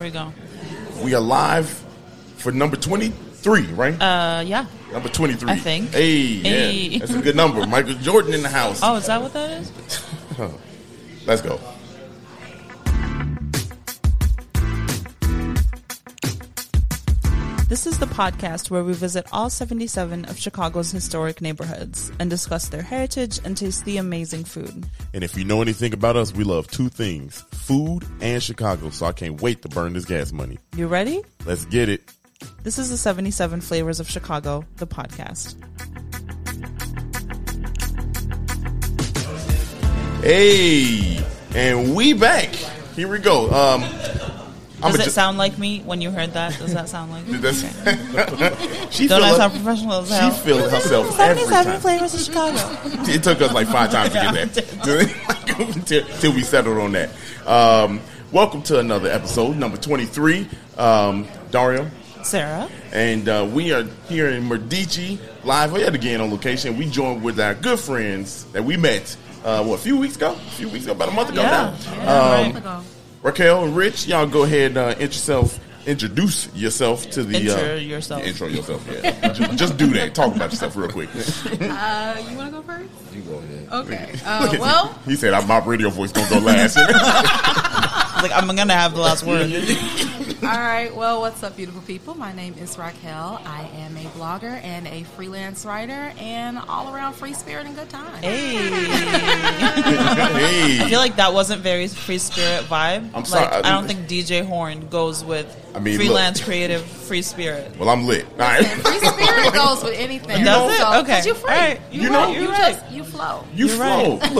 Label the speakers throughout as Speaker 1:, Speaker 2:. Speaker 1: we go.
Speaker 2: We are live for number 23, right?
Speaker 1: Uh, yeah.
Speaker 2: number 23.
Speaker 1: I think.
Speaker 2: Hey, yeah.
Speaker 1: Hey.
Speaker 2: That's a good number. Michael Jordan in the house.
Speaker 1: Oh, is that what that is?
Speaker 2: Let's go.
Speaker 1: This is the podcast where we visit all 77 of Chicago's historic neighborhoods and discuss their heritage and taste the amazing food.
Speaker 2: And if you know anything about us, we love two things food and Chicago. So I can't wait to burn this gas money.
Speaker 1: You ready?
Speaker 2: Let's get it.
Speaker 1: This is the 77 Flavors of Chicago, the podcast.
Speaker 2: Hey, and we back. Here we go. Um, I'm
Speaker 1: Does
Speaker 2: a
Speaker 1: it
Speaker 2: ju-
Speaker 1: sound like me when you heard that? Does that sound like me?
Speaker 2: That's-
Speaker 1: Okay.
Speaker 2: she
Speaker 1: Don't I
Speaker 2: feel
Speaker 1: sound
Speaker 2: her-
Speaker 1: professional as
Speaker 2: she
Speaker 1: hell?
Speaker 2: feels herself every
Speaker 1: 77
Speaker 2: time.
Speaker 1: Flavors of Chicago.
Speaker 2: It took us like five times to get that till, till we settled on that. Um, welcome to another episode, number twenty-three. Um, Dario,
Speaker 1: Sarah.
Speaker 2: and uh, we are here in Medici live yet again on location. We joined with our good friends that we met uh, what a few weeks ago, a few weeks ago, about a month ago
Speaker 1: Yeah.
Speaker 2: now.
Speaker 1: Yeah,
Speaker 2: Um,
Speaker 1: right.
Speaker 2: Raquel and Rich, y'all go ahead uh, introduce yourself. Introduce yourself to the
Speaker 1: Intro
Speaker 2: uh,
Speaker 1: yourself.
Speaker 2: Intro yourself. Yeah, just, just do that. Talk about yourself real quick.
Speaker 3: Uh, you want to go first?
Speaker 4: You go ahead.
Speaker 3: Okay.
Speaker 2: Look
Speaker 3: Uh,
Speaker 2: at-
Speaker 3: well,
Speaker 2: he said, "I- "My radio voice don't go last."
Speaker 1: Like, I'm going to have the last word.
Speaker 3: all right. Well, what's up, beautiful people? My name is Raquel. I am a blogger and a freelance writer and all around free spirit and good time.
Speaker 1: Hey. I
Speaker 2: hey,
Speaker 1: feel like that wasn't very free spirit vibe.
Speaker 2: I'm sorry,
Speaker 1: Like,
Speaker 2: I-
Speaker 1: I don't think DJ Horn goes with
Speaker 2: I mean,
Speaker 1: freelance creative free spirit.
Speaker 2: well, I'm lit. All
Speaker 3: And
Speaker 2: right,
Speaker 3: free spirit goes with anything.
Speaker 1: Does it?
Speaker 3: So, 'cause
Speaker 1: Okay.
Speaker 3: You free.
Speaker 1: All right.
Speaker 3: You,
Speaker 1: You
Speaker 3: know,
Speaker 1: know-
Speaker 3: you
Speaker 1: you're
Speaker 3: just you flow.
Speaker 2: you
Speaker 1: You're
Speaker 2: flow.
Speaker 1: right.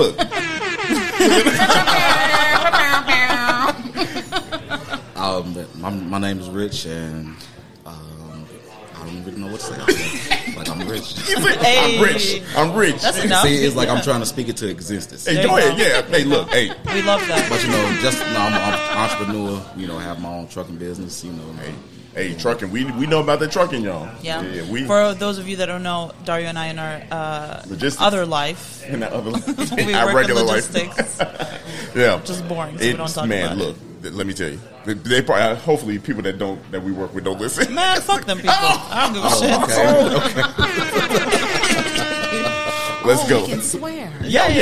Speaker 2: Look,
Speaker 4: Um, my, my name is Rich, and um, I don't even know what to say. like I'm rich.
Speaker 1: Hey.
Speaker 2: I'm rich. I'm rich.
Speaker 1: That's enough.
Speaker 4: See, it's like I'm trying to speak it to existence.
Speaker 2: Hey,
Speaker 1: There
Speaker 2: go
Speaker 1: you
Speaker 2: ahead. Yeah. Hey, look. Hey,
Speaker 1: We love that.
Speaker 4: But you know, just no, I'm an entrepreneur. You know, have my own trucking business. You know,
Speaker 2: hey, hey, trucking. We we know about the trucking, y'all.
Speaker 1: Yeah.
Speaker 2: we
Speaker 1: For those of you that don't know, Dario and I in our uh,
Speaker 2: Logistics.
Speaker 1: other life,
Speaker 2: in the other
Speaker 1: we
Speaker 2: our
Speaker 1: work in
Speaker 2: regular life.
Speaker 1: logistics.
Speaker 2: Yeah,
Speaker 1: Just boring, so we don't talk
Speaker 2: man,
Speaker 1: about it.
Speaker 2: look. th- Let me tell you, They- they probably hopefully people that don't that we work with don't listen.
Speaker 1: Man, fuck them people.
Speaker 2: Oh!
Speaker 1: I don't give a shit.
Speaker 4: okay.
Speaker 2: Let's
Speaker 3: You
Speaker 2: go. Oh,
Speaker 3: can swear.
Speaker 2: Yeah, yeah,
Speaker 1: yeah,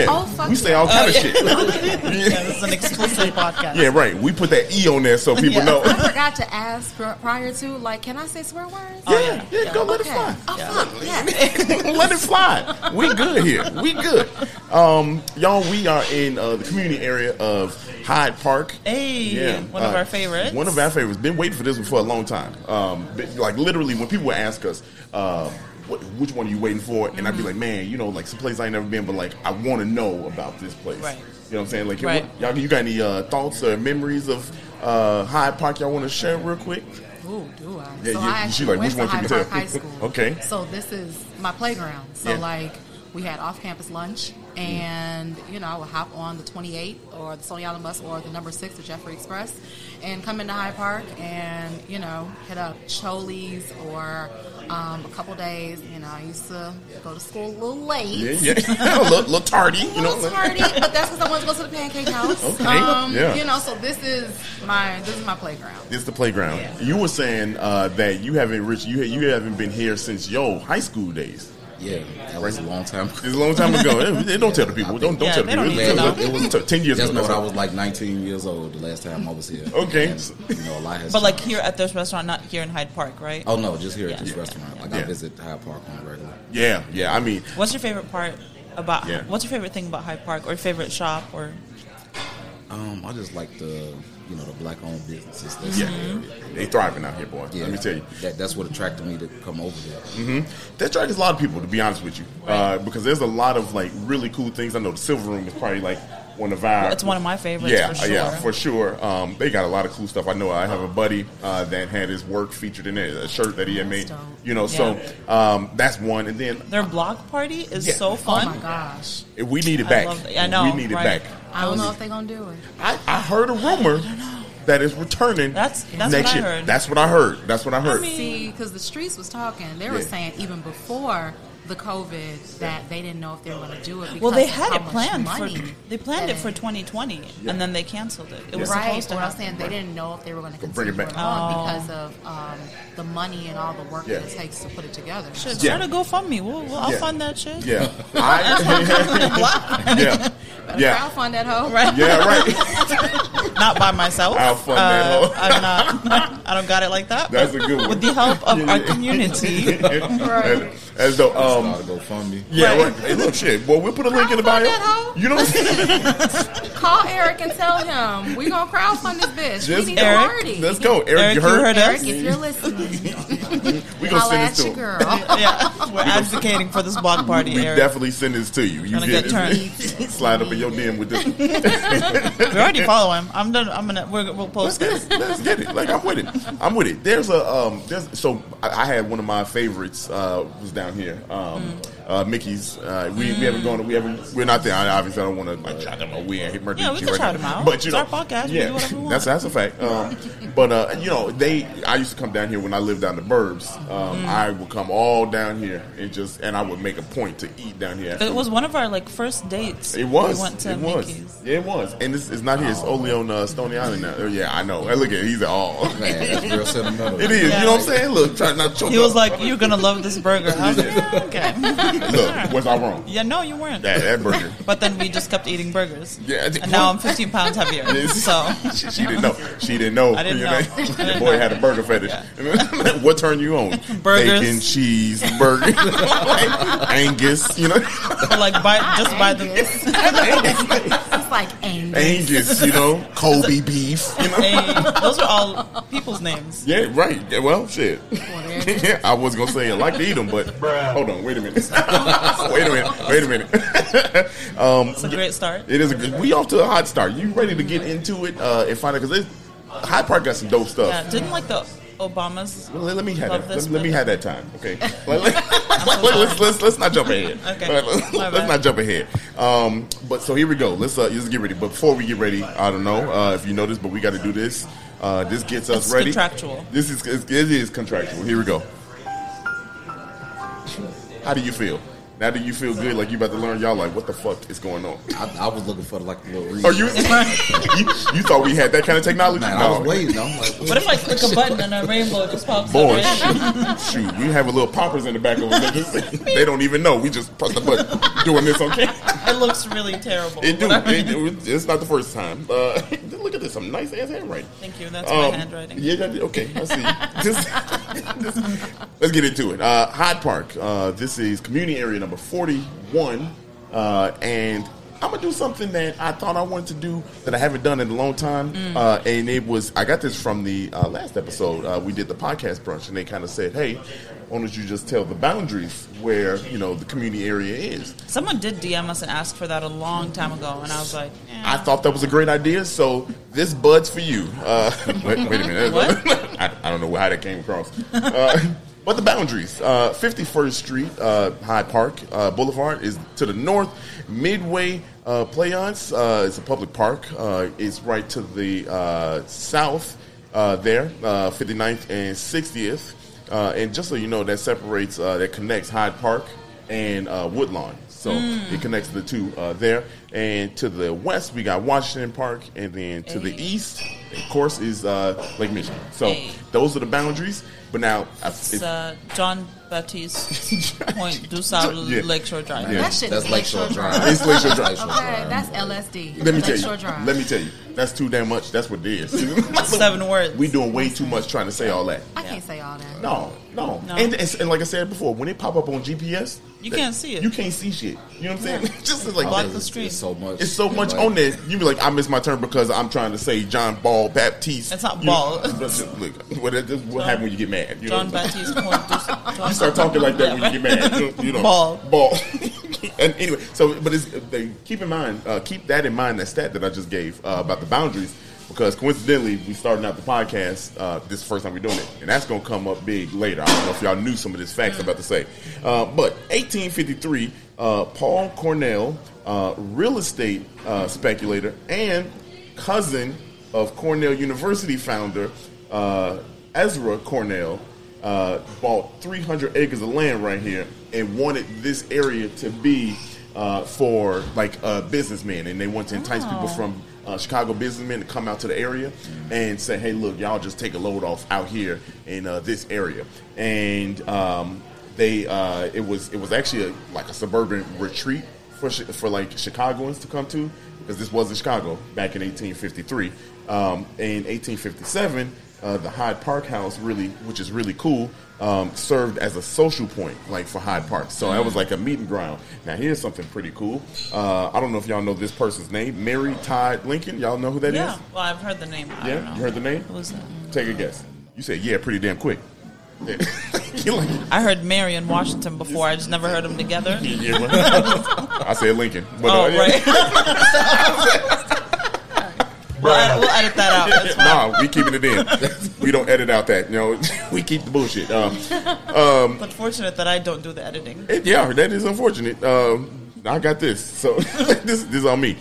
Speaker 1: yeah.
Speaker 2: oh
Speaker 3: Oh,
Speaker 2: yeah.
Speaker 3: fuck
Speaker 2: we say all kind of shit.
Speaker 1: Yeah, this is an explicit podcast.
Speaker 2: yeah, right. We put that e on there so people
Speaker 1: Yeah.
Speaker 2: know.
Speaker 3: I forgot to ask pr- prior to, like, can I say swear words?
Speaker 1: Oh,
Speaker 2: yeah, yeah, go let it
Speaker 3: Okay.
Speaker 2: fly.
Speaker 3: Oh, fuck. Yeah.
Speaker 2: Let it fly. We good here. We good. Um, y'all, we are in uh, the community area of Hyde Park.
Speaker 1: Hey, one of
Speaker 2: uh,
Speaker 1: our favorites.
Speaker 2: One of our favorites. Been waiting for this one for a long time. Um, but, like literally, when people would ask us, uh, what, which one are you waiting for? And
Speaker 1: Mm-hmm.
Speaker 2: I'd be like, man, you know, like some place I ain't never been, but like I want to know about this place.
Speaker 1: Right.
Speaker 2: You know what I'm saying? Like,
Speaker 1: Right.
Speaker 2: what- y'all, you got any uh, thoughts or memories of uh, Hyde Park y'all want to share real quick?
Speaker 3: Ooh, do I?
Speaker 2: Yeah,
Speaker 3: so
Speaker 2: you-
Speaker 3: I
Speaker 2: you
Speaker 3: actually
Speaker 2: see, like,
Speaker 3: went
Speaker 2: which one can
Speaker 3: to Hyde
Speaker 2: you
Speaker 3: Park
Speaker 2: tell?
Speaker 3: High School.
Speaker 2: Okay.
Speaker 3: So this is my playground. So
Speaker 2: Yeah. Mm.
Speaker 3: like we had off-campus lunch, and you know I would hop on the 28 or the Stony Island bus or the number six, the Jeffrey Express, and come into Hyde Park, and you know hit up Choli's or um, a couple days. You know I used to go to school a little late.
Speaker 2: Yeah, yeah. a little, little tardy. You
Speaker 3: A
Speaker 2: know,
Speaker 3: little tardy, but that's because I wanted to go to the Pancake House.
Speaker 2: Okay,
Speaker 3: Um,
Speaker 2: yeah.
Speaker 3: You know, so this is my this is my playground.
Speaker 2: It's the playground. You were saying uh, that you haven't rich. You you haven't been here since your high school days.
Speaker 4: Yeah, that was a long time. ago.
Speaker 2: It's a long time ago. It- it don't tell the people. Don't don't
Speaker 1: Yeah,
Speaker 2: tell
Speaker 1: they
Speaker 2: the
Speaker 1: don't
Speaker 2: people.
Speaker 1: need
Speaker 2: It
Speaker 1: to
Speaker 2: was,
Speaker 1: know.
Speaker 2: it was t- ten years
Speaker 4: Just
Speaker 2: ago.
Speaker 4: know that I was like 19 years old the last time I was here.
Speaker 2: Okay.
Speaker 4: And, you know, a lot has.
Speaker 1: But like
Speaker 4: changed.
Speaker 1: here at this restaurant, not here in Hyde Park, right?
Speaker 4: oh no, just here at this
Speaker 1: Yeah.
Speaker 4: restaurant. Like I
Speaker 2: Yeah.
Speaker 4: visit Hyde Park on a regular.
Speaker 2: yeah, yeah. I mean,
Speaker 1: What's your favorite part about?
Speaker 2: Yeah.
Speaker 1: What's your favorite thing about Hyde Park, or your favorite shop, or
Speaker 4: Um, I just like the you know the black owned businesses. That's
Speaker 2: yeah,
Speaker 1: Mm-hmm.
Speaker 2: they thriving out here, boy. Let me tell you.
Speaker 4: That, that's what attracted me to come over here.
Speaker 2: That attracts a lot of people, to be honest with you, uh, because there's a lot of like really cool things. I know the Silver Room is probably like one of our.
Speaker 1: it's one of my favorites
Speaker 2: yeah,
Speaker 1: for sure.
Speaker 2: yeah, for sure. Um, they got a lot of cool stuff. I know I have a buddy uh, that had his work featured in it, a shirt that he had made.
Speaker 3: dope.
Speaker 2: You know, so um, that's one. And then
Speaker 1: Their block party is
Speaker 2: Yeah.
Speaker 1: so
Speaker 3: Oh
Speaker 1: fun.
Speaker 3: my gosh.
Speaker 2: we need it
Speaker 1: I
Speaker 2: back.
Speaker 1: love that. I know,
Speaker 2: we need it
Speaker 1: right.
Speaker 2: back.
Speaker 3: I don't know if they're gonna do it.
Speaker 2: I, I heard a rumor that it's returning.
Speaker 1: That's- that's
Speaker 2: next
Speaker 1: what I
Speaker 2: year.
Speaker 1: heard.
Speaker 2: That's what I heard. That's what I heard.
Speaker 1: mean-
Speaker 3: See, because the streets was talking, they were
Speaker 2: Yeah.
Speaker 3: saying even before the COVID that they didn't know if they were going to do it. Because
Speaker 1: Well, they
Speaker 3: of
Speaker 1: had
Speaker 3: how
Speaker 1: it
Speaker 3: much
Speaker 1: planned for
Speaker 3: money
Speaker 1: they planned it
Speaker 3: that
Speaker 1: for 2020, and then they canceled it. It was
Speaker 3: right.
Speaker 1: supposed
Speaker 3: But
Speaker 1: to
Speaker 3: I'm
Speaker 1: happen. Oh.
Speaker 3: saying they didn't know if they were going to
Speaker 2: bring
Speaker 3: continue
Speaker 2: it
Speaker 3: it on
Speaker 2: back.
Speaker 3: because of um, the money and all the work
Speaker 2: Yeah.
Speaker 3: that it takes to put it together.
Speaker 1: Shit,
Speaker 2: Yeah.
Speaker 1: try to go fund me. We'll, we'll, I'll
Speaker 2: Yeah.
Speaker 1: fund that shit.
Speaker 2: Yeah. I, yeah. Yeah.
Speaker 3: Crowdfund that hoe.
Speaker 1: Right?
Speaker 2: Yeah, right.
Speaker 1: Not by myself.
Speaker 2: I'll fund that
Speaker 1: Uh,
Speaker 2: hoe.
Speaker 1: I'm not. I don't got it like that.
Speaker 2: That's
Speaker 1: but
Speaker 2: a good one.
Speaker 1: With the help of our community,
Speaker 3: Right.
Speaker 2: As though, um,
Speaker 4: Gotta go fund me.
Speaker 2: yeah, right. Hey, look, shit. Well, we'll put a link in the bio.
Speaker 3: Crowdfund that hoe.
Speaker 2: You know,
Speaker 3: Call Eric and tell him we're gonna crowdfund this bitch.
Speaker 2: Just
Speaker 3: we need
Speaker 1: Eric.
Speaker 3: a party.
Speaker 2: let's go, Eric.
Speaker 1: Eric,
Speaker 2: you
Speaker 1: you
Speaker 2: heard?
Speaker 1: heard
Speaker 3: Eric,
Speaker 1: us.
Speaker 3: if you're listening,
Speaker 2: We gonna
Speaker 3: holla
Speaker 2: send this to
Speaker 3: at your
Speaker 2: him.
Speaker 3: girl.
Speaker 1: Yeah, we're advocating for this block party,
Speaker 2: We
Speaker 1: Eric.
Speaker 2: definitely send this to you. You
Speaker 1: Gonna get
Speaker 2: it. Slide up in your DM with this. one.
Speaker 1: we already follow him. I'm done. I'm gonna. We're, we'll post this.
Speaker 2: let's, let's get it. Like I'm with it. I'm with it. There's a um. There's so I, I had one of my favorites uh was down here. Um, uh, Mickey's. Uh, we, we haven't gone. We haven't. We're not there. I, obviously, I don't want to like shout them out. We ain't hit murder.
Speaker 1: Yeah, we can
Speaker 2: right
Speaker 1: shout
Speaker 2: now.
Speaker 1: them out.
Speaker 2: But
Speaker 1: It's
Speaker 2: you know,
Speaker 1: our podcast. We
Speaker 2: Yeah,
Speaker 1: do whatever we want.
Speaker 2: that's that's a fact. Um, but uh, you know, they. I used to come down here when I lived down the burbs. Um,
Speaker 1: Mm-hmm.
Speaker 2: I would come all down here and just and I would make a point to eat down here.
Speaker 1: It was one of our like first dates.
Speaker 2: It was.
Speaker 1: We went to
Speaker 2: it was.
Speaker 1: Mickey's. Oh.
Speaker 2: Yeah, it was. And this is not here. It's only on uh, Stony Island now. Oh, yeah, I know. And look at he's all.
Speaker 4: Man, that's real sentimental.
Speaker 2: It is.
Speaker 1: Yeah.
Speaker 2: You know what I'm saying? Look, try not to choke.
Speaker 1: He was
Speaker 2: up.
Speaker 1: like, "You're gonna love this burger." I was like, yeah, "Okay."
Speaker 2: "Look, was I wrong?
Speaker 1: Yeah, no, you weren't.
Speaker 2: That that burger."
Speaker 1: But then we just kept eating burgers.
Speaker 2: Yeah, I did-
Speaker 1: and now I'm 15 pounds heavier.
Speaker 2: Yes.
Speaker 1: so
Speaker 2: She, she didn't know. She didn't know.
Speaker 1: I didn't know. I
Speaker 2: The
Speaker 1: didn't
Speaker 2: boy
Speaker 1: know.
Speaker 2: had a burger fetish. what turned you on?
Speaker 1: Burgers.
Speaker 2: Bacon, cheese, burger, Angus. You know,
Speaker 1: like by just by the
Speaker 3: Angus. it's like Angus.
Speaker 2: Angus. You know, Kobe beef. You know.
Speaker 1: Hey, those are all people's names.
Speaker 2: Yeah, right. Yeah, Well, shit.
Speaker 3: there it
Speaker 2: yeah, I was gonna say I like to eat them, but hold on, wait a minute, wait a minute, wait a minute. um,
Speaker 1: It's a great start.
Speaker 2: it is a good. We off to a hot start. You ready to get into it uh, and find out because Hyde Park got some dope stuff.
Speaker 1: Yeah, didn't like the Obamas.
Speaker 2: Well, let, let me have
Speaker 1: Love
Speaker 2: that.
Speaker 1: this
Speaker 2: Let, let me
Speaker 1: weather.
Speaker 2: have that time. Okay. Let, us let's let's not jump ahead.
Speaker 1: Okay.
Speaker 2: Let, us
Speaker 1: My bad.
Speaker 2: not jump ahead. Um, but so here we go. Let's uh, let's get ready. Before we get ready, I don't know uh, if you know this, but we got to do this. Uh, this gets us
Speaker 1: It's
Speaker 2: ready.
Speaker 1: contractual.
Speaker 2: This is it is contractual. Here we go. How do you feel? Now do you feel good? Like you about to learn? Y'all like what the fuck is going on?
Speaker 4: I, I was looking for like a little reason.
Speaker 2: Are you? you, you thought we had that kind of technology?
Speaker 4: Man,
Speaker 2: No.
Speaker 4: I was waiting. I'm like,
Speaker 1: What if I click a button and a rainbow just pops
Speaker 2: Boy,
Speaker 1: up? Right?
Speaker 2: shoot, shoot, we have a little poppers in the back over there. Just- they don't even know. We just press the button, doing this on camera.
Speaker 1: It looks really terrible.
Speaker 2: It do.
Speaker 1: Whatever.
Speaker 2: It do. It's not the first time. Uh, look at this. Some nice ass handwriting.
Speaker 1: Thank you. That's
Speaker 2: Um,
Speaker 1: my handwriting.
Speaker 2: Yeah, yeah, okay. I see. Just- just- let's get into it. Uh, Hyde Park. Uh, this is community area number 41. Uh, and I'm going to do something that I thought I wanted to do that I haven't done in a long time.
Speaker 1: Mm.
Speaker 2: Uh, and it was, I got this from the uh, last episode. Uh, we did the podcast brunch, and they kind of said, hey, why don't you just tell the boundaries where, you know, the community area is?
Speaker 1: Someone did DM us and ask for that a long time ago, and I was like, eh.
Speaker 2: I thought that was a great idea, so this bud's for you. Uh, wait, wait a minute.
Speaker 1: What?
Speaker 2: I, I don't know how that came across. Uh, but the boundaries uh, 51st Street, uh, Hyde Park uh, Boulevard is to the north. Midway uh, Playance uh, is a public park, uh, it's right to the uh, south uh, there, uh, 59th and 60th. Uh, and just so you know, that separates, uh, that connects Hyde Park and uh, Woodlawn. So
Speaker 1: Mm.
Speaker 2: it connects the two uh, there. And to the west, we got Washington Park. And then to the east, of course, is uh, Lake Michigan. So
Speaker 1: Hey.
Speaker 2: those are the boundaries. But now, I-
Speaker 1: It's uh, John Baptiste Point du Sable
Speaker 2: Yeah.
Speaker 1: Lakeshore Drive.
Speaker 2: Yeah.
Speaker 3: That shit
Speaker 4: that's
Speaker 3: is
Speaker 4: Lakeshore Drive.
Speaker 2: It's Lakeshore Drive.
Speaker 4: Lakeshore
Speaker 3: Okay,
Speaker 4: Drive.
Speaker 3: that's LSD.
Speaker 2: let me tell
Speaker 3: Lakeshore
Speaker 2: you.
Speaker 3: Drive.
Speaker 2: Let me tell you. That's too damn much. That's what it is.
Speaker 1: Seven words.
Speaker 2: we doing way too much trying to say all that.
Speaker 3: I can't say all that.
Speaker 2: No, no.
Speaker 1: No.
Speaker 2: And, and, and like I said before, when it pop up on GPS,
Speaker 1: You
Speaker 2: that-
Speaker 1: can't see it.
Speaker 2: You can't see shit. You know what I'm saying? Just like
Speaker 1: Block
Speaker 4: it's-
Speaker 1: the street.
Speaker 4: It's so much.
Speaker 2: It's so much
Speaker 4: Like,
Speaker 2: on there. You be like, I missed my turn because I'm trying to say John Ball Baptiste.
Speaker 1: It's not
Speaker 2: You-
Speaker 1: Ball.
Speaker 2: Look, what, that- that's what happens when you get mad? You know
Speaker 1: John
Speaker 2: what I'm
Speaker 1: Baptiste
Speaker 2: saying?
Speaker 1: Point du Sable.
Speaker 2: You start talking like that when you get mad. You know- You know,
Speaker 1: Ball.
Speaker 2: ball. and anyway, so but it's they, keep in mind, uh, keep that in mind. That stat that I just gave uh, about the boundaries, because coincidentally, we starting out the podcast. Uh, this is the first time we're doing it, and that's gonna come up big later. I don't know if y'all knew some of these facts I'm about to say, uh, but 1853, uh, Paul Cornell, uh, real estate uh, speculator and cousin of Cornell University founder uh, Ezra Cornell. Uh, uh, bought 300 acres of land right here and wanted this area to be uh, for like uh, businessmen, and they want to entice people from uh, Chicago businessmen to come out to the area and say, "Hey, look, y'all just take a load off out here in uh, this area." And um, they, uh, it was it was actually a, like a suburban retreat for Chi- for like Chicagoans to come to because this was in Chicago back in 1853. Um, in 1857, uh, the Hyde Park House really, which is really cool, um, served as a social point like for Hyde Park. So that was like a meeting ground. Now here's something pretty cool. Uh, I don't know if y'all know this person's name, Mary Todd Lincoln. Y'all know who that is?
Speaker 1: Yeah. Well, I've heard the name. I
Speaker 2: Yeah?
Speaker 1: don't know.
Speaker 2: You heard the name?
Speaker 1: Who was that?
Speaker 2: Take a guess. You said yeah, pretty damn quick. Yeah. You're like,
Speaker 1: I heard Mary and Washington before. I just never heard them together.
Speaker 2: yeah, well, I said Lincoln. But,
Speaker 1: Oh,
Speaker 2: uh, yeah.
Speaker 1: right. we'll, edit, we'll edit that out. That's fine.
Speaker 2: nah, we keeping it in. We don't edit out that. You know, we keep the bullshit. Um,
Speaker 1: It's unfortunate that I don't do the editing.
Speaker 2: it- yeah, that is unfortunate. Um, I got this. So this, this is on me.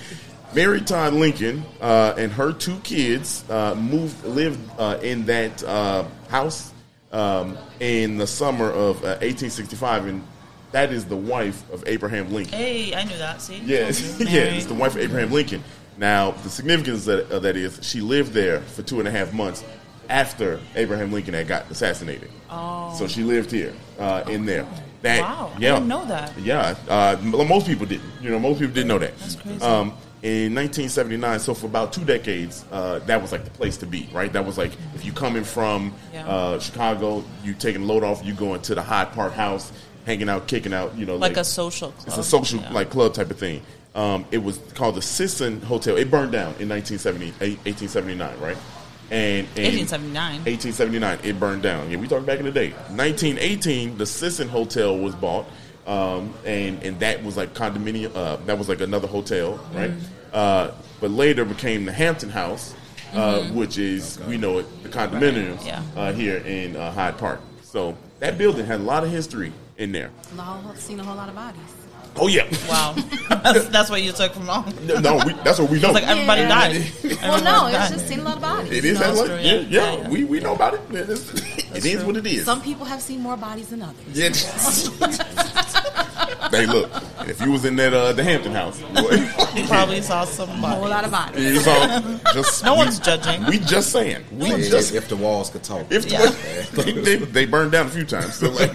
Speaker 2: Mary Todd Lincoln uh, and her two kids uh, moved lived uh, in that uh, house um, in the summer of uh, 1865, and that is the wife of Abraham Lincoln.
Speaker 1: Hey, I knew that. See?
Speaker 2: Yes,
Speaker 1: Told you.
Speaker 2: yeah,
Speaker 1: Mary.
Speaker 2: it's the wife of Abraham Lincoln. Now, the significance of that, of that is she lived there for two and a half months after Abraham Lincoln had got assassinated. Oh. So she lived here uh, in there. That,
Speaker 1: Wow, I
Speaker 2: yeah,
Speaker 1: didn't know that.
Speaker 2: Yeah, uh, m- most people didn't. You know, most people didn't know that.
Speaker 1: That's crazy.
Speaker 2: Um, in 1979, so for about two decades, uh, that was like the place to be, right? That was like if you coming from
Speaker 1: Yeah.
Speaker 2: uh, Chicago, you taking a load off, you going to the Hyde Park House, hanging out, kicking out, you know,
Speaker 1: Like a social club.
Speaker 2: it's a social
Speaker 1: Yeah.
Speaker 2: like club type of thing. Um, it was called the Sisson Hotel. It burned down in 1970, eight- 1879, right? And, and
Speaker 1: 1879.
Speaker 2: 1879, it burned down. Yeah, we talking back in the day. 1918, the Sisson Hotel was bought, um, and and that was like condominium. Uh, that was like another hotel, right?
Speaker 1: Mm-hmm.
Speaker 2: Uh, but later became the Hampton House, uh, which is we know it the condominiums
Speaker 1: Mm-hmm. Yeah.
Speaker 2: uh, here in uh, Hyde Park. So that building had a lot of history in there.
Speaker 3: And I've seen a whole lot of bodies.
Speaker 2: Oh yeah.
Speaker 1: Wow. that's, that's what you took from all.
Speaker 2: No, no, we, that's what we know.
Speaker 1: It's like everybody
Speaker 3: Yeah.
Speaker 1: died.
Speaker 3: Well,
Speaker 1: Everybody
Speaker 3: no, it's
Speaker 1: died.
Speaker 3: just seen a lot of bodies.
Speaker 2: it
Speaker 3: you
Speaker 2: is
Speaker 3: know?
Speaker 2: that
Speaker 1: true,
Speaker 2: way.
Speaker 1: yeah.
Speaker 2: Yeah, yeah,
Speaker 1: Yeah, yeah.
Speaker 2: We, we know about it. It is, it is what it is.
Speaker 3: Some people have seen more bodies than others.
Speaker 2: Yeah. hey, look, if you was in that uh, the Hampton house, boy,
Speaker 1: You probably saw
Speaker 3: A whole
Speaker 1: somebody.
Speaker 3: lot of bodies.
Speaker 2: you saw, just
Speaker 1: No
Speaker 2: we-
Speaker 1: one's judging.
Speaker 2: We just saying. We
Speaker 4: Yeah,
Speaker 2: just
Speaker 4: if the walls could talk.
Speaker 2: If
Speaker 1: Yeah.
Speaker 2: they, they, they burned down a few times, so like,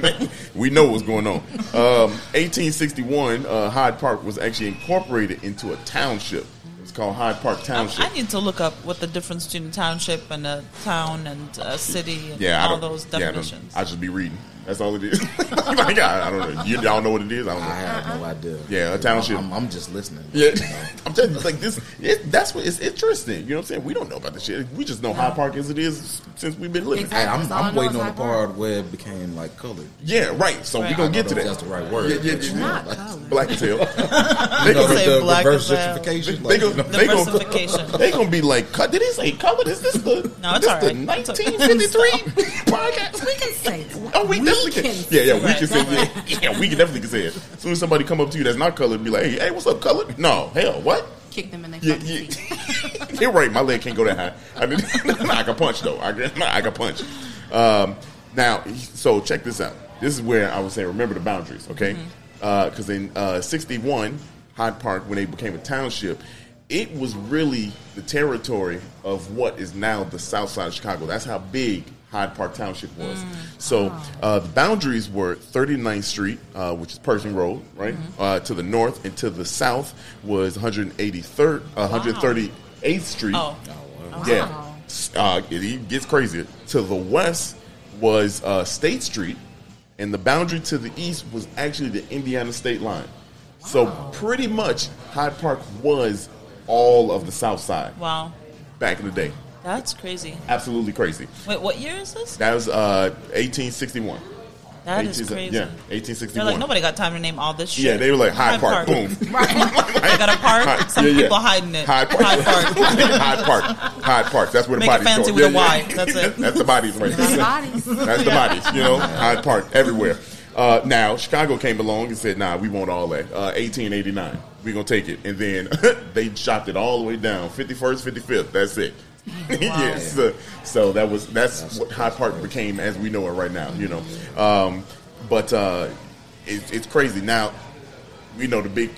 Speaker 2: we know what's going on. Um, 1861, uh, Hyde Park was actually incorporated into a township. It's called Hyde Park Township.
Speaker 1: I need to look up what the difference between a township and a town and a city and
Speaker 2: Yeah, I
Speaker 1: all
Speaker 2: don't-
Speaker 1: those
Speaker 2: yeah, I don't-
Speaker 1: definitions.
Speaker 2: I just be reading. That's all it is. like, I, I don't know. You, y'all know what it is. I don't
Speaker 4: I
Speaker 2: know.
Speaker 4: have no idea.
Speaker 2: Yeah, a township.
Speaker 4: I'm, I'm just listening.
Speaker 2: Yeah, I'm telling you, it's like this. It, that's what it's interesting. You know what I'm saying? We don't know about this shit. We just know Hyde Park as it is since we've been living.
Speaker 4: Hey, I'm,
Speaker 3: That's all I
Speaker 4: I'm
Speaker 3: know
Speaker 4: waiting
Speaker 3: is
Speaker 4: on the
Speaker 3: I borrowed.
Speaker 4: part where it became like colored.
Speaker 2: Yeah, right. So
Speaker 1: Right.
Speaker 2: we gonna
Speaker 4: I
Speaker 2: get to
Speaker 4: don't know if That's
Speaker 2: that.
Speaker 4: the right word.
Speaker 2: Yeah, yeah,
Speaker 4: but
Speaker 2: yeah.
Speaker 4: you know,
Speaker 3: Not
Speaker 4: like-
Speaker 3: color.
Speaker 2: Black as hell.
Speaker 4: you
Speaker 1: can
Speaker 4: know,
Speaker 1: say
Speaker 4: the the
Speaker 1: black
Speaker 4: reverse
Speaker 1: as hell.
Speaker 4: gentrification.
Speaker 2: They
Speaker 4: Like,
Speaker 2: gonna, they
Speaker 1: Diversification.
Speaker 2: gonna, they gonna be like, cut. Did he say color? Is this the
Speaker 1: No, it's
Speaker 2: this
Speaker 1: all
Speaker 2: the
Speaker 1: right. It's okay.
Speaker 2: 1953 podcast?
Speaker 3: We can say that.
Speaker 2: Oh, we, definitely can.
Speaker 3: can
Speaker 2: Yeah, yeah, we
Speaker 1: Right,
Speaker 2: can say
Speaker 1: right,
Speaker 2: yeah, yeah, we can definitely can say it. As soon as somebody come up to you that's not colored, be like, hey, hey what's up, colored? No, hell, what?
Speaker 3: Kick them in their
Speaker 2: Yeah,
Speaker 3: fucking
Speaker 2: yeah.
Speaker 3: feet.
Speaker 2: You're right. My leg can't go that high. I mean, I can punch though. I can, I can punch. Um, now, so check this out. This is where I would say remember the boundaries, okay? Because in uh, '61, Hyde Park, when they became a township, it was really the territory of what is now the South Side of Chicago. That's how big Hyde Park Township was.
Speaker 1: Mm,
Speaker 2: So uh, the boundaries were 39th Street, uh, which is Pershing Road, right,
Speaker 1: Mm-hmm.
Speaker 2: uh, to the north, and to the south was 183rd, uh, 138th Street.
Speaker 1: Oh.
Speaker 2: Yeah, S- uh, it, it gets crazier. To the west was uh, State Street, and the boundary to the east was actually the Indiana state line. So pretty much Hyde Park was all of the South Side
Speaker 1: Wow.
Speaker 2: back in the day.
Speaker 1: That's crazy.
Speaker 2: Absolutely crazy.
Speaker 1: Wait, what year is this?
Speaker 2: That was uh, 1861.
Speaker 1: That is
Speaker 2: 18
Speaker 1: crazy.
Speaker 2: Yeah,
Speaker 1: They're
Speaker 2: 1861.
Speaker 1: like, nobody got time to name all this shit.
Speaker 2: yeah, they were like Hyde Park, boom.
Speaker 1: They got a park, some
Speaker 2: Yeah, yeah.
Speaker 1: people hiding it.
Speaker 2: Hyde Park.
Speaker 1: Hyde Park.
Speaker 2: Hyde Park. Hyde Park. That's where the
Speaker 1: Make it
Speaker 2: bodies
Speaker 1: fancy
Speaker 2: go.
Speaker 1: with a Y. That's it.
Speaker 2: That's the bodies right
Speaker 3: Lot of
Speaker 2: there.
Speaker 3: bodies.
Speaker 2: That's the bodies, you know. Hyde Park everywhere. Uh, now Chicago came along and said, "Nah, we want all that." Uh, 1889, we gonna take it, and then they chopped it all the way down, 51st, 55th. That's it. yes. uh, so that was that's, what High Park became as we know it right now. You know, um, but uh, it, it's crazy now. You know the big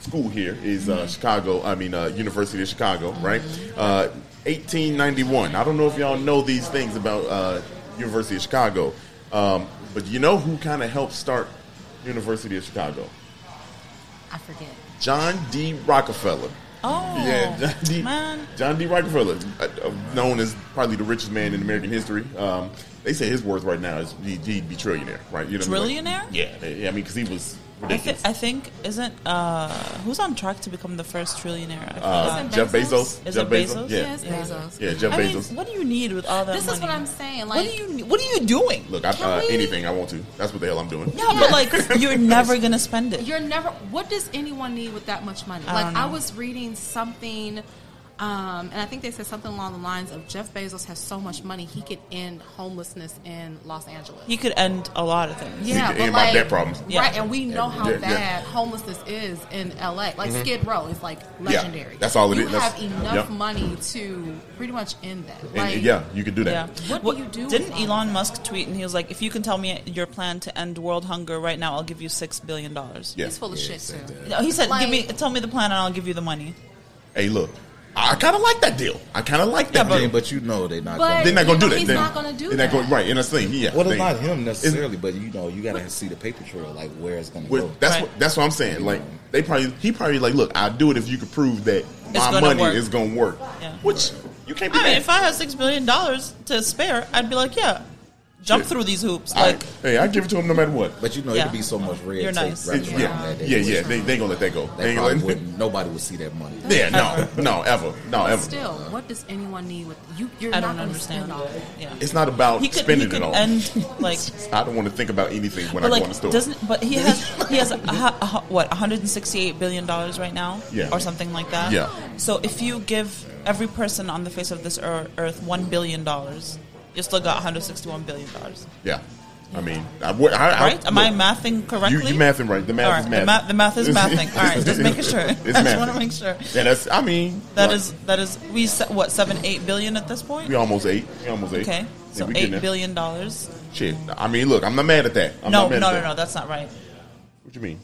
Speaker 2: school here is uh, Chicago. I mean uh, University of Chicago, right? Uh, 1891. I don't know if y'all know these things about uh, University of Chicago, um, but you know who kind of helped start University of Chicago?
Speaker 3: I forget.
Speaker 2: John D. Rockefeller.
Speaker 1: Oh,
Speaker 2: Yeah, John D.
Speaker 1: man.
Speaker 2: John D. Rockefeller, uh, uh, known as probably the richest man in American history. Um, they say his worth right now is he, he'd be trillionaire, right? You know what I mean? Like,
Speaker 1: Trillionaire?
Speaker 2: yeah, they- yeah. I mean, because he was
Speaker 1: I, thi-
Speaker 2: ridiculous.
Speaker 1: I think isn't uh who's on track to become the first trillionaire? I
Speaker 2: Uh,
Speaker 1: forgot.
Speaker 3: Isn't
Speaker 2: Jeff Bezos.
Speaker 3: Bezos?
Speaker 1: Is
Speaker 2: Jeff
Speaker 1: it Bezos?
Speaker 2: Yeah.
Speaker 3: Yes, Bezos.
Speaker 2: yeah, Jeff
Speaker 1: I mean,
Speaker 2: Bezos.
Speaker 1: what do you need with all that
Speaker 3: This
Speaker 1: money?
Speaker 3: is what I'm saying.
Speaker 1: What
Speaker 3: Like,
Speaker 1: do you? What are you doing?
Speaker 2: Look, I,
Speaker 3: Can
Speaker 2: uh,
Speaker 3: we-
Speaker 2: anything I want to. That's what the hell I'm doing.
Speaker 1: yeah, but like you're never gonna spend it.
Speaker 3: You're never. What does anyone need with that much money?
Speaker 1: I
Speaker 3: like
Speaker 1: don't know.
Speaker 3: I was reading something, um, and I think they said something along the lines of Jeff Bezos has so much money he could end homelessness in Los Angeles.
Speaker 1: He could end a lot of things.
Speaker 2: He
Speaker 3: yeah,
Speaker 2: could
Speaker 3: but
Speaker 2: end my
Speaker 3: like,
Speaker 2: debt problems.
Speaker 1: Yeah.
Speaker 3: right? And we know how
Speaker 2: Yeah, yeah.
Speaker 3: bad homelessness is in LA. Like Skid Row is like legendary.
Speaker 2: that's all it
Speaker 3: you
Speaker 2: is.
Speaker 3: have
Speaker 2: That's-
Speaker 3: enough
Speaker 2: yep.
Speaker 3: money to pretty much end that.
Speaker 2: And,
Speaker 3: Like,
Speaker 2: yeah, you could do
Speaker 1: Yeah.
Speaker 2: that.
Speaker 3: What do
Speaker 1: Well,
Speaker 3: you do
Speaker 1: Didn't
Speaker 3: with all
Speaker 1: Elon Musk tweet and he was like, "If you can tell me your plan to end world hunger right now, I'll give you six billion dollars."
Speaker 2: Yeah.
Speaker 3: he's full of
Speaker 4: Yeah,
Speaker 3: shit
Speaker 4: it's like
Speaker 3: too.
Speaker 4: that.
Speaker 1: No, he said, "Give me,
Speaker 3: Like-
Speaker 1: tell me the plan, and I'll give you the money."
Speaker 2: Hey, look, I kind of like that deal. I kind of like that
Speaker 4: but,
Speaker 2: deal.
Speaker 4: but you know they're not.
Speaker 3: But-
Speaker 4: gonna-
Speaker 2: they're not gonna
Speaker 3: You know
Speaker 2: do that.
Speaker 3: he's
Speaker 2: They're-
Speaker 3: not gonna do
Speaker 2: they're not
Speaker 3: that.
Speaker 2: gonna- right, and that's the thing. Yeah.
Speaker 4: Well,
Speaker 2: they-
Speaker 4: it's not him necessarily, but you know, you gotta see the paper trail, like where it's gonna
Speaker 2: Well,
Speaker 4: go.
Speaker 2: that's
Speaker 1: Right.
Speaker 2: what that's what I'm saying. Like they probably he probably like, look, I'll do it if you could prove that my
Speaker 1: gonna
Speaker 2: money
Speaker 1: work.
Speaker 2: is gonna work.
Speaker 1: Yeah.
Speaker 2: Which you can't be
Speaker 1: I mean,
Speaker 2: mad.
Speaker 1: if I had six billion dollars to spare, I'd be like, "Yeah, jump
Speaker 2: Yeah.
Speaker 1: through these hoops."
Speaker 2: I-
Speaker 1: Like,
Speaker 2: hey, I give it to him no matter what.
Speaker 4: But you know,
Speaker 1: Yeah.
Speaker 4: it'd be so much red
Speaker 1: You're
Speaker 4: tape
Speaker 1: nice.
Speaker 4: wrapped
Speaker 2: yeah,
Speaker 4: around
Speaker 2: yeah,
Speaker 4: that. that
Speaker 2: yeah,
Speaker 4: was-
Speaker 2: yeah. They they gonna let that go.
Speaker 4: They
Speaker 2: They ain't
Speaker 4: probably
Speaker 2: gonna let-
Speaker 4: wouldn't. Nobody would see that money.
Speaker 2: yeah, no, no, ever, no,
Speaker 3: But
Speaker 2: ever.
Speaker 3: still, what does anyone need with you? You're
Speaker 1: I
Speaker 3: not
Speaker 1: don't
Speaker 3: going to
Speaker 1: understand.
Speaker 3: spend all that.
Speaker 1: Yeah,
Speaker 2: It's not about
Speaker 1: he could, he
Speaker 2: spending
Speaker 1: could
Speaker 2: it all.
Speaker 1: end like
Speaker 2: I don't want to think about anything when
Speaker 1: But
Speaker 2: I go in the
Speaker 1: like,
Speaker 2: store.
Speaker 1: doesn't but he has he has a, hu- a hu- what 168 billion dollars right now,
Speaker 2: Yeah.
Speaker 1: or something like that.
Speaker 2: Yeah.
Speaker 1: So if you give every person on the face of this ear- earth one billion dollars, you still got 161 billion dollars,
Speaker 2: yeah, I mean, I, would- I, I-
Speaker 1: right? Am I
Speaker 2: look,
Speaker 1: mathing correctly?
Speaker 2: You, you mathing right? The math
Speaker 1: All right,
Speaker 2: is
Speaker 1: the
Speaker 2: mathing.
Speaker 1: math- the math is mathing. All right, just making sure. I
Speaker 2: It's
Speaker 1: just
Speaker 2: mathing.
Speaker 1: wanna make sure.
Speaker 2: Yeah, that's. I mean,
Speaker 1: That
Speaker 2: like,
Speaker 1: is that is we se- what seven eight billion at this point.
Speaker 2: We almost eight. We almost eight.
Speaker 1: Okay,
Speaker 2: Yeah,
Speaker 1: so
Speaker 2: we getting
Speaker 1: eight
Speaker 2: there.
Speaker 1: billion dollars.
Speaker 2: Shit. I mean, look, I'm not mad at that. I'm
Speaker 1: No, no,
Speaker 2: not mad at
Speaker 1: no,
Speaker 2: that.
Speaker 1: no, that's not right.
Speaker 2: What you mean?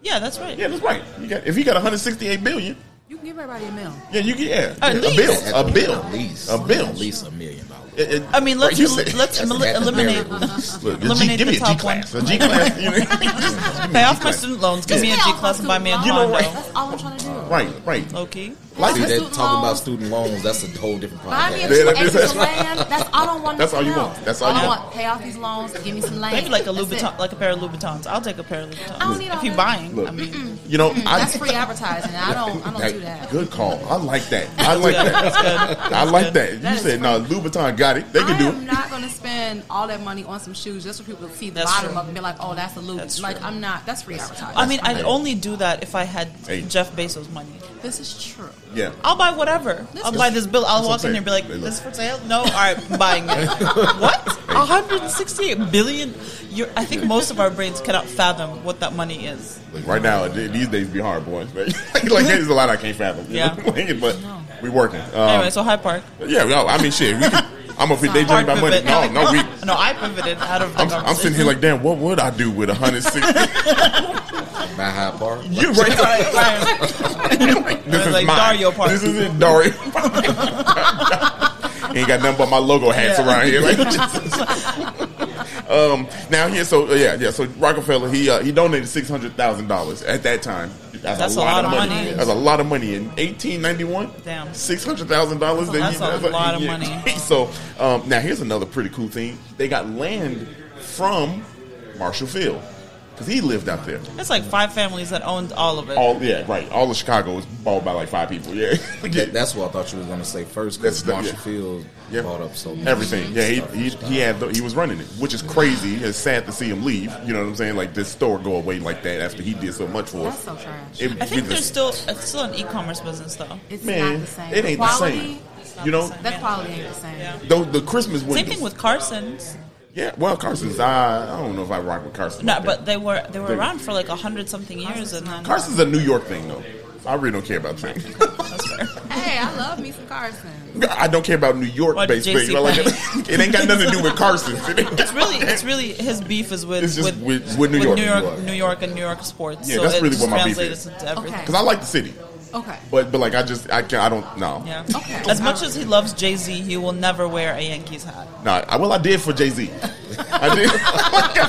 Speaker 1: Yeah, that's right.
Speaker 2: Yeah, that's right. You got, if you got 168 billion,
Speaker 3: You can give everybody a meal.
Speaker 2: yeah, you get yeah,
Speaker 1: At
Speaker 2: a
Speaker 1: least.
Speaker 2: bill, a bill,
Speaker 4: At least.
Speaker 2: a bill.
Speaker 4: At least a million dollars.
Speaker 2: It- it-
Speaker 1: I mean,
Speaker 2: right,
Speaker 1: let's
Speaker 2: you said-
Speaker 1: let's
Speaker 4: That's
Speaker 1: elim-
Speaker 4: at the
Speaker 1: eliminate.
Speaker 4: very least.
Speaker 2: look, a G-
Speaker 1: eliminate
Speaker 2: give me a
Speaker 1: the top
Speaker 2: G class. A
Speaker 1: one.
Speaker 2: G class. You know, just give me
Speaker 1: Pay
Speaker 2: a
Speaker 1: off
Speaker 2: G
Speaker 1: my
Speaker 2: class.
Speaker 1: student loans. Give me a G
Speaker 3: Pay off
Speaker 1: class and buy me a
Speaker 3: my
Speaker 2: You
Speaker 1: condo.
Speaker 2: know what?
Speaker 3: student loans. That's all I'm trying to do.
Speaker 2: Right, right.
Speaker 1: Loki.
Speaker 2: Like
Speaker 4: See,
Speaker 3: Buy
Speaker 4: that
Speaker 3: student
Speaker 4: talking about
Speaker 3: loans.
Speaker 4: student loans, that's a whole different
Speaker 3: Buy me a
Speaker 2: Yeah,
Speaker 3: two
Speaker 4: podcast.
Speaker 2: that's-
Speaker 3: acres
Speaker 2: that's-
Speaker 3: of land. That's all I don't want.
Speaker 2: That's all you
Speaker 3: else.
Speaker 2: want. That's all you
Speaker 3: I
Speaker 2: want.
Speaker 3: want. Pay off these loans. Give me some land.
Speaker 1: Maybe like a
Speaker 3: That's it.
Speaker 1: Louboutin, like a pair of Louboutins. I'll take a pair of Louboutins.
Speaker 3: I don't need
Speaker 1: if
Speaker 3: all
Speaker 1: you're
Speaker 3: that. Mm.
Speaker 1: buying,
Speaker 2: Look.
Speaker 1: I mean,
Speaker 2: you know, I,
Speaker 3: That's free advertising. I don't. I don't do that.
Speaker 2: Good call. I like that. I
Speaker 1: good.
Speaker 2: like that.
Speaker 1: That's good.
Speaker 2: I like that. You
Speaker 3: That is
Speaker 2: said no. Louboutin got it. They
Speaker 3: I
Speaker 2: can do
Speaker 3: am
Speaker 2: it.
Speaker 3: not going to spend all that money on some shoes just for people to see the
Speaker 1: That's
Speaker 3: bottom
Speaker 1: true.
Speaker 3: of it and be like, "Oh, that's a loop."
Speaker 1: That's
Speaker 3: like
Speaker 1: true.
Speaker 3: I'm not. That's free advertising.
Speaker 1: I mean, I'd
Speaker 2: Hey.
Speaker 1: only do that if I had
Speaker 2: Hey.
Speaker 1: Jeff Bezos' money.
Speaker 3: this is true.
Speaker 2: Yeah.
Speaker 1: I'll buy whatever. I'll buy this bill. I'll
Speaker 2: That's
Speaker 1: walk in
Speaker 2: okay.
Speaker 1: there and be like,
Speaker 2: Hey, look.
Speaker 1: "This is for sale?" No, all right, I'm buying it. what? 168 billion? You're, I think most of our brains cannot fathom what that money is.
Speaker 2: Like, right now, th- these days be hard, boys. Like, like there's a lot I can't fathom. you
Speaker 1: Yeah.
Speaker 2: know? Like, but we working. Um,
Speaker 1: Anyway, so High Park.
Speaker 2: Yeah, no, I mean, shit. We, I'm gonna they
Speaker 1: Hard
Speaker 2: drink my money.
Speaker 1: pivot.
Speaker 2: No, no, we.
Speaker 1: No, I pivoted out of the
Speaker 2: I'm, I'm sitting here like, damn, what would I do with 160?
Speaker 4: Buy High Park.
Speaker 2: you right?
Speaker 1: conversation. Right, right.
Speaker 2: This is
Speaker 1: Like
Speaker 2: mine.
Speaker 1: Dario Park.
Speaker 2: This is it, Dario. Ain't got nothing but my logo hats
Speaker 1: Yeah.
Speaker 2: around here. Like, um, now here, so uh, yeah, yeah. So Rockefeller, he uh, he donated six hundred thousand dollars at that time. That's, a, lot of money.
Speaker 1: money.
Speaker 2: That's a lot of money in eighteen ninety one.
Speaker 1: Damn.
Speaker 2: six hundred thousand dollars.
Speaker 1: That's a lot of money.
Speaker 2: so um, now here's another pretty cool thing. They got land from Marshall Field because he lived out there.
Speaker 1: It's like five families that owned all of it.
Speaker 2: All yeah, right. All of Chicago was bought by like five people. Yeah, Yeah.
Speaker 4: That- that's what I thought you were gonna say first
Speaker 2: That's
Speaker 4: because
Speaker 2: the-
Speaker 4: Marshall
Speaker 2: yeah.
Speaker 4: Field
Speaker 2: Yeah.
Speaker 4: bought up so much
Speaker 2: everything. Yeah, he
Speaker 4: stuff.
Speaker 2: he, he had the, he was running it, which is crazy. It's sad to see him leave. You know what I'm saying? Like this store go away like that after he did so much for
Speaker 3: That's
Speaker 2: us.
Speaker 3: so trash.
Speaker 2: It-
Speaker 1: I think
Speaker 2: it
Speaker 1: there's
Speaker 2: just-
Speaker 1: still it's still an e-commerce business though.
Speaker 3: it's
Speaker 2: man,
Speaker 3: not the same.
Speaker 2: it ain't the
Speaker 3: quality,
Speaker 2: same. You know,
Speaker 3: That quality ain't the same.
Speaker 1: Yeah.
Speaker 2: the, the Christmas windows.
Speaker 1: Same thing with Carson's.
Speaker 2: yeah. Well, Carson's. I I don't know if I rock with Carson.
Speaker 1: No,
Speaker 2: like that.
Speaker 1: but they were they were around for like a hundred something years, and then
Speaker 2: Carson's a New York thing though. I really don't care about that.
Speaker 1: That's fair.
Speaker 3: hey, I love me some Carson.
Speaker 2: I don't care about New York
Speaker 1: What,
Speaker 2: based
Speaker 1: JC
Speaker 2: things. I like it. it ain't got nothing to do with Carson's. It ain't
Speaker 1: It's really, it's really his beef is with
Speaker 2: It's just
Speaker 1: with,
Speaker 2: with- with New York.
Speaker 1: New
Speaker 2: New York.
Speaker 1: York, New York, and New York sports.
Speaker 2: Yeah,
Speaker 1: so
Speaker 2: that's
Speaker 1: it
Speaker 2: really
Speaker 1: just
Speaker 2: what my beef
Speaker 1: translates
Speaker 2: is.
Speaker 1: into everything.
Speaker 3: Okay.
Speaker 2: because I like the city,
Speaker 3: Okay.
Speaker 2: but but like I just I can't I don't no.
Speaker 1: Yeah.
Speaker 3: Okay.
Speaker 1: As much as he loves Jay Z, he will never wear a Yankees hat.
Speaker 2: No, I, well, I did for Jay Z. I did.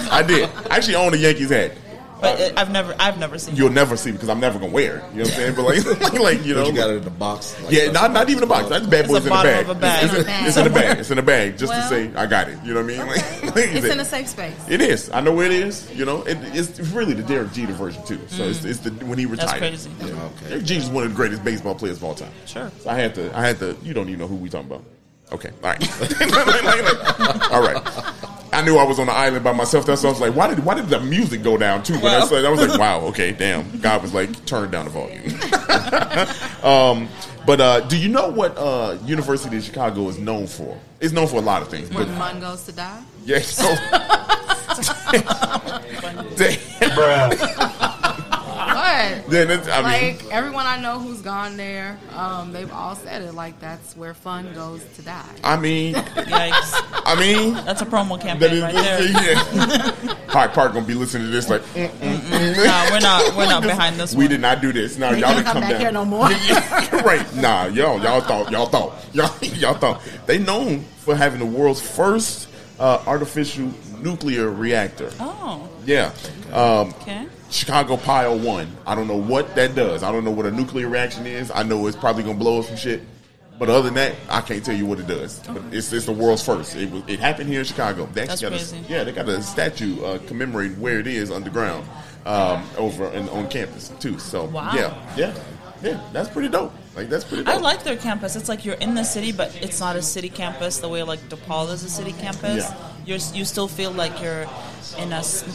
Speaker 2: I did. I actually own a Yankees hat.
Speaker 1: But it, I've never, I've never seen.
Speaker 2: You'll never see because I'm never gonna wear it. You know what I'm saying? But like, like, like, you know,
Speaker 4: you got it in the box. Like
Speaker 2: yeah, not not even a box. That's bad
Speaker 1: It's
Speaker 2: boys
Speaker 1: a
Speaker 2: in the
Speaker 1: bottom
Speaker 2: bag.
Speaker 1: of a bag.
Speaker 2: It's, it's in- it's in a bag. It's in a bag. Just to
Speaker 3: Well-
Speaker 2: say, I got it. You know what I mean? Like, like you
Speaker 3: It's
Speaker 2: said.
Speaker 3: in a safe space.
Speaker 2: It is. I know where it is. You know, it, it's really the Derek Jeter version too. So it's, it's the when he retired.
Speaker 1: That's crazy.
Speaker 2: Derek Jeter's one of the greatest baseball players of all time.
Speaker 1: Sure.
Speaker 2: So I had to. I had to. You don't even know who we talking about. Okay. All right. all right. I knew I was on the island by myself. That's why I was like, why did why did the music go down too? But that's like, I was like, wow. Okay, damn. God was like, turn down the volume. Um, but uh, do you know what uh, University of Chicago is known for? It's known for a lot of things, but
Speaker 3: When one goes to die.
Speaker 2: yeah. So, damn,
Speaker 3: What?
Speaker 2: then it's, I mean,
Speaker 3: like everyone I know who's gone there, um, they've all said it. Like that's where fun goes to die.
Speaker 2: I mean,
Speaker 1: Yikes!
Speaker 2: I mean.
Speaker 1: That's a promo
Speaker 2: That
Speaker 1: campaign
Speaker 2: is
Speaker 1: right
Speaker 2: this
Speaker 1: there.
Speaker 2: yeah. Hyde Park gonna be listening to this like, mm, mm, mm.
Speaker 1: Nah, we're not, we're not behind this
Speaker 2: we
Speaker 1: one.
Speaker 2: did not do this. Now y'all done
Speaker 3: can't come
Speaker 2: come
Speaker 3: back
Speaker 2: down
Speaker 3: here no more.
Speaker 2: right? Nah, y'all, y'all thought, y'all thought, y'all, y'all thought they known for having the world's first uh, artificial nuclear reactor.
Speaker 1: Oh,
Speaker 2: Yeah. Um,
Speaker 1: okay.
Speaker 2: Chicago Pile 1. I don't know what that does. I don't know what a nuclear reaction is. I know it's probably going to blow up some shit. But other than that, I can't tell you what it does. But it's, it's the world's first. It, was, it happened here in Chicago. They
Speaker 1: That's
Speaker 2: actually got
Speaker 1: crazy.
Speaker 2: A, yeah, they got a statue uh, commemorating where it is underground um, over and on campus, too. So,
Speaker 1: Wow.
Speaker 2: yeah. Yeah. Yeah. That's pretty dope. Like, that's pretty dope.
Speaker 1: I like their campus. It's like you're in the city, but it's not a city campus the way like DePaul is a city campus.
Speaker 2: Yeah.
Speaker 1: You're you still feel like you're in a sm-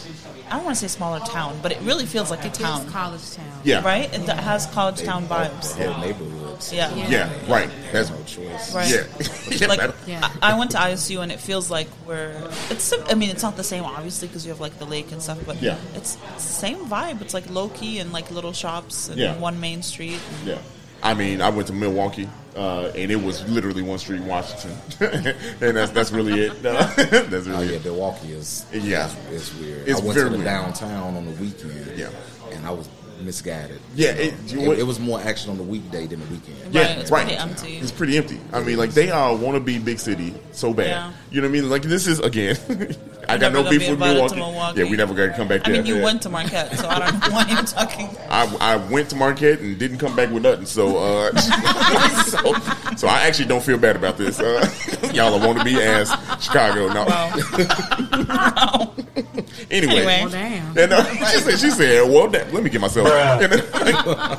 Speaker 1: I don't want to say smaller town, but it really feels like a
Speaker 3: It's
Speaker 1: town,
Speaker 3: college town.
Speaker 2: Yeah.
Speaker 1: right? It has college town vibes.
Speaker 4: Whole neighborhoods.
Speaker 1: Yeah.
Speaker 2: Yeah, right. That's
Speaker 4: No choice.
Speaker 1: Right.
Speaker 2: Yeah. yeah.
Speaker 1: like
Speaker 2: that-
Speaker 3: Yeah.
Speaker 1: I, I went to ISU and it feels like we're it's sim- I mean it's not the same obviously because you have like the lake and stuff but
Speaker 2: Yeah.
Speaker 1: it's, it's the same vibe it's like low key and like little shops and
Speaker 2: Yeah.
Speaker 1: one main street
Speaker 2: Yeah. I mean, I went to Milwaukee, uh, and it was literally one street in Washington, and that's that's really it. that's
Speaker 4: Oh
Speaker 2: really
Speaker 4: yeah,
Speaker 2: it.
Speaker 4: Milwaukee is
Speaker 1: Oh,
Speaker 2: Yeah.
Speaker 4: is, is weird.
Speaker 2: It's
Speaker 4: I went
Speaker 2: very
Speaker 4: to the
Speaker 2: weird.
Speaker 4: downtown on the weekend.
Speaker 2: Yeah.
Speaker 4: and I was misguided.
Speaker 2: Yeah,
Speaker 4: You know,
Speaker 2: it- you
Speaker 4: it,
Speaker 2: went-
Speaker 4: it was more action on the weekday than the weekend.
Speaker 2: Yeah,
Speaker 1: Right, it's
Speaker 2: right.
Speaker 1: pretty empty.
Speaker 2: It's pretty empty. I mean, like they all want to be big city so bad.
Speaker 1: Yeah.
Speaker 2: You know what I mean? Like this is again. I got
Speaker 1: never
Speaker 2: no
Speaker 1: gonna be
Speaker 2: beef with
Speaker 1: invited to
Speaker 2: Milwaukee.
Speaker 1: Milwaukee.
Speaker 2: Yeah, we never got to come back
Speaker 1: I
Speaker 2: there.
Speaker 1: mean you
Speaker 2: Yeah.
Speaker 1: went to Marquette so I don't know why you're talking
Speaker 2: I, I went to Marquette and didn't come back with nothing. So, uh, so, so I actually don't feel bad about this. Uh, y'all want to be ass Chicago. No.
Speaker 1: Anyway.
Speaker 3: Well, Oh, damn.
Speaker 2: And uh, she said, she said, well, da- let me get myself and then,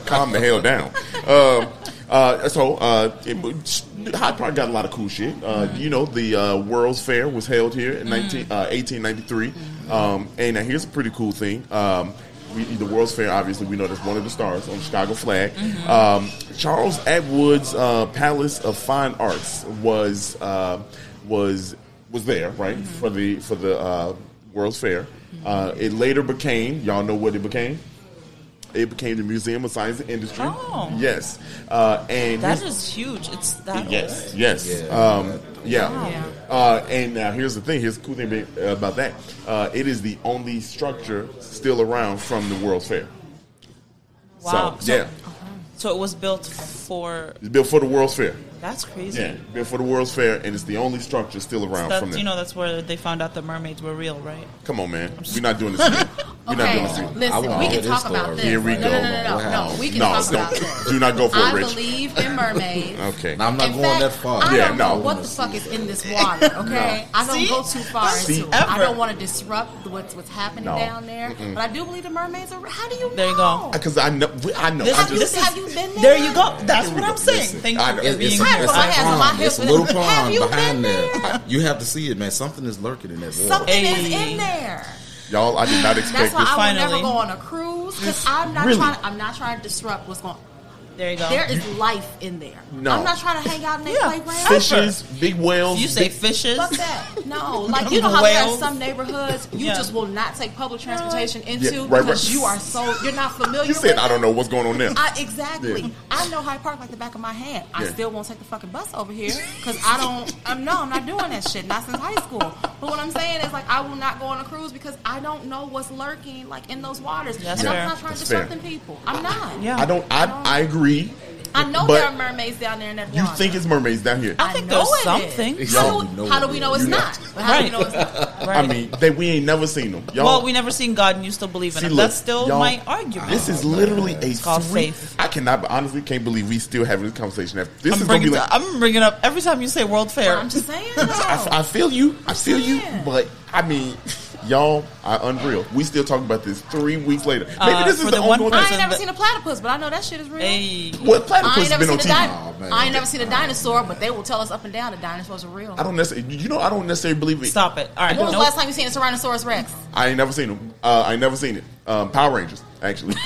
Speaker 2: calm the hell down. Um, uh, so, uh, it, Hyde Park got a lot of cool shit. Uh, You know, the uh, World's Fair was held here in 19, uh, 1893. Um, and now here's a pretty cool thing. Um, we, the World's Fair, obviously, we know that's one of the stars on the Chicago flag. Um, Charles Atwood's uh, Palace of Fine Arts was uh, was was there, right, for the for the uh, World's Fair. Uh, it later became, y'all know what it became. It became the Museum of Science and Industry.
Speaker 1: Oh.
Speaker 2: Yes, uh, and
Speaker 1: that
Speaker 2: here's-
Speaker 1: is huge it's that
Speaker 2: yes, yes,
Speaker 4: Yeah.
Speaker 2: um, yeah.
Speaker 3: Yeah.
Speaker 2: Uh, and now here's the thing. Here's the cool thing about- about that. Uh, it is the only structure still around from the World's Fair.
Speaker 1: old. wow
Speaker 2: So, yeah,
Speaker 1: so it was built for
Speaker 2: it's built for the World's Fair.
Speaker 1: that's crazy
Speaker 2: Yeah, built for the World's Fair, and it's the only structure still around from
Speaker 1: that's,
Speaker 2: there.
Speaker 1: you know that's where they found out the mermaids were real right
Speaker 2: Come on, man. We're not doing this. Again. We're not doing this.
Speaker 3: Okay,
Speaker 2: Again.
Speaker 4: I
Speaker 3: listen, we
Speaker 4: want all
Speaker 3: can
Speaker 4: this
Speaker 3: talk
Speaker 4: story.
Speaker 3: about this.
Speaker 2: Here we
Speaker 3: no,
Speaker 2: go.
Speaker 3: No, no, no, no,
Speaker 4: Wow.
Speaker 3: no. We can
Speaker 2: No,
Speaker 3: talk
Speaker 2: don't.
Speaker 3: about this.
Speaker 2: Do not go for it,
Speaker 3: I
Speaker 2: Rich.
Speaker 3: believe in mermaids.
Speaker 2: Okay.
Speaker 4: Now, I'm not
Speaker 3: in
Speaker 4: going
Speaker 3: fact,
Speaker 4: that far.
Speaker 3: I
Speaker 2: Yeah,
Speaker 3: don't
Speaker 2: no.
Speaker 3: know what the fuck is in this water. Okay, I don't
Speaker 1: See?
Speaker 3: go too far
Speaker 1: See?
Speaker 3: into. it. I
Speaker 1: Ever.
Speaker 3: don't want to disrupt what's what's happening
Speaker 2: No.
Speaker 3: down there. But I do believe the mermaids are. How do you know?
Speaker 1: There you go.
Speaker 2: Because I know, I know.
Speaker 1: This-
Speaker 2: I just,
Speaker 1: this is-
Speaker 3: Have you been
Speaker 1: there
Speaker 3: there?
Speaker 1: you go that's what
Speaker 2: go.
Speaker 1: I'm saying
Speaker 4: Listen,
Speaker 1: thank
Speaker 2: I-
Speaker 1: you for
Speaker 4: It-
Speaker 1: being
Speaker 4: it's,
Speaker 1: here
Speaker 4: a,
Speaker 3: Hi,
Speaker 4: it's, a
Speaker 3: Papa has a
Speaker 4: pond.
Speaker 3: lot of
Speaker 4: It's a
Speaker 3: hip-
Speaker 4: little
Speaker 3: Have
Speaker 4: pond
Speaker 3: you been
Speaker 4: behind there. You have to see it, man. Something is lurking in that water.
Speaker 3: Something is
Speaker 1: Hey.
Speaker 3: in there.
Speaker 2: y'all, I did not expect
Speaker 3: That's why
Speaker 2: this.
Speaker 3: I would never
Speaker 1: Finally.
Speaker 3: go on a cruise because I'm not
Speaker 2: Really?
Speaker 3: trying. I'm not trying to disrupt what's going.
Speaker 1: there you go
Speaker 3: There is life in there.
Speaker 2: No.
Speaker 3: I'm not trying to hang out in that
Speaker 1: Yeah.
Speaker 3: playground.
Speaker 2: Fishes, big whales,
Speaker 1: you say
Speaker 2: big-
Speaker 1: fishes
Speaker 3: Fuck that. No, like you know how there are
Speaker 1: Wales.
Speaker 3: some neighborhoods you
Speaker 1: Yeah.
Speaker 3: just will not take public transportation into
Speaker 2: Yeah, right, right.
Speaker 3: because you are so you're not familiar.
Speaker 2: You said
Speaker 3: with
Speaker 2: I don't know what's going on there.
Speaker 3: I, exactly.
Speaker 2: Yeah.
Speaker 3: I know Hyde Park like the back of my hand. I
Speaker 2: Yeah.
Speaker 3: still won't take the fucking bus over here because I don't. I'm no, I'm not doing that shit. Not since high school. But what I'm saying is, like, I will not go on a cruise because I don't know what's lurking like in those waters,
Speaker 1: That's
Speaker 3: and
Speaker 1: fair.
Speaker 3: I'm not trying
Speaker 2: That's
Speaker 3: to
Speaker 2: fair.
Speaker 3: disrupt them people. I'm not.
Speaker 1: Yeah.
Speaker 2: I don't. I, I agree.
Speaker 3: I know
Speaker 2: But
Speaker 3: there are mermaids down there in that water.
Speaker 2: You think it's mermaids down here?
Speaker 1: I think
Speaker 3: know
Speaker 1: there's
Speaker 3: it is.
Speaker 1: something.
Speaker 3: How
Speaker 4: Y'all
Speaker 3: do,
Speaker 4: know
Speaker 3: how
Speaker 4: it.
Speaker 3: do we know it's
Speaker 2: You know.
Speaker 3: not? But How do we
Speaker 1: Right.
Speaker 3: know it's not?
Speaker 1: Right.
Speaker 2: I mean, they, we ain't never seen them. Y'all,
Speaker 1: well, we never seen God, and you still believe in
Speaker 2: See,
Speaker 1: Him.
Speaker 2: look,
Speaker 1: That's still
Speaker 2: y'all,
Speaker 1: my argument.
Speaker 2: This is literally a
Speaker 1: called
Speaker 2: three-
Speaker 1: faith.
Speaker 2: I cannot, but honestly, can't believe we still having this conversation. After this
Speaker 1: I'm
Speaker 2: is gonna be
Speaker 1: bringing,
Speaker 2: like,
Speaker 1: up, I'm bringing up every time you say World Fair.
Speaker 3: I'm just saying.
Speaker 2: I,
Speaker 3: though.
Speaker 2: I feel you, I feel you,
Speaker 3: saying.
Speaker 2: but I mean, y'all are unreal. We still talking about this three weeks later. Maybe
Speaker 1: Uh,
Speaker 2: this is
Speaker 1: for
Speaker 2: the,
Speaker 1: the one
Speaker 2: ongoing.
Speaker 3: I
Speaker 1: person-
Speaker 3: ain't never
Speaker 1: but-
Speaker 3: seen a platypus, but I know that shit is real.
Speaker 1: hey,
Speaker 2: What
Speaker 3: I
Speaker 2: platypus
Speaker 3: ain't never
Speaker 2: been
Speaker 3: seen
Speaker 2: on
Speaker 3: a
Speaker 2: TV?
Speaker 3: dinosaur.
Speaker 4: Oh, man.
Speaker 3: I ain't never seen a dinosaur, but they will tell us up and down that dinosaurs are real.
Speaker 2: I don't necessarily. You know, I don't necessarily believe it.
Speaker 1: stop it! All right,
Speaker 3: When was the last
Speaker 1: nope.
Speaker 3: time you seen a Tyrannosaurus Rex?
Speaker 2: I ain't never seen them. Uh, I ain't never seen it. Um, Power Rangers, actually.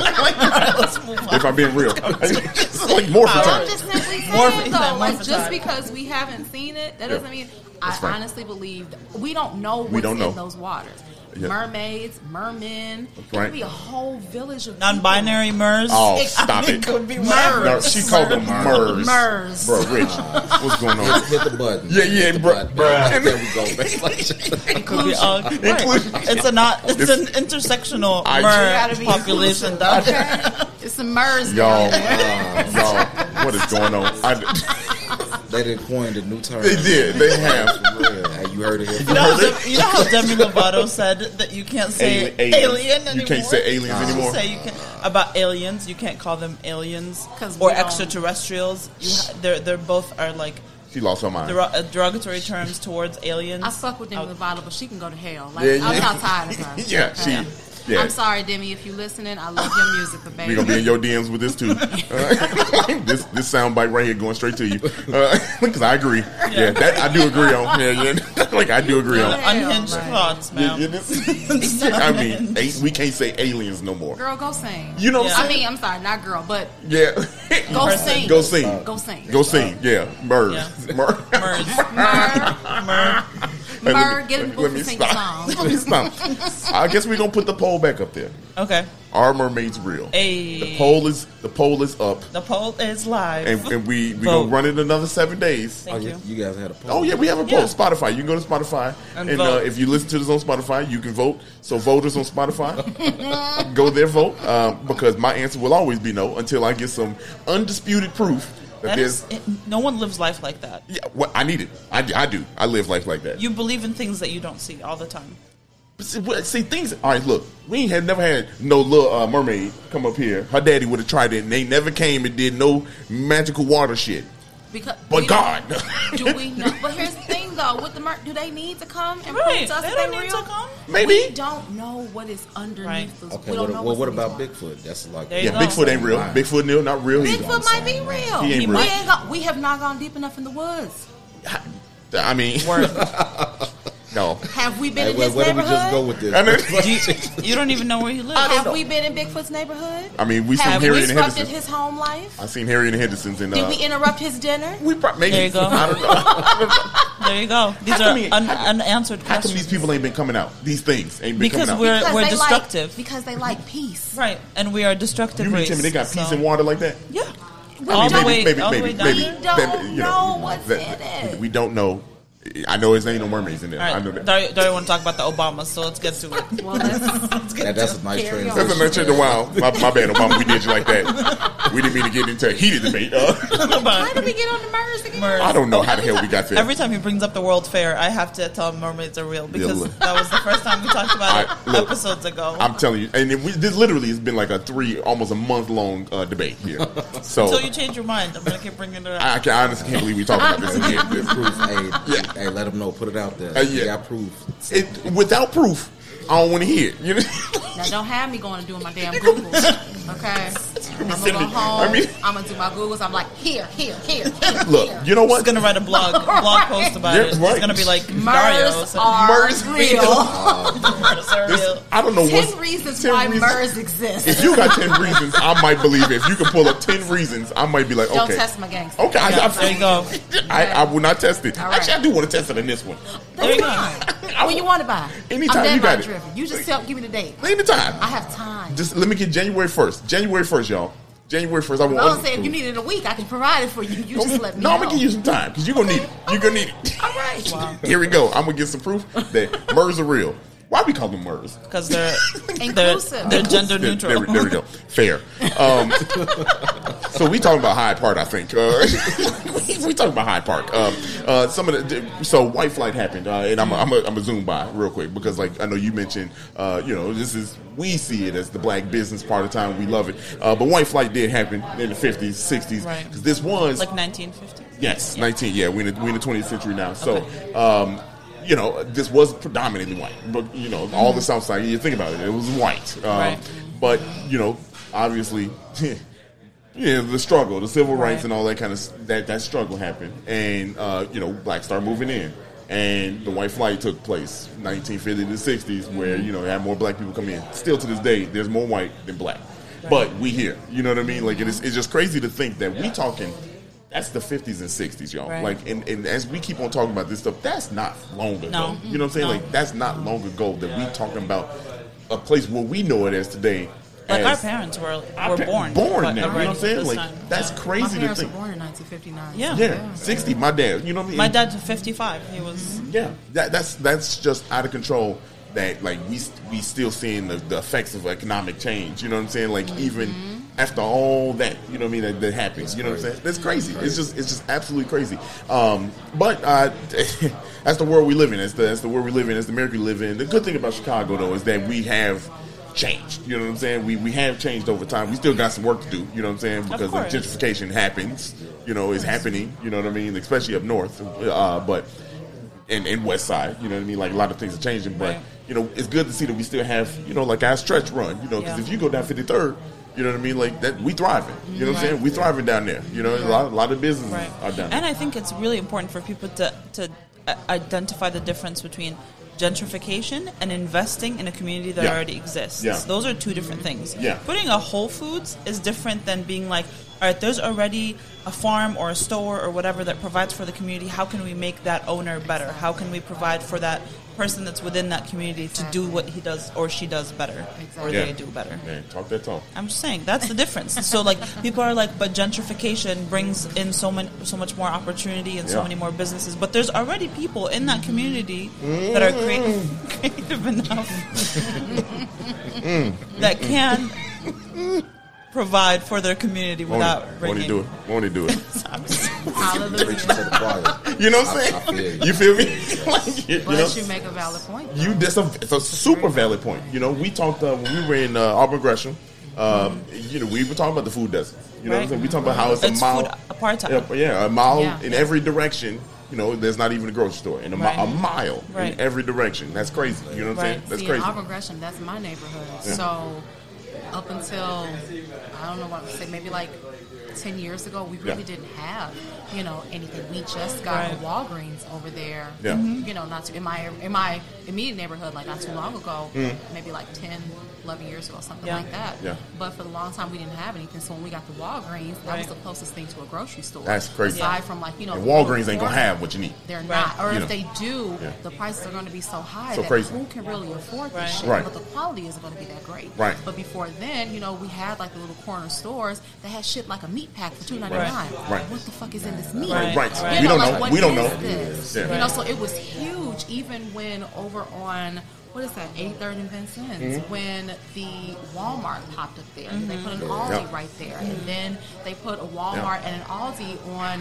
Speaker 2: Uh,
Speaker 1: let's move on.
Speaker 2: if I'm being real, it's like more for
Speaker 3: I'm
Speaker 2: time.
Speaker 3: just simply saying,
Speaker 1: Morph-
Speaker 3: though,
Speaker 1: yeah,
Speaker 3: like
Speaker 1: morph
Speaker 3: just
Speaker 1: time.
Speaker 3: because we haven't seen it, that
Speaker 2: Yeah.
Speaker 3: doesn't mean.
Speaker 2: That's
Speaker 3: I
Speaker 2: fine.
Speaker 3: honestly believe that we don't know what's
Speaker 2: don't know.
Speaker 3: in those waters.
Speaker 2: Yeah.
Speaker 3: Mermaids, mermen, it
Speaker 2: Right.
Speaker 3: could be a whole village of
Speaker 1: Non-binary MERS.
Speaker 2: Oh,
Speaker 1: It- I
Speaker 2: stop
Speaker 1: think
Speaker 2: it.
Speaker 1: Could be
Speaker 3: Mer-
Speaker 2: No, she called them MERS.
Speaker 3: Mers.
Speaker 2: Bro, Rich, what's going on?
Speaker 4: Hit the button.
Speaker 2: Yeah, yeah,
Speaker 4: Hit the
Speaker 2: bruh,
Speaker 4: button.
Speaker 2: bruh.
Speaker 4: There we go. That's like-
Speaker 1: Could be all- right.
Speaker 2: Inclusion.
Speaker 1: It's a not. It's, an intersectional
Speaker 2: I-
Speaker 3: gotta
Speaker 1: MERS
Speaker 3: be
Speaker 1: population. down
Speaker 3: people.
Speaker 1: there.
Speaker 3: Okay? it's some mers.
Speaker 2: Y'all,
Speaker 3: down there.
Speaker 2: y'all, what is going on? I,
Speaker 4: they didn't coin the new term.
Speaker 2: they did. They have.
Speaker 4: For real. Hey, you heard it here.
Speaker 1: You know, how Dem- you know how Demi Lovato said that you can't say
Speaker 2: Ali-
Speaker 1: alien
Speaker 2: You
Speaker 1: anymore.
Speaker 2: can't say aliens
Speaker 1: You
Speaker 2: anymore.
Speaker 1: say you can about aliens. You can't call them aliens
Speaker 3: 'Cause
Speaker 1: or
Speaker 3: we don't-
Speaker 1: extraterrestrials. You ha- they're they're both are like
Speaker 2: She lost her mind.
Speaker 1: der- uh, derogatory terms towards aliens.
Speaker 3: I fuck with Demi Lovato, but she can go to hell. Like
Speaker 2: Yeah, yeah.
Speaker 3: I'm not tired of her.
Speaker 2: Yeah, she.
Speaker 3: Okay?
Speaker 2: Yeah,
Speaker 3: I'm sorry, Demi, if you're listening. I love your music, but
Speaker 2: we
Speaker 3: baby.
Speaker 2: gonna be in your DMs with this too. Uh, this this sound bite right here going straight to you because I agree. Yeah. that I do agree on. Yeah, yeah, like I do agree on.
Speaker 3: Yeah.
Speaker 1: Unhinged
Speaker 3: Hell, man.
Speaker 1: thoughts,
Speaker 2: Yeah,
Speaker 1: man.
Speaker 2: yeah, this- I mean, a- we can't say aliens no more.
Speaker 3: girl, go sing.
Speaker 2: You know what
Speaker 1: Yeah.
Speaker 2: I'm
Speaker 3: I
Speaker 2: saying?
Speaker 3: mean, I'm sorry, not girl, but
Speaker 2: Yeah.
Speaker 3: go
Speaker 1: Person.
Speaker 3: sing.
Speaker 2: Go sing.
Speaker 3: Go sing.
Speaker 2: Go sing. Yeah. Murder.
Speaker 1: Yeah.
Speaker 2: Murder.
Speaker 1: MERS.
Speaker 2: Hey, let me-
Speaker 3: Bird, get in the
Speaker 2: let
Speaker 3: booth
Speaker 2: me
Speaker 3: and sing a
Speaker 2: stop.
Speaker 3: song.
Speaker 2: Let me stop. I guess we're gonna put the poll back up there.
Speaker 1: Okay.
Speaker 2: Are mermaids real?
Speaker 1: Hey.
Speaker 2: The poll is the poll is up,
Speaker 1: The poll is live.
Speaker 2: and, and we we gonna
Speaker 1: Vote.
Speaker 2: run it another seven days.
Speaker 1: Thank
Speaker 4: Oh, you.
Speaker 1: you.
Speaker 4: you guys had a poll.
Speaker 2: Oh yeah, we have a poll.
Speaker 1: Yeah.
Speaker 2: Spotify. You can go to Spotify, and,
Speaker 1: And
Speaker 2: uh,
Speaker 1: vote.
Speaker 2: if you listen to this on Spotify, you can vote. So voters on Spotify, go there vote um, because my answer will always be no until I get some undisputed proof that,
Speaker 1: That
Speaker 2: there's.
Speaker 1: is, it, no one lives life like that.
Speaker 2: Yeah, well, I need it. I, I do. I live life like that.
Speaker 1: You believe in things that you don't see all the time.
Speaker 2: See, well, see, things. All right, look, we ain't had never had no little uh, mermaid come up here. Her daddy would have tried it, and they never came and did no magical water shit.
Speaker 3: Because
Speaker 2: But
Speaker 3: we
Speaker 2: God,
Speaker 3: don't- do we know? But here's the thing, though. With the mer- do they need to come and
Speaker 1: Right.
Speaker 3: prove to us
Speaker 1: They
Speaker 3: that
Speaker 1: don't
Speaker 3: they
Speaker 1: need
Speaker 3: real?
Speaker 1: to come.
Speaker 2: maybe.
Speaker 3: We don't know what is underneath
Speaker 1: Right.
Speaker 3: those.
Speaker 4: Okay.
Speaker 3: we
Speaker 4: What,
Speaker 3: don't know
Speaker 4: well,
Speaker 3: what's
Speaker 4: what
Speaker 3: in these
Speaker 4: about
Speaker 3: waters.
Speaker 4: Bigfoot? That's like
Speaker 1: There you
Speaker 2: Yeah,
Speaker 1: go.
Speaker 2: Bigfoot ain't real.
Speaker 4: Wow.
Speaker 2: Bigfoot nil, not real. either.
Speaker 3: Bigfoot might be real.
Speaker 2: He ain't
Speaker 3: we,
Speaker 2: real.
Speaker 3: got, we have not gone deep enough in the woods.
Speaker 2: I mean,
Speaker 1: Word.
Speaker 2: no.
Speaker 3: Have we been
Speaker 4: Hey,
Speaker 3: in
Speaker 4: where,
Speaker 3: his
Speaker 4: where do we
Speaker 3: neighborhood?
Speaker 4: just go with
Speaker 2: I
Speaker 4: this?
Speaker 2: mean,
Speaker 1: you, you don't even know where he lives.
Speaker 3: Have we been in Bigfoot's neighborhood?
Speaker 2: I mean, we seen
Speaker 3: have
Speaker 2: Harry
Speaker 3: we
Speaker 2: and Uh,
Speaker 3: disrupted
Speaker 2: Henderson.
Speaker 3: his home life?
Speaker 2: I seen Harry and Henderson's in. Uh,
Speaker 3: Did we interrupt his dinner?
Speaker 2: we prob- maybe.
Speaker 1: There you go.
Speaker 2: I don't know.
Speaker 1: There you go. These
Speaker 2: come
Speaker 1: are
Speaker 2: you-
Speaker 1: un-
Speaker 2: how
Speaker 1: unanswered
Speaker 2: How come
Speaker 1: questions.
Speaker 2: these people ain't been coming out? These things ain't been
Speaker 1: Because
Speaker 2: coming out.
Speaker 1: we're-
Speaker 3: Because they
Speaker 1: destructive.
Speaker 3: Like, because they like peace.
Speaker 1: right, and we are a destructive
Speaker 2: you mean
Speaker 1: race.
Speaker 2: tell me they got peace
Speaker 1: so-
Speaker 2: and water like that?
Speaker 1: Yeah.
Speaker 2: I
Speaker 1: all
Speaker 2: mean,
Speaker 1: the way, all the way down
Speaker 2: maybe,
Speaker 1: there.
Speaker 3: We don't know what's in it.
Speaker 2: We don't know. I know there's ain't no mermaids in there.
Speaker 1: All
Speaker 2: I know
Speaker 1: right,
Speaker 2: that.
Speaker 1: Dario, Dario want to talk about the Obamas, so let's get to it.
Speaker 3: Well, that's,
Speaker 4: that, that's a nice
Speaker 3: Carry on.
Speaker 4: transition.
Speaker 2: That's a mention in a while. My, my bad, Obama. We did you like that. We didn't mean to get into a heated debate. Uh,
Speaker 3: how did we get on the MERS again?
Speaker 1: Merz.
Speaker 2: I don't know how the hell we got there.
Speaker 1: Every time he brings up the World Fair, I have to tell him mermaids are real because
Speaker 2: look.
Speaker 1: that was the first time we talked about it
Speaker 2: I- look,
Speaker 1: episodes ago.
Speaker 2: I'm telling you, and it, we, this literally has been like a three, almost a month long uh, debate here. So
Speaker 1: Until you change your mind, I'm gonna keep bringing it up.
Speaker 2: I, I can, I honestly can't believe we talking about this again.
Speaker 4: proof. Hey, hey, let them know. Put it out there.
Speaker 2: Uh, yeah.
Speaker 4: We got proof.
Speaker 2: It, without proof, I don't want to hear. it. You know?
Speaker 3: Now don't have me going and doing my damn Google. Okay.
Speaker 2: I'm
Speaker 3: I'm gonna go home.
Speaker 2: I mean,
Speaker 3: I'm gonna do my Googles. I'm like, here, here, here, here.
Speaker 2: look,
Speaker 3: here.
Speaker 2: you know
Speaker 1: She's
Speaker 2: what?
Speaker 1: gonna write a blog blog post about
Speaker 2: Yeah,
Speaker 1: it. She's
Speaker 2: right.
Speaker 1: gonna be like Dario.
Speaker 3: Murs
Speaker 1: So
Speaker 3: are
Speaker 2: Murs
Speaker 3: real.
Speaker 1: Murs are
Speaker 2: This-
Speaker 1: real.
Speaker 2: I don't know what.
Speaker 3: Ten reasons
Speaker 2: 10
Speaker 3: why
Speaker 2: reasons.
Speaker 3: Murs exists.
Speaker 2: If you got ten reasons, I might believe it. If you can pull up ten reasons, I might be like,
Speaker 3: Don't
Speaker 2: okay, Oh,
Speaker 3: test my gangster.
Speaker 2: okay, I, I,
Speaker 1: There you go.
Speaker 2: I, I will not test it.
Speaker 3: All right.
Speaker 2: Actually, I do want to test it in this one.
Speaker 1: There you
Speaker 3: That's
Speaker 1: go.
Speaker 3: fine.
Speaker 2: I
Speaker 3: when you
Speaker 2: will-
Speaker 3: want to buy,
Speaker 2: Anytime
Speaker 3: I'm
Speaker 2: you got it.
Speaker 3: driven. You just tell, give me the date.
Speaker 2: Name the time.
Speaker 3: I have time.
Speaker 2: Just let me get January first. January first, y'all. January first. I want.
Speaker 3: I
Speaker 2: all
Speaker 3: don't
Speaker 2: the
Speaker 3: say if you
Speaker 2: food.
Speaker 3: need it in a week, I can provide it for you. You just let me
Speaker 2: no,
Speaker 3: know.
Speaker 2: I'm gonna give you some time because you're gonna need it. You're gonna need it.
Speaker 3: All right.
Speaker 2: Here we go. I'm gonna get some proof that MERS are real. Why we call them MERS?
Speaker 1: because they're they're,
Speaker 3: Inclusive.
Speaker 1: they're gender
Speaker 2: There,
Speaker 1: neutral.
Speaker 2: there, we- there we go. Fair. Um, so we talking about Hyde Park, I think. Uh, we talking about Hyde Park. Um, uh, some of the so white flight happened, uh, and I'm a, I'm a, I'm a zoom by real quick because like I know you mentioned, uh, you know, this is we see it as the black business part of time. We love it, uh, but white flight did happen in the 50s, 60s,
Speaker 1: Right.
Speaker 2: because this was
Speaker 1: like 1950.
Speaker 2: Yes, nineteen. Yeah, we in the, we in the twentieth century now. So, um, you know, this was predominantly white, but you know, all the South Side. You think about it; it was white. Um,
Speaker 1: Mm-hmm. Right.
Speaker 2: But you know, obviously, yeah, the struggle, the civil rights,
Speaker 1: Right.
Speaker 2: and all that kind of s- that that struggle happened, and uh, you know, blacks started moving in. And the white flight took place, 1950 to 60s, where
Speaker 1: Mm-hmm.
Speaker 2: you know they had more black people come in. Still to this day, there's more white than black, but we here. You know what I mean? Like it is, it's just crazy to think that we talking. That's the 50s and 60s, y'all.
Speaker 1: Right.
Speaker 2: Like, and, and as we keep on talking about this stuff, that's not long ago.
Speaker 1: No.
Speaker 2: You know what I'm saying?
Speaker 1: No.
Speaker 2: Like, that's not long ago that we talking about a place where we know it as today.
Speaker 1: Like our
Speaker 2: as
Speaker 1: parents were
Speaker 2: our
Speaker 1: were
Speaker 2: pa-
Speaker 1: born
Speaker 2: born now.
Speaker 1: but
Speaker 2: You know what
Speaker 1: already
Speaker 2: I'm saying?
Speaker 1: this
Speaker 2: Like,
Speaker 1: time.
Speaker 2: that's
Speaker 1: Yeah.
Speaker 3: My
Speaker 2: crazy to
Speaker 3: parents were
Speaker 2: think.
Speaker 3: born in 1959.
Speaker 1: Yeah.
Speaker 2: Yeah, 60. My dad. You know what I mean?
Speaker 1: My dad's 55. He was
Speaker 2: Yeah, that, that's that's just out of control. That like we st- we still seeing the, the effects of economic change. You know what I'm saying? Like even after all that, you know what I mean? That, that happens. You know what I'm saying? That's crazy. It's just it's just absolutely crazy. Um, but uh, that's the world we live in. That's the that's the world we live in. That's the America we live in. The good thing about Chicago though is that we have changed. You know what I'm saying? We we have changed over time. We still got some work to do. You know what I'm saying? Because
Speaker 1: course.
Speaker 2: gentrification happens. You know, is happening. You know what I mean? Especially up north. Uh, but and, and West Side. You know what I mean? Like a lot of things are changing, but
Speaker 1: Right.
Speaker 2: you know it's good to see that we still have you know like our stretch run. You know, because
Speaker 1: Yeah.
Speaker 2: if you go down Fifty Third, you know what I mean? Like that, we thriving. You know what I'm saying? We thriving down there. You know, a lot a lot of businesses
Speaker 1: right.
Speaker 2: are down
Speaker 1: And
Speaker 2: there.
Speaker 1: I think it's really important for people to to uh, identify the difference between gentrification and investing in a community that
Speaker 2: Yeah.
Speaker 1: already exists.
Speaker 2: Yeah.
Speaker 1: Those are two different things.
Speaker 2: Yeah.
Speaker 1: Putting a Whole Foods is different than being like, all right, there's already a farm or a store or whatever that provides for the community. How can we make that owner better? How can we provide for that person that's within that community to do what he does or she does better or
Speaker 3: Exactly.
Speaker 1: they do better?
Speaker 2: Man, talk that talk.
Speaker 1: I'm just saying that's the difference. so like people are like, but gentrification brings in so many, so much more opportunity and so
Speaker 2: Yeah.
Speaker 1: many more businesses. But there's already people in that community that are
Speaker 2: Mm.
Speaker 1: creative, creative enough
Speaker 2: Mm.
Speaker 1: that can provide for their community without
Speaker 2: Won't
Speaker 1: bringing.
Speaker 2: he do it? Won't he do it?
Speaker 4: Preach
Speaker 3: Hallelujah.
Speaker 4: to the choir.
Speaker 2: You know what
Speaker 4: I-
Speaker 2: I'm
Speaker 4: I feel
Speaker 2: saying?
Speaker 4: you.
Speaker 2: You feel me? Like, you- you know?
Speaker 3: But you make a valid point.
Speaker 2: You that's a it's a super valid point. You know, we talked uh, when we were in uh, Auburn Gresham. Um, You know, we were talking about the food desert. You know,
Speaker 1: Mm-hmm.
Speaker 2: what I'm
Speaker 1: Right.
Speaker 2: saying? we talked about how it's,
Speaker 1: It's
Speaker 2: a mile
Speaker 1: food apartheid.
Speaker 2: Yeah, yeah, a mile
Speaker 3: Yeah.
Speaker 2: in every direction. You know, there's not even a grocery store, and a, mi-
Speaker 1: Right.
Speaker 2: a mile
Speaker 1: Right.
Speaker 2: in every direction. That's crazy. You know what I'm saying?
Speaker 1: Right.
Speaker 2: That's
Speaker 3: See,
Speaker 2: crazy.
Speaker 3: in Auburn Gresham, that's my neighborhood.
Speaker 2: Yeah.
Speaker 3: So up until I don't know what to say, maybe like ten years ago, we really
Speaker 2: Yeah.
Speaker 3: didn't have you know anything. We just got a
Speaker 1: Right.
Speaker 3: Walgreens over there. Mm-hmm.
Speaker 2: Yeah. Mhm.
Speaker 3: You know, not too, in my in my immediate neighborhood, like not too long ago, maybe like 10, 11 years ago, something
Speaker 1: Yeah.
Speaker 3: like that.
Speaker 2: Mm. Yeah.
Speaker 3: But for the long time, we didn't have anything. So when we got the Walgreens, that was
Speaker 1: Right.
Speaker 3: the closest thing to a grocery store.
Speaker 2: That's crazy.
Speaker 3: Aside
Speaker 1: Yeah.
Speaker 3: from like you know,
Speaker 2: and
Speaker 3: the
Speaker 2: Walgreens ain't gonna
Speaker 3: corner
Speaker 2: have what you need.
Speaker 3: they're
Speaker 1: Right.
Speaker 3: not, or
Speaker 2: You
Speaker 3: if
Speaker 2: know.
Speaker 3: they do,
Speaker 2: Yeah.
Speaker 3: the prices are going to be so high
Speaker 2: So
Speaker 3: that
Speaker 2: crazy.
Speaker 3: who can really afford
Speaker 1: Right.
Speaker 3: this shit?
Speaker 2: Right.
Speaker 3: But the quality isn't going to be that great.
Speaker 2: Right.
Speaker 3: But before then, you know, we had like the little corner stores that had shit like a meat pack for two ninety nine.
Speaker 2: Right.
Speaker 3: What the fuck is in this meat?
Speaker 1: Right.
Speaker 2: Right?
Speaker 1: Right.
Speaker 2: We
Speaker 3: You
Speaker 2: don't
Speaker 3: like,
Speaker 2: know.
Speaker 3: what
Speaker 2: we don't
Speaker 3: is
Speaker 2: know.
Speaker 3: this?
Speaker 2: Yeah.
Speaker 3: You know, so it was huge. Even when over on what is that, 83rd and Vincennes,
Speaker 2: Mm-hmm.
Speaker 3: when the Walmart popped up there, and they put an Aldi
Speaker 2: Yep.
Speaker 3: right there, and then they put a Walmart and an Aldi on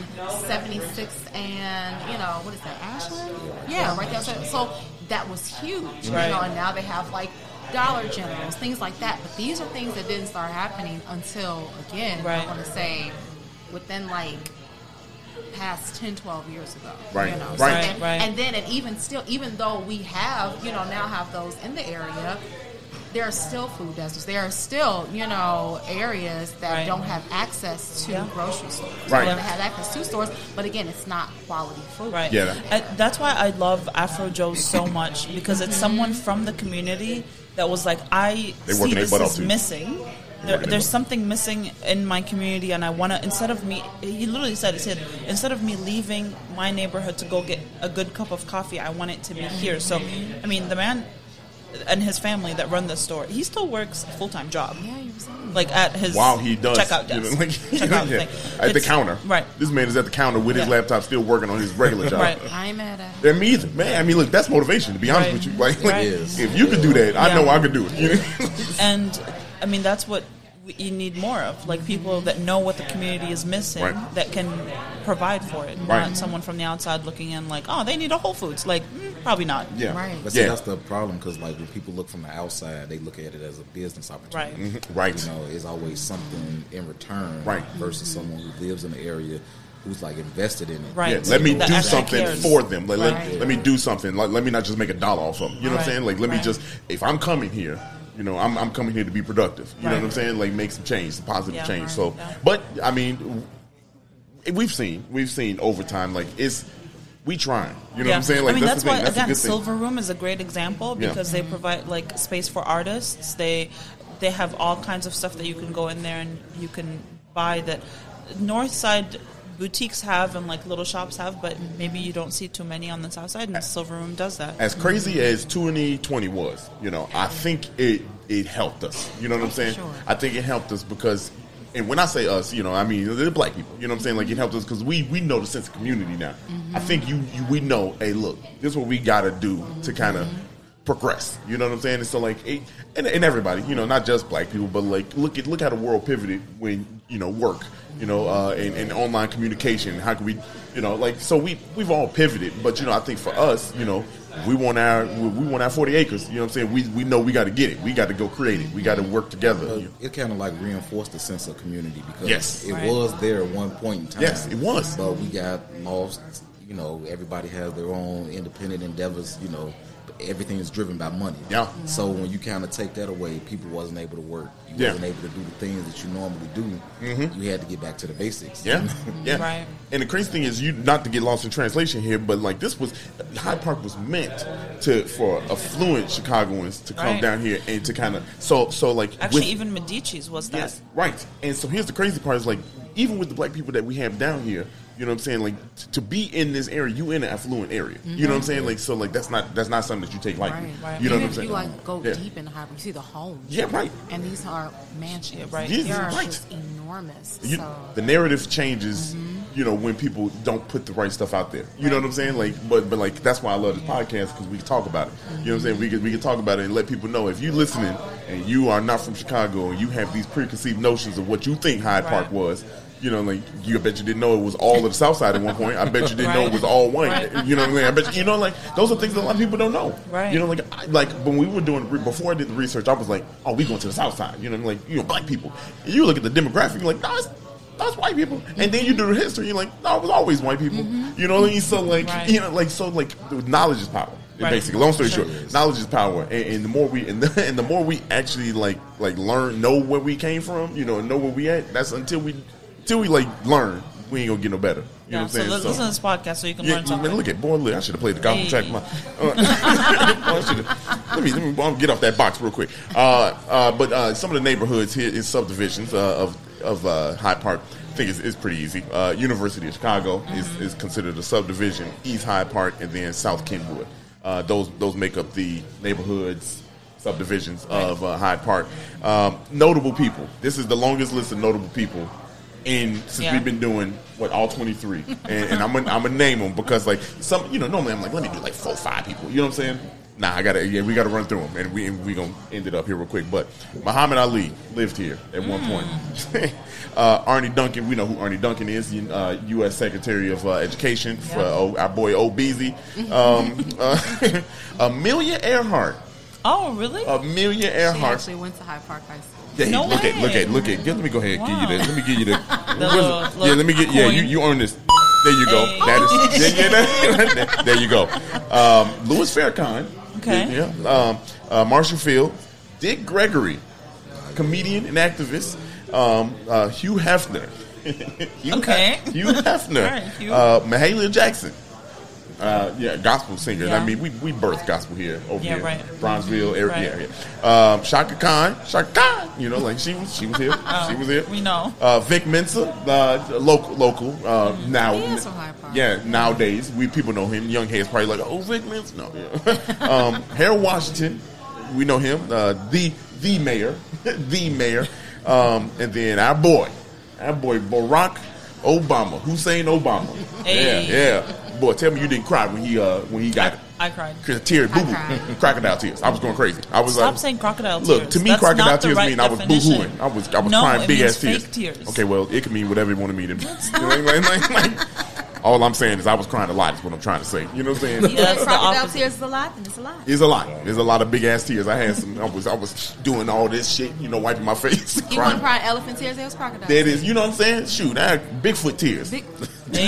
Speaker 3: 76 and you know what is that, Ashland? Yeah, right there. So- So that was huge.
Speaker 1: Right.
Speaker 3: You know, and now they have like. Dollar Generals, things like that. But these are things that didn't start happening until, again, I
Speaker 1: Right.
Speaker 3: want to say, within like past 10, 12 years ago.
Speaker 2: Right,
Speaker 3: You know?
Speaker 2: right.
Speaker 3: So then-
Speaker 1: Right, right.
Speaker 3: And then, and even still, even though we have, you know, now have those in the area, there are still food deserts. There are still, you know, areas that
Speaker 1: Right.
Speaker 3: don't have access to
Speaker 1: Yeah.
Speaker 3: grocery stores.
Speaker 2: Right.
Speaker 3: They have access to stores, but again, it's not quality food.
Speaker 1: Right.
Speaker 2: Yeah.
Speaker 1: I, that's why I love Afro Joe so much because it's someone from the community that was like, I
Speaker 2: They
Speaker 1: see
Speaker 2: working their
Speaker 1: this
Speaker 2: butt
Speaker 1: is
Speaker 2: off, too.
Speaker 1: missing.
Speaker 2: They
Speaker 1: There,
Speaker 2: working their
Speaker 1: there's
Speaker 2: butt-
Speaker 1: something missing in my community, and I want to. Instead of me, he literally said, "He said instead of me leaving my neighborhood to go get a good cup of coffee, I want it to be here." So, I mean, the man and his family that run this store, he still works a full time job,
Speaker 3: Yeah, you were saying.
Speaker 1: like at his
Speaker 2: While he does
Speaker 1: checkout
Speaker 2: you know,
Speaker 1: desk,
Speaker 2: like,
Speaker 1: checkout
Speaker 2: yeah,
Speaker 1: thing.
Speaker 2: at the
Speaker 1: It's-
Speaker 2: counter.
Speaker 1: right?
Speaker 2: This man is at the counter with his
Speaker 1: Yeah.
Speaker 2: laptop, still working on his regular job.
Speaker 1: Right.
Speaker 3: I ain't mad at it.
Speaker 2: Yeah, me either, man. I mean, look, that's motivation. To be honest
Speaker 1: Right.
Speaker 2: with you, like,
Speaker 1: Right.
Speaker 4: Yes.
Speaker 2: if you could do that, I
Speaker 1: Yeah.
Speaker 2: know I could do it. You know?
Speaker 1: and I mean that's what we, you need more of, like people that know what the community is missing
Speaker 2: Right.
Speaker 1: that can provide for it,
Speaker 2: Right.
Speaker 1: not someone from the outside looking in, like oh they need a Whole Foods, like mm, probably not.
Speaker 2: yeah,
Speaker 3: Right.
Speaker 4: But see,
Speaker 2: yeah,
Speaker 4: that's the problem because like when people look from the outside, they look at it as a business opportunity.
Speaker 1: Right. Mhm.
Speaker 2: Mm-hmm. Right.
Speaker 4: You know, it's always something in return.
Speaker 2: Right.
Speaker 4: Versus someone who lives in the area who's like invested in it.
Speaker 1: Right.
Speaker 2: Yeah, let me
Speaker 1: That
Speaker 2: do
Speaker 1: actually
Speaker 2: something
Speaker 1: cares.
Speaker 2: for them. Let, let-
Speaker 3: Right.
Speaker 2: let, me do something. Let, let me not just make a dollar off of them. You know what I'm
Speaker 1: Right.
Speaker 2: saying? Like, let me
Speaker 1: Right.
Speaker 2: just, if I'm coming here, you know, I'm, I'm coming here to be productive. You know
Speaker 1: Right.
Speaker 2: what I'm saying? Like, make some change, some positive
Speaker 1: Yeah,
Speaker 2: change.
Speaker 1: right,
Speaker 2: So,
Speaker 1: yeah.
Speaker 2: but I mean, w- we've seen, we've seen over time, like, it's, we trying. You know what I'm saying? Like,
Speaker 1: I mean, that's,
Speaker 2: that's, the thing.
Speaker 1: why
Speaker 2: that's a
Speaker 1: again,
Speaker 2: good thing.
Speaker 1: Silver Room is a great example
Speaker 2: Yeah.
Speaker 1: because they provide like space for artists. They they have all kinds of stuff that you can go in there and you can buy that North Side boutiques have and like little shops have, but maybe you don't see too many on the South Side. And Silver Room does that.
Speaker 2: as crazy as 2020 was, you know, I think it it helped us. You know
Speaker 1: Oh,
Speaker 2: what I'm saying?
Speaker 3: Sure.
Speaker 2: I think it helped us because, and when I say us, you know, I mean the black people. You know what I'm saying? Like it helped us because we we know the sense of community now. I think you, you we know. Hey, look, this is what we gotta do to kind of progress. You know what I'm saying? And so like, it, and and everybody, you know, not just black people, but like look at look how the world pivoted when you know work. You know, uh, and, and online communication. How can we, you know, like so we we've all pivoted, but you know, I think for us, you know, we want our we we want our forty acres. You know what I'm saying? We we know we got to get it. We got to go create it. We got to work together.
Speaker 4: But it kind of like reinforced the sense of community because
Speaker 2: Yes.
Speaker 4: it
Speaker 1: Right.
Speaker 4: was there at one point in time.
Speaker 2: Yes, it was.
Speaker 4: But we got lost. You know, everybody has their own independent endeavors. You know, but everything is driven by money.
Speaker 2: Yeah.
Speaker 4: So when you kind of take that away, people wasn't able to work. You
Speaker 2: Yeah. Mm-hmm.
Speaker 4: wasn't able to do the things that you normally do. You had to get back to the basics.
Speaker 2: Yeah, yeah.
Speaker 1: Right.
Speaker 2: And the crazy thing is, you not to get lost in translation here, but like this was Hyde Park was meant to for affluent Chicagoans to come
Speaker 1: Right.
Speaker 2: down here and to kind of so so like
Speaker 1: Actually,
Speaker 2: with-
Speaker 1: even Medici's was that.
Speaker 2: Yes, right. And so here's the crazy part: is like even with the black people that we have down here, you know what I'm saying? Like t- to be in this area, you in an affluent area. You know what I'm saying? Like so, like that's not that's not something that you take lightly.
Speaker 3: Mm-hmm. Right, right.
Speaker 2: You know
Speaker 3: Even
Speaker 2: what I'm
Speaker 3: if
Speaker 2: saying?
Speaker 3: you like go
Speaker 2: yeah.
Speaker 3: deep in the harbor, you see the homes.
Speaker 2: Yeah, right.
Speaker 3: And these are mansions.
Speaker 1: Yeah, right.
Speaker 3: They
Speaker 2: Yeah,
Speaker 3: are
Speaker 2: right.
Speaker 3: just enormous.
Speaker 2: You,
Speaker 3: so
Speaker 2: The narrative changes.
Speaker 1: Mm-hmm.
Speaker 2: You know when people don't put the right stuff out there. You know what I'm saying? Like, but but like that's why I love this podcast because we can talk about it. You know what I'm
Speaker 1: Mm-hmm.
Speaker 2: saying? We can we can talk about it and let people know if you listening and you are not from Chicago and you have these preconceived notions of what you think Hyde
Speaker 1: Right.
Speaker 2: Park was. You know, like you I bet you didn't know it was all of the South Side at one point. I bet you didn't know it
Speaker 1: Right.
Speaker 2: was all one.
Speaker 1: Right.
Speaker 2: You know what I mean? I bet you, you know, like those are things that a lot of people don't know.
Speaker 1: Right.
Speaker 2: You know, like I, like when we were doing re- before I did the research, I was like, oh, we going to the South Side. You know, what I mean? like you know, black people. And you look at the demographic, you're like, nah, that's that's white people. And then you do the history, you're like, no, it was always white people. You know what I mean? So like,
Speaker 1: Mm-hmm. Right.
Speaker 2: you know, like so like the knowledge is power.
Speaker 1: Right.
Speaker 2: Basically, long story
Speaker 1: Sure.
Speaker 2: short, knowledge is power, and, and the more we and the, and the more we actually like like learn, know where we came from, you know, know where we at. That's until we until we like learn, we ain't gonna get no better. You know
Speaker 1: yeah,
Speaker 2: what I'm
Speaker 1: so
Speaker 2: saying?
Speaker 1: li- listen to this podcast so you can
Speaker 2: Yeah,
Speaker 1: learn
Speaker 2: man,
Speaker 1: something.
Speaker 2: look at boy, look, I should have played the golf
Speaker 1: Hey.
Speaker 2: track. My, uh, I shoulda- let me let me I'll get off that box real quick. Uh, uh, but uh, some of the neighborhoods here in subdivisions uh, of of uh, Hyde Park, I think it's, it's pretty easy. Uh, University of Chicago
Speaker 1: Mm-hmm.
Speaker 2: is, is considered a subdivision. East Hyde Park and then South Kenwood. Uh, those those make up the neighborhoods subdivisions of uh, Hyde Park. Um, notable people. This is the longest list of notable people. in since
Speaker 1: Yeah.
Speaker 2: we've been doing what all 23 and, and i'm gonna I'm gonna name them because like some you know normally i'm like let me do like four five people you know what i'm saying nah i gotta yeah we gotta run through them and we and we gonna end it up here real quick but muhammad ali lived here at one point uh, arnie duncan we know who arnie duncan is you- uh, u.s secretary of uh, education for
Speaker 1: Yeah.
Speaker 2: uh, our boy obese um, uh, amelia earhart
Speaker 1: Oh, really?
Speaker 2: uh, amelia
Speaker 3: she
Speaker 2: earhart
Speaker 3: actually went to Hyde Park High School.
Speaker 2: yeah,
Speaker 1: No
Speaker 2: look at look
Speaker 1: way.
Speaker 2: at look at. Let me go ahead and give you
Speaker 1: Wow.
Speaker 2: this. Let me give you the.
Speaker 1: The
Speaker 2: Where's-
Speaker 1: little-
Speaker 2: yeah,
Speaker 1: little
Speaker 2: let me get. Yeah, you,
Speaker 1: coin.
Speaker 2: you earned this. There you go.
Speaker 1: Hey.
Speaker 2: That is. Yeah, yeah, that- there you go. Um, Louis Farrakhan.
Speaker 1: Okay.
Speaker 2: Yeah. Um, uh, Marshall Field. Dick Gregory, comedian and activist, um, uh, Hugh Hefner. Hugh
Speaker 1: Okay.
Speaker 2: Hef- Hugh Hefner.
Speaker 1: All right, Hugh.
Speaker 2: Uh, Mahalia Jackson. Uh, yeah, gospel singer.
Speaker 1: Yeah.
Speaker 2: I mean, we, we birth gospel here over
Speaker 1: Yeah,
Speaker 2: here,
Speaker 1: right.
Speaker 2: Bronzeville area.
Speaker 1: Right.
Speaker 2: Yeah, yeah. Um, Shaka Khan, Shaka Khan. You know, like she was, she was here,
Speaker 3: Oh,
Speaker 2: she was here.
Speaker 1: we know.
Speaker 2: Uh, Vic Mensa, uh, local, local. Uh, now,
Speaker 3: Mm-hmm. He is from Hyde Park.
Speaker 2: yeah, nowadays we people know him. Young Hayes probably like, oh, Vic Mensa. No, yeah. um, Harold Washington, we know him. Uh, the the mayor, the mayor, um, and then our boy, our boy Barack Obama, Hussein Obama.
Speaker 1: Hey.
Speaker 2: Yeah, yeah. Boy, tell me you didn't cry when he uh, when he got it.
Speaker 1: I cried.
Speaker 2: Cause tear, boo
Speaker 3: cried.
Speaker 2: boo, mm-hmm, crocodile tears. I was going crazy. I was
Speaker 1: Stop
Speaker 2: like,
Speaker 1: saying crocodile tears.
Speaker 2: Look, to me,
Speaker 1: That's
Speaker 2: crocodile
Speaker 1: not the
Speaker 2: tears
Speaker 1: right
Speaker 2: mean I was boo
Speaker 1: definition.
Speaker 2: hooing. I was I was
Speaker 1: no,
Speaker 2: crying
Speaker 1: it
Speaker 2: big
Speaker 1: means
Speaker 2: ass tears.
Speaker 1: fake tears.
Speaker 2: Okay, well, it can mean whatever you want to mean. It. You know, like- like- like- all I'm saying is I was crying a lot. Is what I'm trying to say. You know what I'm saying?
Speaker 1: Yeah. That's the
Speaker 5: crocodile
Speaker 1: opposite.
Speaker 5: tears is a lot, and it's a lot.
Speaker 2: There's a lot. There's a lot of big ass tears. I had some. I was I was doing all this shit. You know, wiping my face,
Speaker 3: You want
Speaker 2: crying.
Speaker 3: to cry elephant tears? It was crocodile.
Speaker 2: That is, you know what I'm saying? Shoot, I had Bigfoot tears.
Speaker 3: Big,
Speaker 1: Hey.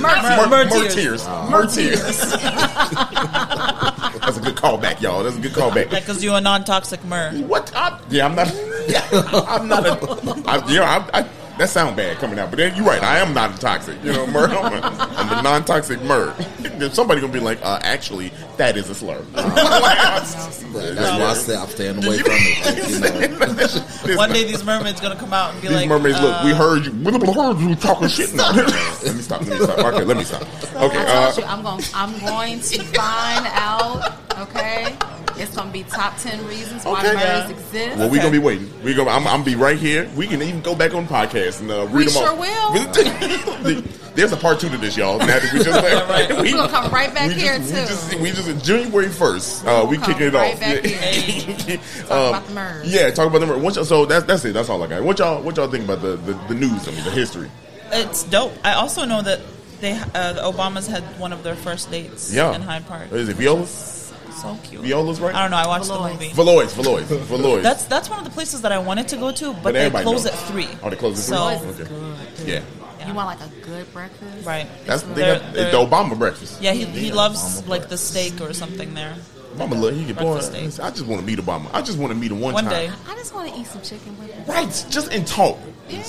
Speaker 2: Mer,
Speaker 1: Mer- mer tears.
Speaker 2: tears. Mer tears. That's a good callback, y'all. That's a good callback.
Speaker 1: Yeah, because you're a non-toxic mer.
Speaker 2: What? I, yeah, I'm not. Yeah, I'm not. A, I, you know, I, I, that sound bad coming out, but then you're right. I am not a toxic. You know, Mur. I'm a, I'm a non-toxic Mur. Then somebody gonna be like, uh, actually, that is a slur.
Speaker 4: But that's why I say I'm staying away from it. Like, you know,
Speaker 2: This-
Speaker 1: One day these mermaids gonna come out and be
Speaker 2: these
Speaker 1: like,
Speaker 2: mermaids, look, we
Speaker 1: uh,
Speaker 2: heard you. We heard you talking shit. Now. let me stop. Let me stop. Okay, let me stop. Okay.
Speaker 3: I
Speaker 2: Uh,
Speaker 3: told you, I'm going. I'm going to find out. Okay, it's going to be top ten reasons why
Speaker 2: Okay.
Speaker 3: murders
Speaker 1: Yeah.
Speaker 3: exist.
Speaker 2: Well,
Speaker 1: Okay.
Speaker 2: we gonna be waiting. We gonna. I'm, I'm be right here. We can even go back on the podcast and uh, read
Speaker 3: We
Speaker 2: them
Speaker 3: sure
Speaker 2: all.
Speaker 3: will.
Speaker 2: will. There's a part two to this, y'all. Now that we just
Speaker 1: right.
Speaker 3: We're gonna come right back
Speaker 2: we
Speaker 3: here,
Speaker 2: just,
Speaker 3: too.
Speaker 2: We just, we just January first. Uh, we
Speaker 3: We'll come
Speaker 2: kicking it
Speaker 3: right
Speaker 2: off.
Speaker 3: back
Speaker 2: yeah.
Speaker 1: here.
Speaker 2: Um,
Speaker 3: about the merge.
Speaker 2: Yeah, talk about the merge. What y'all- so that's that's it. That's all I got. What y'all what y'all think about the, the, the news? I mean, the history.
Speaker 1: it's dope. I also know that they uh, the Obamas had one of their first dates
Speaker 2: Yeah,
Speaker 1: in Hyde Park.
Speaker 2: Is it Violas?
Speaker 1: So cute.
Speaker 2: Viola's right?
Speaker 1: I don't know. I watched
Speaker 3: Valois.
Speaker 1: the movie.
Speaker 2: Valois, Valois, Valois.
Speaker 1: That's that's one of the places that I wanted to go to, but, they
Speaker 2: everybody
Speaker 1: close
Speaker 2: knows.
Speaker 1: at three.
Speaker 2: Oh, they close at three?
Speaker 1: So,
Speaker 2: Okay.
Speaker 3: Good.
Speaker 2: yeah.
Speaker 3: You want like a good breakfast,
Speaker 1: Right.
Speaker 2: That's they
Speaker 1: They're-
Speaker 2: got,
Speaker 1: they're-
Speaker 2: it's the Obama breakfast.
Speaker 1: Yeah, he, he loves
Speaker 4: Obama
Speaker 1: like the steak or something there.
Speaker 2: Obama, look, he get boy.
Speaker 1: Breakfast
Speaker 2: I
Speaker 1: date.
Speaker 2: just want to meet Obama. I just want to meet him one,
Speaker 1: One
Speaker 2: time.
Speaker 1: day.
Speaker 3: I just want to eat some chicken with you.
Speaker 2: Right, just in talk.
Speaker 3: Yeah.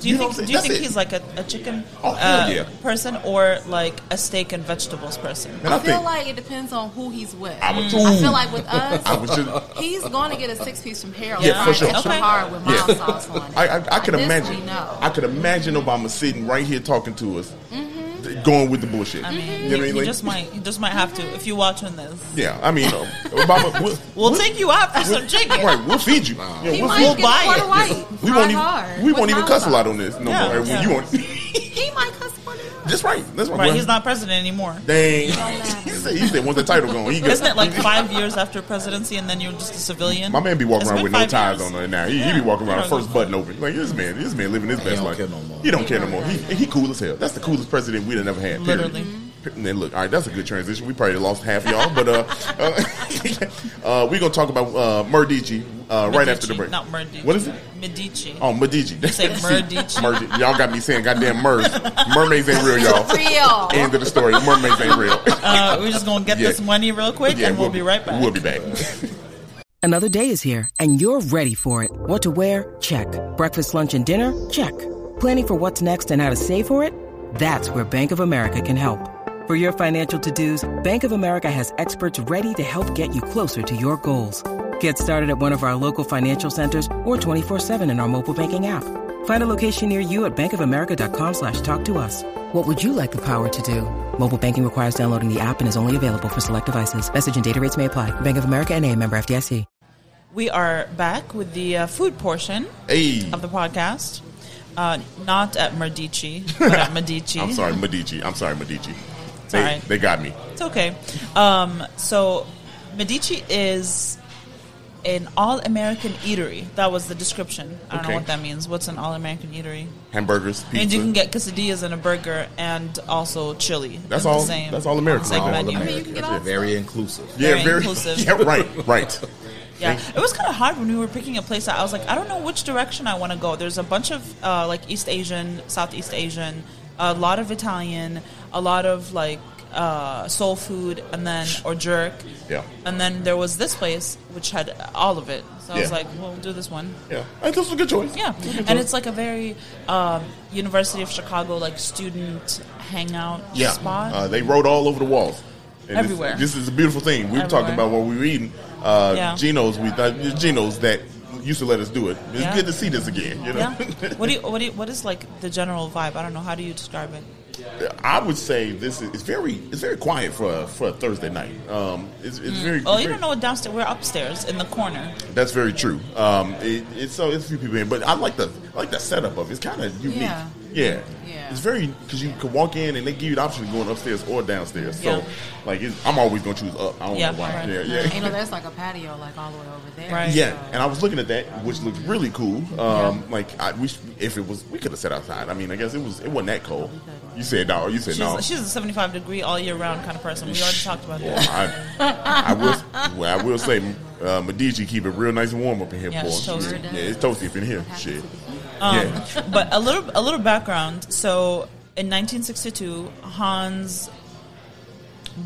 Speaker 1: Do you,
Speaker 2: You know what I'm
Speaker 1: think? Do you think
Speaker 2: saying? That's
Speaker 1: he's like a, a chicken uh,
Speaker 2: Oh, hell yeah.
Speaker 1: person or like a steak and vegetables person?
Speaker 2: And
Speaker 3: I feel like it depends on who he's with.
Speaker 2: I
Speaker 1: Mm.
Speaker 2: would
Speaker 3: I
Speaker 2: too.
Speaker 3: feel like with
Speaker 2: I
Speaker 3: us,
Speaker 2: was just,
Speaker 3: he's going to get a six piece from Harold.
Speaker 2: Yeah, for
Speaker 3: fried
Speaker 2: sure.
Speaker 3: Extra
Speaker 1: Okay.
Speaker 3: hard with mild
Speaker 2: Yeah.
Speaker 3: sauce on it.
Speaker 2: I, I, I could
Speaker 3: At this
Speaker 2: imagine.
Speaker 3: we know.
Speaker 2: I could imagine Obama sitting right here talking to us,
Speaker 3: Mm-hmm.
Speaker 2: th- going with the bullshit.
Speaker 1: I mean,
Speaker 2: You know what I
Speaker 1: he,
Speaker 2: mean? Like-
Speaker 1: just might he just might have to if you're watching this.
Speaker 2: yeah, I mean, uh, Obama. We'll,
Speaker 1: We'll take you out for some chicken.
Speaker 2: right, we'll feed you. Yeah,
Speaker 3: he
Speaker 2: we'll
Speaker 3: might
Speaker 2: feed
Speaker 3: get
Speaker 2: you.
Speaker 1: buy
Speaker 3: quarter
Speaker 1: it.
Speaker 3: white.
Speaker 2: We
Speaker 3: fried
Speaker 2: won't even.
Speaker 3: hard
Speaker 2: We
Speaker 3: with
Speaker 2: won't even
Speaker 3: mild
Speaker 2: cuss a
Speaker 3: sauce.
Speaker 2: lot on this no
Speaker 1: Yeah,
Speaker 2: more.
Speaker 1: yeah.
Speaker 2: You won't,
Speaker 3: He might cuss for it.
Speaker 2: that's right. That's right.
Speaker 1: Right,
Speaker 2: boy.
Speaker 1: he's not president anymore.
Speaker 2: Dang. he said, he said, "Once the title gone, he good."
Speaker 1: Isn't it like five years after presidency and then you're just a civilian?
Speaker 2: My man be walking
Speaker 1: It's
Speaker 2: around
Speaker 1: been
Speaker 2: with no
Speaker 1: five
Speaker 2: ties
Speaker 1: years.
Speaker 2: on right now. He, he
Speaker 1: Yeah.
Speaker 2: be walking around
Speaker 1: He don't
Speaker 2: first button open. Like this man, this man living his best
Speaker 4: don't
Speaker 2: life.
Speaker 4: care no more.
Speaker 2: He don't care no more. He, he cool as hell. That's the coolest president we done ever had. Period.
Speaker 1: Literally.
Speaker 2: And then look, all right, that's a good transition. We probably lost half y'all, but uh, uh, uh we gonna talk about uh, Merdici uh, right after the
Speaker 1: Medici,
Speaker 2: break.
Speaker 1: Not Merdici.
Speaker 2: What is it?
Speaker 1: Medici.
Speaker 2: Oh, Medici.
Speaker 1: say Merdici.
Speaker 2: Y'all got me saying goddamn mers. Mermaids ain't real, y'all.
Speaker 3: Real.
Speaker 2: End of the story. Mermaids ain't real.
Speaker 1: Uh, we're just gonna get
Speaker 2: Yeah.
Speaker 1: this money real quick, and we'll, be right back.
Speaker 2: We'll be back.
Speaker 6: Another day is here, and you're ready for it. What to wear? Check. Breakfast, lunch, and dinner? Check. Planning for what's next and how to save for it? That's where Bank of America can help. For your financial to-dos, Bank of America has experts ready to help get you closer to your goals. Get started at one of our local financial centers or 24-7 in our mobile banking app. Find a location near you at bankofamerica.com slash talk to us. What would you like the power to do? Mobile banking requires downloading the app and is only available for select devices. Message and data rates may apply. Bank of America and a member FDIC.
Speaker 1: We are back with the uh, food portion
Speaker 2: hey.
Speaker 1: of the podcast. Uh, not at Merdici, but at Medici.
Speaker 2: I'm sorry, Medici. I'm sorry, Medici. They,
Speaker 1: all right.
Speaker 2: they got me.
Speaker 1: It's okay. Um, so, Medici is an all-American eatery. That was the description. I don't
Speaker 2: Okay.
Speaker 1: know what that means. What's an all-American eatery?
Speaker 2: Hamburgers, pizza.
Speaker 1: And you can get quesadillas and a burger, and also chili.
Speaker 2: That's
Speaker 1: It's the
Speaker 2: all-
Speaker 1: same-
Speaker 2: that's all American
Speaker 1: same
Speaker 2: right there.
Speaker 1: menu.
Speaker 4: all
Speaker 3: mean, you can get
Speaker 4: American.
Speaker 3: all-
Speaker 4: Very inclusive.
Speaker 2: yeah,
Speaker 1: very inclusive.
Speaker 2: Yeah, right, right.
Speaker 1: Yeah, it was kind of hard when we were picking a place out. I was like, I don't know which direction I want to go. There's a bunch of uh, like East Asian, Southeast Asian, a lot of Italian, a lot of like uh, soul food, and then or jerk.
Speaker 2: Yeah.
Speaker 1: And then there was this place which had all of it. So I was
Speaker 2: Yeah.
Speaker 1: like, well, we'll do this one.
Speaker 2: Yeah, I think was a good choice.
Speaker 1: Yeah, and it's like a very um, University of Chicago like student hangout
Speaker 2: yeah.
Speaker 1: spot.
Speaker 2: Uh, they wrote all over the walls. And this-
Speaker 1: Everywhere.
Speaker 2: This, is a beautiful thing. We were talking
Speaker 1: Everywhere.
Speaker 2: about what we were eating. Uh,
Speaker 1: Yeah.
Speaker 2: Geno's, we thought Geno's that used to let us do it. It's
Speaker 1: Yeah.
Speaker 2: good to see this again. You know,
Speaker 1: yeah. What do you, what do you, what is like the general vibe? I don't know. How do you describe it?
Speaker 2: I would say this is it's very it's very quiet for a, for a Thursday night. Um, it's, it's very.
Speaker 1: Mm. Well, you
Speaker 2: very-
Speaker 1: don't know what downstairs. We're upstairs in the corner.
Speaker 2: That's very true. Um, it, it's so it's a few people in, but I like the I like the setup of it. It's kind of unique.
Speaker 3: Yeah.
Speaker 2: Yeah.
Speaker 3: Yeah.
Speaker 2: It's very because you can walk in and they give you the option of going upstairs or downstairs. So
Speaker 1: Yeah.
Speaker 2: like it's, I'm always gonna choose up. I don't
Speaker 1: Yeah,
Speaker 2: know why.
Speaker 1: right.
Speaker 2: Yeah, yeah.
Speaker 3: You know, there's like a patio like all the way over there.
Speaker 1: Right.
Speaker 2: Yeah, and I was looking at that, which looked really cool. Um, Like, I wish if it was, we could have sat outside. I mean, I guess it was. It wasn't that cold. You said no. You said
Speaker 1: She's,
Speaker 2: no.
Speaker 1: she's a 75 degree all year round kind of person. We already talked about
Speaker 2: Well,
Speaker 1: that.
Speaker 2: I, I will. Well, I will say, uh, Medici keep it real nice and warm up in here.
Speaker 1: Yeah,
Speaker 2: boy.
Speaker 1: it's toasty.
Speaker 2: Yeah, it's toasty up in here. Shit. yeah.
Speaker 1: But a little a little background. So in 1962, Hans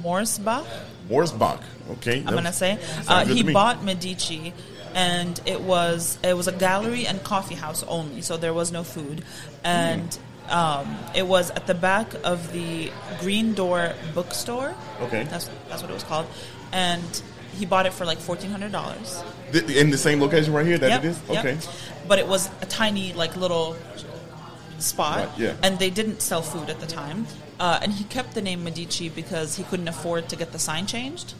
Speaker 1: Morsbach,
Speaker 2: Morsbach. Okay.
Speaker 1: I'm gonna say uh, he bought Medici, and it was it was a gallery and coffee house only, so there was no food, and um, it was at the back of the Green Door Bookstore.
Speaker 2: Okay.
Speaker 1: that's that's what it was called, and he bought it for like fourteen hundred dollars.
Speaker 2: Th- in the same location right here. That it is. Okay.
Speaker 1: but it was a tiny like little spot,
Speaker 2: Right, yeah.
Speaker 1: and they didn't sell food at the time. Uh, and he kept the name Medici because he couldn't afford to get the sign changed.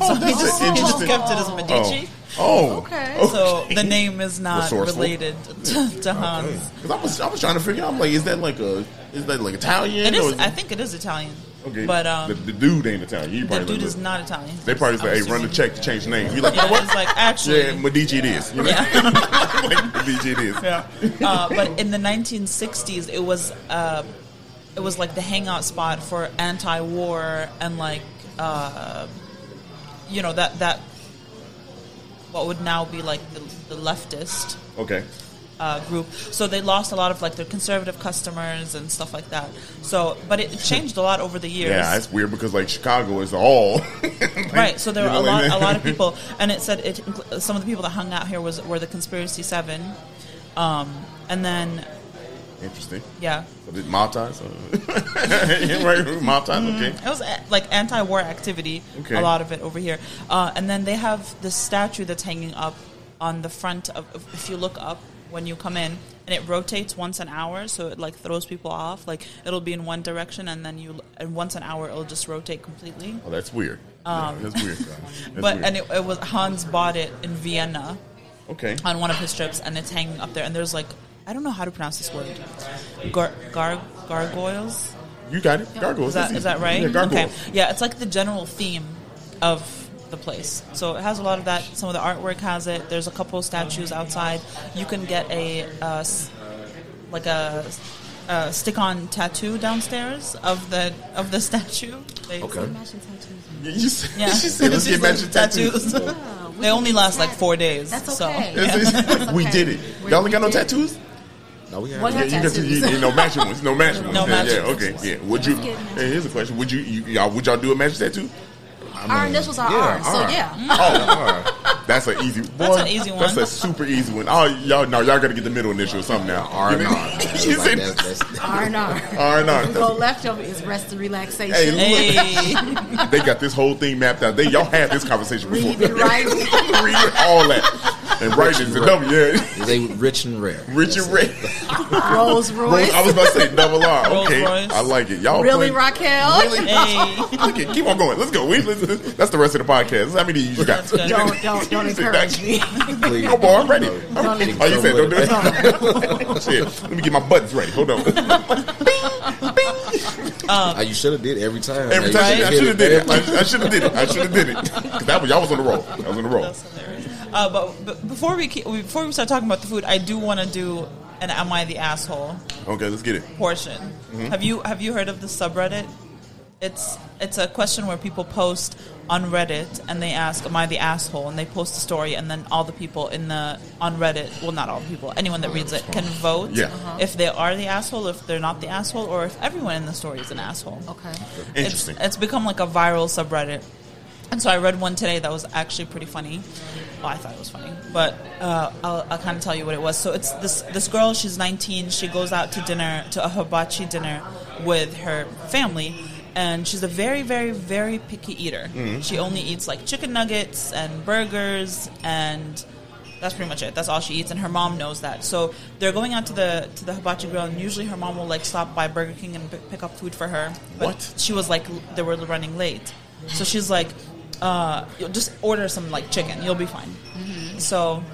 Speaker 2: Oh,
Speaker 1: He
Speaker 2: that's
Speaker 1: just,
Speaker 2: an
Speaker 1: he just
Speaker 2: interesting.
Speaker 1: kept it as Medici.
Speaker 2: Oh. oh.
Speaker 3: Okay.
Speaker 1: So the name is not
Speaker 2: Resourceful.
Speaker 1: related to, to Hans.
Speaker 2: Because I was, I was trying to figure out. I'm like, is that like a, is that like Italian?
Speaker 1: It
Speaker 2: or
Speaker 1: is.
Speaker 2: it-
Speaker 1: I think it is Italian.
Speaker 2: Okay.
Speaker 1: But um,
Speaker 2: the,
Speaker 1: the,
Speaker 2: the dude ain't Italian. You probably
Speaker 1: dude
Speaker 2: look-
Speaker 1: is not Italian.
Speaker 2: They probably
Speaker 1: I
Speaker 2: say,
Speaker 1: was
Speaker 2: "Hey, run the
Speaker 1: just-
Speaker 2: check to change names." You like,
Speaker 1: Yeah,
Speaker 2: what?
Speaker 1: it's like, actually-
Speaker 2: yeah, Medici it is. You know?
Speaker 1: Yeah.
Speaker 2: like, Medici it is.
Speaker 1: Yeah. uh, but in the 1960s, it was uh, it was like the hangout spot for anti-war and like uh, you know that that what would now be like the, the leftist
Speaker 2: Okay.
Speaker 1: uh, group. So they lost a lot of like their conservative customers and stuff like that. So, but it changed a lot over the years.
Speaker 2: Yeah, it's weird because like Chicago is all
Speaker 1: Right, so there were
Speaker 2: You
Speaker 1: a
Speaker 2: know,
Speaker 1: lot,
Speaker 2: and-
Speaker 1: a lot of people, and it said it. incl- Some of the people that hung out here was were the Conspiracy Seven, um, and then
Speaker 2: interesting.
Speaker 1: yeah,
Speaker 2: Was it mob ties? yeah, right, mob ties. Okay.
Speaker 1: It was a- like anti-war activity.
Speaker 2: Okay.
Speaker 1: A lot of it over here, uh, and then they have this statue that's hanging up on the front of. if- If you look up when you come in, and it rotates once an hour, so it like throws people off. Like it'll be in one direction, and then you l- and once an hour it'll just rotate completely.
Speaker 2: Oh, that's weird. Yeah, that's weird. That's
Speaker 1: Um, but
Speaker 2: weird.
Speaker 1: and it, it was Hans bought it in Vienna
Speaker 2: okay.
Speaker 1: on one of his trips, and it's hanging up there. And there's like I don't know how to pronounce this word, gar, gar gargoyles.
Speaker 2: You got it. Gargoyles.
Speaker 1: Is that,
Speaker 2: that's
Speaker 1: is that
Speaker 2: easy.
Speaker 1: right?
Speaker 2: Yeah, gargoyles.
Speaker 1: Yeah, it's like the general theme of the place. So it has a lot of that. Some of the artwork has it. There's a couple of statues outside. You can get a uh, s- like a, a stick-on tattoo downstairs of the of the statue. They,
Speaker 2: Okay.
Speaker 3: Matching tattoos.
Speaker 2: Yeah, you said,
Speaker 1: Yeah.
Speaker 2: she said, "Let's
Speaker 1: She's
Speaker 2: get
Speaker 1: like,
Speaker 2: matching tattoos."
Speaker 3: Yeah, we
Speaker 1: they only
Speaker 3: can
Speaker 1: last
Speaker 3: do
Speaker 1: like
Speaker 3: that.
Speaker 1: four days.
Speaker 3: That's
Speaker 1: so-
Speaker 3: okay.
Speaker 2: we
Speaker 3: okay.
Speaker 2: did it.
Speaker 3: We-
Speaker 2: Y'all ain't got
Speaker 3: we
Speaker 2: no
Speaker 3: did it.
Speaker 2: tattoos.
Speaker 4: No, we
Speaker 3: What
Speaker 4: have.
Speaker 2: Yeah,
Speaker 4: it.
Speaker 2: you got you, you, you no matching ones, no matching ones.
Speaker 1: No
Speaker 2: yeah,
Speaker 1: matching
Speaker 2: yeah,
Speaker 1: ones.
Speaker 2: okay, yeah. Would you? Hey, here's a question: Would you, you y'all would y'all do a match tattoo?
Speaker 3: Our initials are
Speaker 4: yeah,
Speaker 3: R, so
Speaker 4: R.
Speaker 2: Oh,
Speaker 3: yeah.
Speaker 2: all right. that's an easy. Boy,
Speaker 1: an easy one.
Speaker 2: That's a super easy one. Oh, y'all, no, y'all gotta get the middle initial or something now.
Speaker 4: R and
Speaker 2: You
Speaker 4: R.
Speaker 2: know? You
Speaker 4: Like,
Speaker 2: said
Speaker 4: that's- that's-
Speaker 3: R and R.
Speaker 2: R and R.
Speaker 3: Go
Speaker 2: That's-
Speaker 3: left over is rest and relaxation.
Speaker 2: Hey, look.
Speaker 1: Hey,
Speaker 2: They got this whole thing mapped out. They y'all had this conversation before.
Speaker 3: Read and write.
Speaker 2: Read all that. And writing is a W. Yeah.
Speaker 4: Is a rich and rare.
Speaker 2: Richard Ray.
Speaker 3: Rolls Royce.
Speaker 2: I was about to say double R.
Speaker 1: Rolls
Speaker 2: Okay,
Speaker 1: Royce.
Speaker 2: I like it. Y'all
Speaker 3: Really,
Speaker 2: playing-
Speaker 3: Raquel?
Speaker 2: Really?
Speaker 1: hey.
Speaker 2: Look at, keep on going. Let's go. We, let's, that's the rest of the podcast. How many you got?
Speaker 1: That's good.
Speaker 3: Don't don't don't encourage me.
Speaker 4: Please.
Speaker 2: No, boy, I'm ready.
Speaker 4: Don't
Speaker 2: oh, you said don't do it. Shit, let me get my buttons ready. Hold on.
Speaker 4: Uh, you should have did every time.
Speaker 2: Every
Speaker 4: Now,
Speaker 2: time
Speaker 4: you
Speaker 2: I
Speaker 4: should've
Speaker 2: should have did it.
Speaker 4: every-
Speaker 2: I should have did it. I should have did it. 'Cause that was y'all was on the roll. I was on the roll.
Speaker 1: That's hilarious. Uh, but, but before we keep, before we start talking about the food, I do want to do an "Am I the asshole?"
Speaker 2: Okay, let's get it.
Speaker 1: portion. Have you have you heard of the subreddit? it's it's a question where people post on Reddit and they ask, "Am I the asshole?" and they post a story, and then all the people in the on Reddit, well, not all the people, anyone that reads it can vote
Speaker 2: Yeah. Uh-huh.
Speaker 1: if they are the asshole, if they're not the asshole, or if everyone in the story is an asshole.
Speaker 3: Okay.
Speaker 2: Interesting.
Speaker 1: It's, it's become like a viral subreddit. And so I read one today that was actually pretty funny. Well, I thought it was funny, but uh, I'll, I'll kind of tell you what it was. So it's this this girl. She's 19. She goes out to dinner to a hibachi dinner with her family, and she's a very, very, very picky eater. She only eats like chicken nuggets and burgers and that's pretty much it. That's all she eats, and her mom knows that. So they're going out to the to the hibachi grill, and usually her mom will like stop by Burger King and p- pick up food for her. But
Speaker 2: What?
Speaker 1: she was like, l- they were running late, so she's like, uh, "You'll just order some like chicken, you'll be fine.
Speaker 2: Mm-hmm.
Speaker 1: So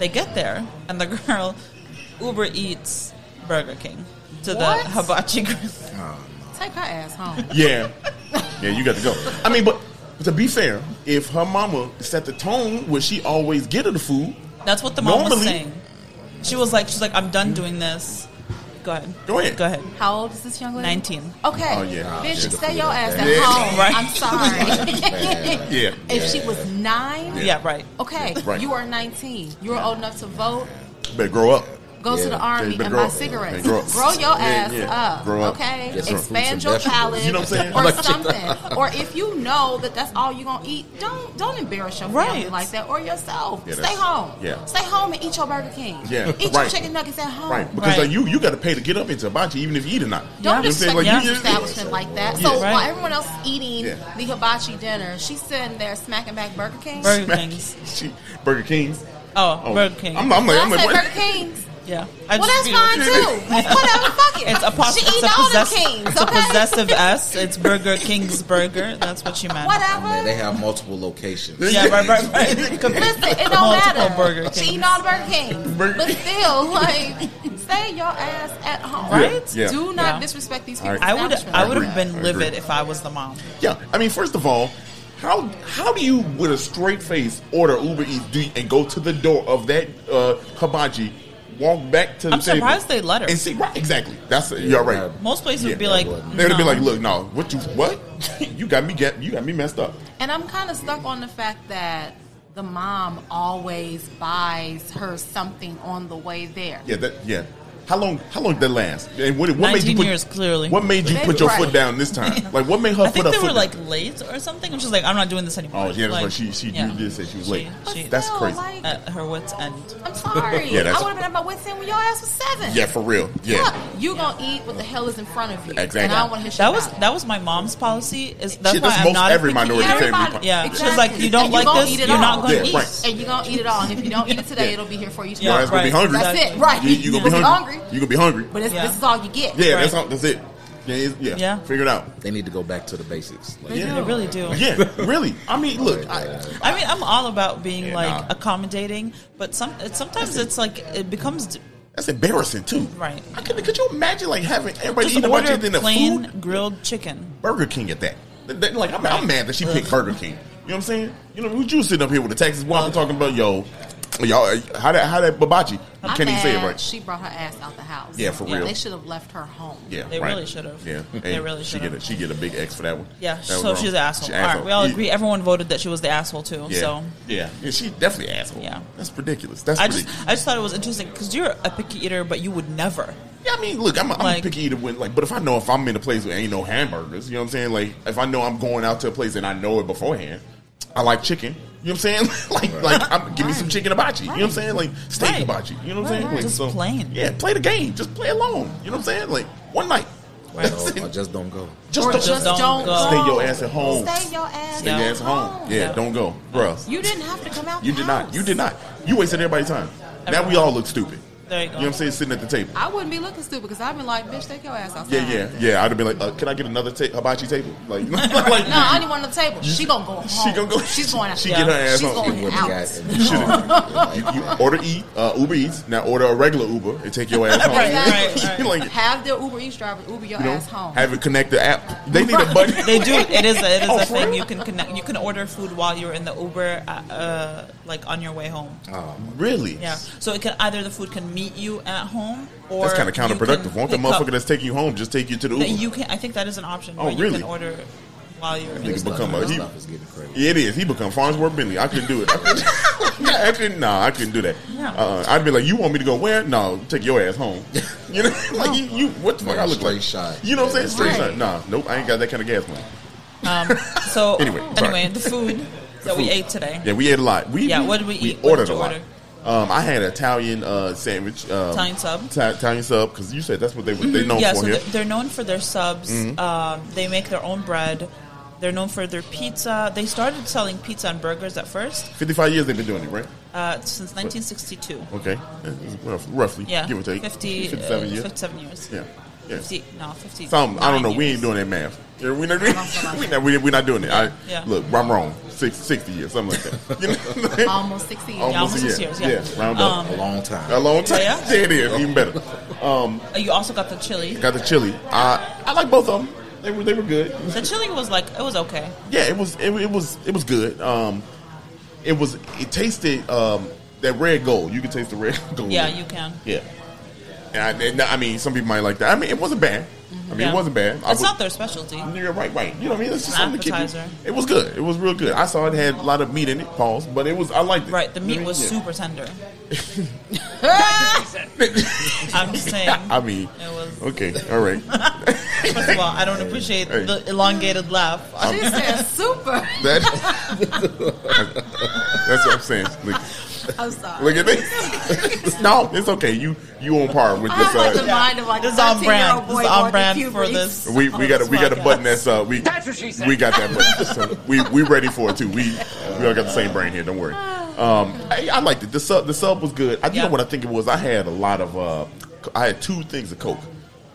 Speaker 1: they get there, and the girl Uber eats Burger King to
Speaker 3: What?
Speaker 1: the hibachi grill.
Speaker 3: Take her ass home.
Speaker 2: Yeah. Yeah, you got to go. I mean, but to be fair, if her mama set the tone where she always get her the food,
Speaker 1: That's what the mom was
Speaker 2: Normally-
Speaker 1: saying. She was like, she's like, I'm done doing this. Go ahead.
Speaker 2: Go ahead.
Speaker 1: Go ahead.
Speaker 3: How old is this young lady?
Speaker 1: 19.
Speaker 3: Okay.
Speaker 2: Oh, yeah.
Speaker 3: Bitch,
Speaker 4: Yeah.
Speaker 3: stay your ass at
Speaker 2: Yeah.
Speaker 3: home.
Speaker 1: Right.
Speaker 3: I'm sorry.
Speaker 2: yeah.
Speaker 3: if she was nine,
Speaker 1: Yeah, right.
Speaker 3: okay,
Speaker 2: Right.
Speaker 3: you are 19. You're old enough to vote.
Speaker 2: Better grow up.
Speaker 3: Go to
Speaker 4: Yeah.
Speaker 3: the
Speaker 2: Yeah,
Speaker 3: army
Speaker 2: you better
Speaker 3: and
Speaker 2: grow
Speaker 3: buy
Speaker 2: up.
Speaker 3: cigarettes.
Speaker 2: Yeah, grow up.
Speaker 3: Grow your
Speaker 2: Yeah,
Speaker 3: ass
Speaker 2: yeah.
Speaker 3: up.
Speaker 2: Grow up.
Speaker 3: Okay,
Speaker 4: Get some fruits
Speaker 3: expand
Speaker 4: and
Speaker 3: your
Speaker 4: vegetables.
Speaker 3: palate
Speaker 2: You know what I'm saying?
Speaker 4: Like
Speaker 3: or
Speaker 4: that.
Speaker 3: something. or if you know that that's all you're gonna eat, don't don't embarrass your family
Speaker 1: Right.
Speaker 3: like that or yourself.
Speaker 2: Yeah,
Speaker 3: stay
Speaker 2: that's-
Speaker 3: home.
Speaker 2: yeah.
Speaker 3: Stay home and eat your Burger King.
Speaker 2: Yeah,
Speaker 3: Eat your
Speaker 2: right.
Speaker 3: chicken nuggets at home.
Speaker 2: Right. Because
Speaker 1: Right.
Speaker 2: like you you got to pay to get up into hibachi even if you eat or not.
Speaker 3: Don't
Speaker 1: Yeah.
Speaker 3: disrespect
Speaker 2: Like,
Speaker 3: the
Speaker 1: you
Speaker 3: lunch
Speaker 1: just-
Speaker 3: establishment like that.
Speaker 2: Yeah.
Speaker 3: So
Speaker 1: Right.
Speaker 3: while everyone else is eating
Speaker 2: Yeah.
Speaker 3: the hibachi dinner, she's sitting there smacking back Burger King.
Speaker 1: Burger Kings.
Speaker 2: She, Burger King.
Speaker 1: Oh,
Speaker 2: Oh,
Speaker 1: Burger King.
Speaker 2: I'm, I'm
Speaker 3: Well,
Speaker 2: like,
Speaker 3: I
Speaker 2: I'm like,
Speaker 3: said
Speaker 2: what?
Speaker 3: Burger Kings.
Speaker 1: yeah. I
Speaker 3: Well, that's
Speaker 1: just
Speaker 3: fine
Speaker 1: feel-
Speaker 3: too. Whatever, fuck it.
Speaker 1: It's a, pos-
Speaker 3: she
Speaker 1: it's
Speaker 3: eat
Speaker 1: a,
Speaker 3: all
Speaker 1: possess-
Speaker 3: them kings.
Speaker 1: it's a
Speaker 3: Okay,
Speaker 1: possessive S. It's Burger King's burger. That's what you meant.
Speaker 3: whatever.
Speaker 4: I mean, they have multiple locations.
Speaker 1: Yeah, right, right, right. Com-
Speaker 3: Listen, it don't
Speaker 1: Multiple
Speaker 3: matter.
Speaker 1: Burger
Speaker 3: She eat
Speaker 1: Kings.
Speaker 3: all the Burger Kings,
Speaker 2: Burger
Speaker 3: but
Speaker 2: King.
Speaker 3: still, like, stay your ass at home.
Speaker 1: Right?
Speaker 2: Yeah.
Speaker 3: Do not
Speaker 1: Yeah.
Speaker 3: disrespect these
Speaker 2: All
Speaker 3: people.
Speaker 2: right.
Speaker 1: I would I would have
Speaker 2: I
Speaker 1: been
Speaker 2: agree.
Speaker 1: livid if I was the mom.
Speaker 2: Yeah, I mean, first of all, how how do you with a straight face order Uber Eats do you- and go to the door of that uh, hibachi, walk back to the
Speaker 1: I'm
Speaker 2: table
Speaker 1: surprised they let her.
Speaker 2: and see right exactly. That's you're right.
Speaker 1: Most places
Speaker 2: Yeah,
Speaker 1: would be
Speaker 2: that
Speaker 1: like,
Speaker 4: wouldn't.
Speaker 2: They're gonna be
Speaker 1: no.
Speaker 2: like, look, no, what you what? you got me get you got me messed up.
Speaker 3: And I'm kind of stuck on the fact that the mom always buys her something on the way there.
Speaker 2: Yeah, that yeah. How long? How long did that last? And what, what made
Speaker 1: 19
Speaker 2: you put,
Speaker 1: years, clearly.
Speaker 2: What made you
Speaker 3: Maybe
Speaker 2: put your
Speaker 3: right.
Speaker 2: foot down this time? Like, what made her
Speaker 1: I
Speaker 2: put
Speaker 1: think
Speaker 2: her
Speaker 1: they
Speaker 2: foot
Speaker 1: were
Speaker 2: down?
Speaker 1: like late or something. And she's like, I'm not doing this anymore.
Speaker 2: Oh yeah, that's
Speaker 1: like,
Speaker 2: right. She she
Speaker 1: yeah.
Speaker 2: you did say she was
Speaker 1: She-
Speaker 2: late.
Speaker 1: she-
Speaker 2: that's
Speaker 3: Still,
Speaker 2: crazy.
Speaker 3: like,
Speaker 1: At her wits' end.
Speaker 3: I'm sorry.
Speaker 2: Yeah, that's-
Speaker 3: I would have been at my wits end when your ass was seven.
Speaker 2: yeah, for real. Yeah,
Speaker 3: Look, you gonna eat what the hell is in front of you.
Speaker 2: Exactly.
Speaker 3: And I don't want to hear shit
Speaker 1: That was
Speaker 3: about it.
Speaker 1: that was my mom's policy. Is that's
Speaker 2: Shit,
Speaker 1: why
Speaker 2: that's
Speaker 1: I'm
Speaker 2: most
Speaker 1: not a
Speaker 2: every
Speaker 1: picky
Speaker 2: minority
Speaker 1: eater.
Speaker 2: family.
Speaker 3: Everybody.
Speaker 1: Yeah.
Speaker 3: exactly.
Speaker 1: She's like, you don't
Speaker 3: And
Speaker 1: like
Speaker 3: gonna
Speaker 1: this,
Speaker 3: eat it
Speaker 1: you're
Speaker 3: all.
Speaker 1: not gonna
Speaker 2: Yeah, eat. right.
Speaker 3: And you're gonna eat it all. And if you don't eat it today,
Speaker 2: Yeah.
Speaker 3: it'll be here for you
Speaker 1: Yeah,
Speaker 2: your
Speaker 3: tomorrow.
Speaker 2: ass gonna be
Speaker 1: right.
Speaker 2: hungry.
Speaker 3: That's it, right?
Speaker 2: You, you gonna be
Speaker 3: You'll
Speaker 2: hungry. You gonna be hungry.
Speaker 3: But it's,
Speaker 1: Yeah.
Speaker 3: this is all you get.
Speaker 2: yeah,
Speaker 1: Right.
Speaker 2: that's all, that's it. Yeah, it's- yeah,
Speaker 1: Yeah.
Speaker 2: Figure it out.
Speaker 4: They need to go back to the basics. Like,
Speaker 1: They really do.
Speaker 2: Yeah, really. I mean, look. I,
Speaker 1: I mean, I'm all about being
Speaker 2: Yeah,
Speaker 1: like
Speaker 2: nah.
Speaker 1: accommodating, but some it, sometimes it's like it becomes d-
Speaker 2: that's embarrassing too.
Speaker 1: Right.
Speaker 2: I could, could you imagine like having everybody
Speaker 1: just
Speaker 2: eat about
Speaker 1: order
Speaker 2: you then the
Speaker 1: plain
Speaker 2: food
Speaker 1: grilled chicken.
Speaker 2: Burger King at that? That- that- like I'm, I'm mad that she picked Burger King. You know what I'm saying? You know, who's you sitting up here with the Texas woman talking about yo, y'all? How that how that babachi? I
Speaker 3: I'm
Speaker 2: can't even say it
Speaker 3: mad
Speaker 2: right.
Speaker 3: She brought her ass out the house.
Speaker 2: Yeah, for real.
Speaker 3: They should have left her home.
Speaker 2: Yeah,
Speaker 1: They
Speaker 2: right.
Speaker 1: really should've.
Speaker 2: Yeah,
Speaker 1: They
Speaker 2: And
Speaker 1: really
Speaker 2: She get a,
Speaker 1: should've.
Speaker 2: she get a big X for that one.
Speaker 1: Yeah,
Speaker 2: That was
Speaker 1: so
Speaker 2: wrong.
Speaker 1: she's an asshole.
Speaker 2: She
Speaker 1: All right, we all
Speaker 2: Yeah.
Speaker 1: agree. Everyone voted that she was the asshole too.
Speaker 2: Yeah.
Speaker 1: So
Speaker 2: yeah, yeah, she definitely an asshole.
Speaker 1: Yeah.
Speaker 2: that's ridiculous. That's
Speaker 1: I just
Speaker 2: ridiculous.
Speaker 1: I just thought it was interesting because you're a picky eater, but you would never.
Speaker 2: yeah, I mean, look, I'm, a am
Speaker 1: Like-
Speaker 2: a picky eater. When like, but if I know if I'm in a place where ain't no hamburgers, you know what I'm saying? Like, if I know I'm going out to a place and I know it beforehand, I like chicken. You know what I'm saying? like, like, I'm, give me some chicken hibachi. You know what I'm saying? Like, steak
Speaker 1: Right.
Speaker 2: hibachi. You know
Speaker 1: Right,
Speaker 2: what I'm saying?
Speaker 1: right.
Speaker 2: Like,
Speaker 1: Just plain.
Speaker 2: Yeah, play the game. Just play alone. You know what I'm saying? Like, one night.
Speaker 1: Right.
Speaker 2: That's it.
Speaker 4: or just don't go.
Speaker 2: Just
Speaker 3: or
Speaker 2: don't-
Speaker 3: just
Speaker 1: don't
Speaker 3: don't,
Speaker 1: go.
Speaker 3: go.
Speaker 2: Stay your ass at home.
Speaker 3: Stay your ass.
Speaker 2: Stay
Speaker 1: Yeah.
Speaker 2: your ass at home. Yeah,
Speaker 1: Yeah.
Speaker 2: don't go, bruh.
Speaker 3: You didn't have to come out.
Speaker 2: You
Speaker 3: the
Speaker 2: did not.
Speaker 3: house.
Speaker 2: You did not. You wasted everybody's time. Now we all look stupid.
Speaker 1: There you go.
Speaker 2: You know what I'm saying? Sitting at the table.
Speaker 3: I wouldn't be looking stupid because I'd be like, bitch, take your ass outside.
Speaker 2: Yeah, yeah, yeah. I'd have been like, uh, can I get another ta- hibachi table? Like, like
Speaker 3: No, I only want the table. She gonna go home.
Speaker 2: She gonna go-
Speaker 3: She's going out.
Speaker 2: she get her ass
Speaker 3: She's
Speaker 2: home.
Speaker 3: going
Speaker 4: Would've
Speaker 3: out.
Speaker 4: got-
Speaker 2: you, you order eat uh, Uber Eats. Now order a regular Uber and take your ass home.
Speaker 1: Right,
Speaker 3: Exactly.
Speaker 2: like, you
Speaker 3: Have their Uber Eats driver Uber your
Speaker 2: know,
Speaker 3: ass home.
Speaker 2: have it connect the app. They need a buddy.
Speaker 1: They do. It is. A, it is
Speaker 2: Oh,
Speaker 1: a
Speaker 2: for
Speaker 1: thing.
Speaker 2: real?
Speaker 1: You can connect. You can order food while you're in the Uber, uh, uh, like on your way home.
Speaker 2: really?
Speaker 1: Yeah. So it can either the food can meet you at home, or
Speaker 2: That's kind
Speaker 1: you can
Speaker 2: of counterproductive. Won't the
Speaker 1: pick up-
Speaker 2: motherfucker that's taking you home just take you to the Uber?
Speaker 1: that you can. I think that is an option.
Speaker 2: Oh,
Speaker 1: where You
Speaker 2: really?
Speaker 1: can order while you're in
Speaker 2: Niggas
Speaker 1: the
Speaker 2: become a
Speaker 4: This
Speaker 2: he,
Speaker 4: stuff is getting crazy.
Speaker 2: Yeah, it is. He become Farnsworth Bentley. I couldn't do it. I couldn't, I couldn't- nah, I couldn't do that.
Speaker 1: No.
Speaker 2: Uh, I'd be like, you want me to go where? No, take your ass home. You know, like you, you what the fuck? I look
Speaker 4: Straight
Speaker 2: like
Speaker 4: shot.
Speaker 2: You know what I'm saying? Straight
Speaker 3: Right.
Speaker 2: shot. Nah, nope. I ain't got that kind of gas money.
Speaker 1: So
Speaker 2: Anyway,
Speaker 1: anyway,
Speaker 2: sorry.
Speaker 1: the food that we
Speaker 2: food.
Speaker 1: ate today.
Speaker 2: Yeah, we ate a lot. We
Speaker 1: Yeah, what did we eat?
Speaker 2: We
Speaker 1: What did
Speaker 2: ordered
Speaker 1: you
Speaker 2: a lot.
Speaker 1: order?
Speaker 2: Um, I had Italian uh, sandwich. Um,
Speaker 1: Italian sub. Mm-hmm.
Speaker 2: Ti- Italian sub, because you said that's what they were they known
Speaker 1: yeah,
Speaker 2: for
Speaker 1: so
Speaker 2: here. Mm-hmm.
Speaker 1: they're- they're known for their subs. Um, they make their own bread. They're known for their pizza. They started selling pizza and burgers at first
Speaker 2: Fifty-five years they've been doing it, right?
Speaker 1: uh, since 1962.
Speaker 2: Okay, That's rough- roughly,
Speaker 1: Yeah,
Speaker 2: give or take
Speaker 1: 50,
Speaker 2: 57
Speaker 1: uh,
Speaker 2: years.
Speaker 1: 57 years.
Speaker 2: Yeah, yeah.
Speaker 1: 50, no, 50.
Speaker 2: Some I don't know. We ain't doing that math. Yeah, we not, we, we not, we, we not doing it. I,
Speaker 1: Yeah.
Speaker 2: Look, I'm wrong. Six, 60 years, something like that. You know?
Speaker 3: Almost 60 years.
Speaker 1: Um, almost
Speaker 2: a
Speaker 1: six
Speaker 2: year.
Speaker 1: years, yeah. Um,
Speaker 2: round up.
Speaker 4: A long time.
Speaker 2: a long time.
Speaker 1: Yeah.
Speaker 2: There it is. Even better. Um,
Speaker 1: Uh, You also got the chili.
Speaker 2: got the chili. I I like both of them. They were they were good.
Speaker 1: The chili was like it was okay.
Speaker 2: Yeah, it was it, it was it was good. Um, it was it tasted um that red gold. You can taste the red gold.
Speaker 1: Yeah, you can.
Speaker 2: Yeah. And I, and I mean, some people might like that. I mean, it wasn't bad. I mean,
Speaker 1: Yeah.
Speaker 2: it wasn't bad. I
Speaker 1: It's
Speaker 2: would- Mm-hmm.
Speaker 1: not their specialty.
Speaker 2: Yeah, right, right. You know what I mean? It's just
Speaker 1: An
Speaker 2: something to keep you-
Speaker 1: appetizer.
Speaker 2: It was good. It was real good. I saw it had a lot of meat in it. Pause, but it was. I liked it.
Speaker 1: Right, the meat
Speaker 2: Yeah.
Speaker 1: was super tender. I'm just saying.
Speaker 2: I mean,
Speaker 1: It was-
Speaker 2: okay, all right.
Speaker 1: First of all, I don't appreciate
Speaker 2: Hey.
Speaker 1: the elongated laugh.
Speaker 3: She said super.
Speaker 2: That, that's what I'm saying. Look,
Speaker 3: I'm sorry.
Speaker 2: look at this. no, it's okay. You you on par with
Speaker 3: I
Speaker 2: this.
Speaker 3: have like the
Speaker 2: Uh,
Speaker 3: mind of like
Speaker 1: This is
Speaker 3: a
Speaker 1: on
Speaker 3: 13-year-old
Speaker 1: brand. This
Speaker 3: boy
Speaker 1: is on
Speaker 3: going through
Speaker 1: brand for
Speaker 3: puberty.
Speaker 1: this.
Speaker 2: we we got a,
Speaker 1: this
Speaker 2: we got a
Speaker 1: podcast.
Speaker 2: button that's uh we
Speaker 5: That's what she said.
Speaker 2: we got that button. So we we ready for it too. We we all got the same brain here. Don't worry. Um, I, I liked it. The sub the sub was good. I you
Speaker 1: Yeah.
Speaker 2: know what I think it was. I had a lot of uh, I had two things of Coke,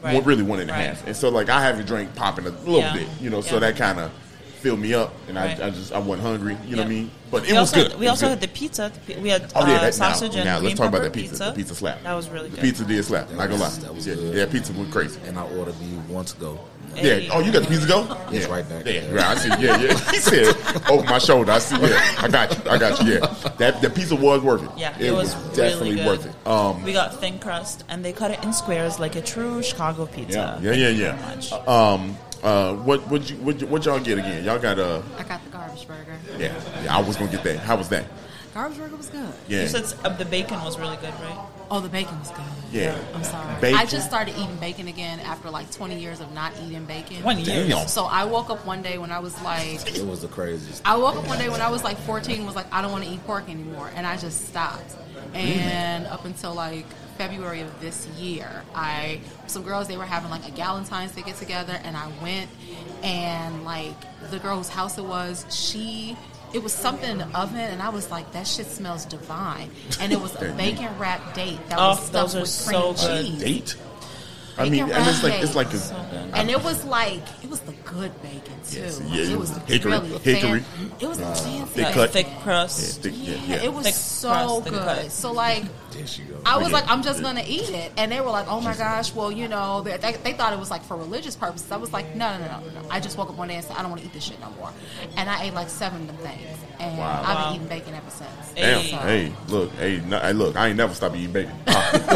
Speaker 1: Right.
Speaker 2: one really one and a half,
Speaker 1: Right.
Speaker 2: and so like I haven't drank pop in a little
Speaker 1: Yeah.
Speaker 2: bit, you know.
Speaker 1: Yeah.
Speaker 2: So that kind of filled me up, and
Speaker 1: Right.
Speaker 2: I, I just I wasn't hungry, you know what I
Speaker 1: Yeah.
Speaker 2: mean. But it
Speaker 1: we
Speaker 2: was
Speaker 1: also
Speaker 2: good.
Speaker 1: Had, we
Speaker 2: It was
Speaker 1: also
Speaker 2: good.
Speaker 1: had the pizza. The pi- We had
Speaker 2: Oh yeah,
Speaker 1: uh,
Speaker 2: that,
Speaker 1: sausage
Speaker 2: now,
Speaker 1: and
Speaker 2: now
Speaker 1: green
Speaker 2: let's talk
Speaker 1: pepper
Speaker 2: about that pizza. The pizza slap.
Speaker 1: That was really
Speaker 2: the
Speaker 1: good.
Speaker 2: pizza did slap. Not gonna lie,
Speaker 4: was- that was
Speaker 2: yeah,
Speaker 4: good.
Speaker 2: yeah, pizza went crazy.
Speaker 4: And I ordered the one to go.
Speaker 1: Hey.
Speaker 2: Yeah. Oh, you got the pizza to go?
Speaker 4: It's
Speaker 2: yeah.
Speaker 4: right back
Speaker 2: Yeah.
Speaker 4: there.
Speaker 2: Right. I see. Yeah. Yeah. He said, "Over my shoulder." I see. Yeah. I got you. I got you. Yeah. That the pizza was worth it.
Speaker 1: Yeah,
Speaker 2: It, was,
Speaker 1: really
Speaker 2: definitely
Speaker 1: good.
Speaker 2: worth it. Um.
Speaker 1: we got thin crust, and they cut it in squares like a true Chicago
Speaker 2: Yeah.
Speaker 1: pizza.
Speaker 2: Yeah. Yeah.
Speaker 1: Thank you
Speaker 2: Yeah.
Speaker 1: so much.
Speaker 2: Um. Uh. What? What? You, what? you- What y'all get again? Y'all got uh.
Speaker 3: I got the garbage burger.
Speaker 2: Yeah. Yeah. I was gonna get that. How was that?
Speaker 3: Garbage burger was good.
Speaker 2: Yeah.
Speaker 1: You said s- uh, the bacon was really good, right?
Speaker 3: Oh, the bacon was good.
Speaker 2: Yeah.
Speaker 3: I'm sorry.
Speaker 2: Bacon.
Speaker 3: I just started eating bacon again after like 20 years of not eating bacon.
Speaker 1: One year.
Speaker 2: Damn.
Speaker 3: So I woke up one day when I was like,
Speaker 4: It was the craziest.
Speaker 3: I woke up one day when I was like 14 and was like, I don't want to eat pork anymore. And I just stopped. And up until like February of this year, I, some girls, they were having like a Galentine's Day get together and I went and like the girl whose house it was, she, it was something in the oven and I was like, that shit smells divine. And it was a bacon wrap date that
Speaker 1: Oh,
Speaker 3: was stuffed
Speaker 1: those are
Speaker 3: with
Speaker 1: so
Speaker 3: cream
Speaker 1: good.
Speaker 3: cheese.
Speaker 2: Date. I
Speaker 3: Bacon
Speaker 2: mean, and it's
Speaker 3: wrap
Speaker 2: like it's
Speaker 3: cake.
Speaker 2: like a.
Speaker 3: And it was like it was the good bacon too.
Speaker 2: Yes,
Speaker 3: Like,
Speaker 2: yeah,
Speaker 3: it was
Speaker 2: hickory-
Speaker 3: really
Speaker 2: hickory.
Speaker 3: Fan- it was fancy.
Speaker 2: They
Speaker 1: Like
Speaker 2: cut.
Speaker 1: thick
Speaker 2: Yeah,
Speaker 1: crust.
Speaker 2: thick- yeah,
Speaker 3: Yeah,
Speaker 2: yeah.
Speaker 3: it was
Speaker 1: Thick
Speaker 3: so
Speaker 1: crust, thick
Speaker 3: good.
Speaker 1: cut.
Speaker 3: So like,
Speaker 4: There she go.
Speaker 3: I was
Speaker 2: Yeah.
Speaker 3: like, I'm just gonna eat it, and they were like, Oh my gosh, well, you know, they, they, they thought it was like for religious purposes. I was like, No, no, no, no, no. I just woke up one day and said, I don't want to eat this shit no more, and I ate like seven of them things, and
Speaker 2: Wow.
Speaker 3: I've
Speaker 1: Wow.
Speaker 3: been eating bacon ever since.
Speaker 1: Hey.
Speaker 2: Damn. Hey, look. Hey, no, hey, look. I ain't never stopped eating bacon.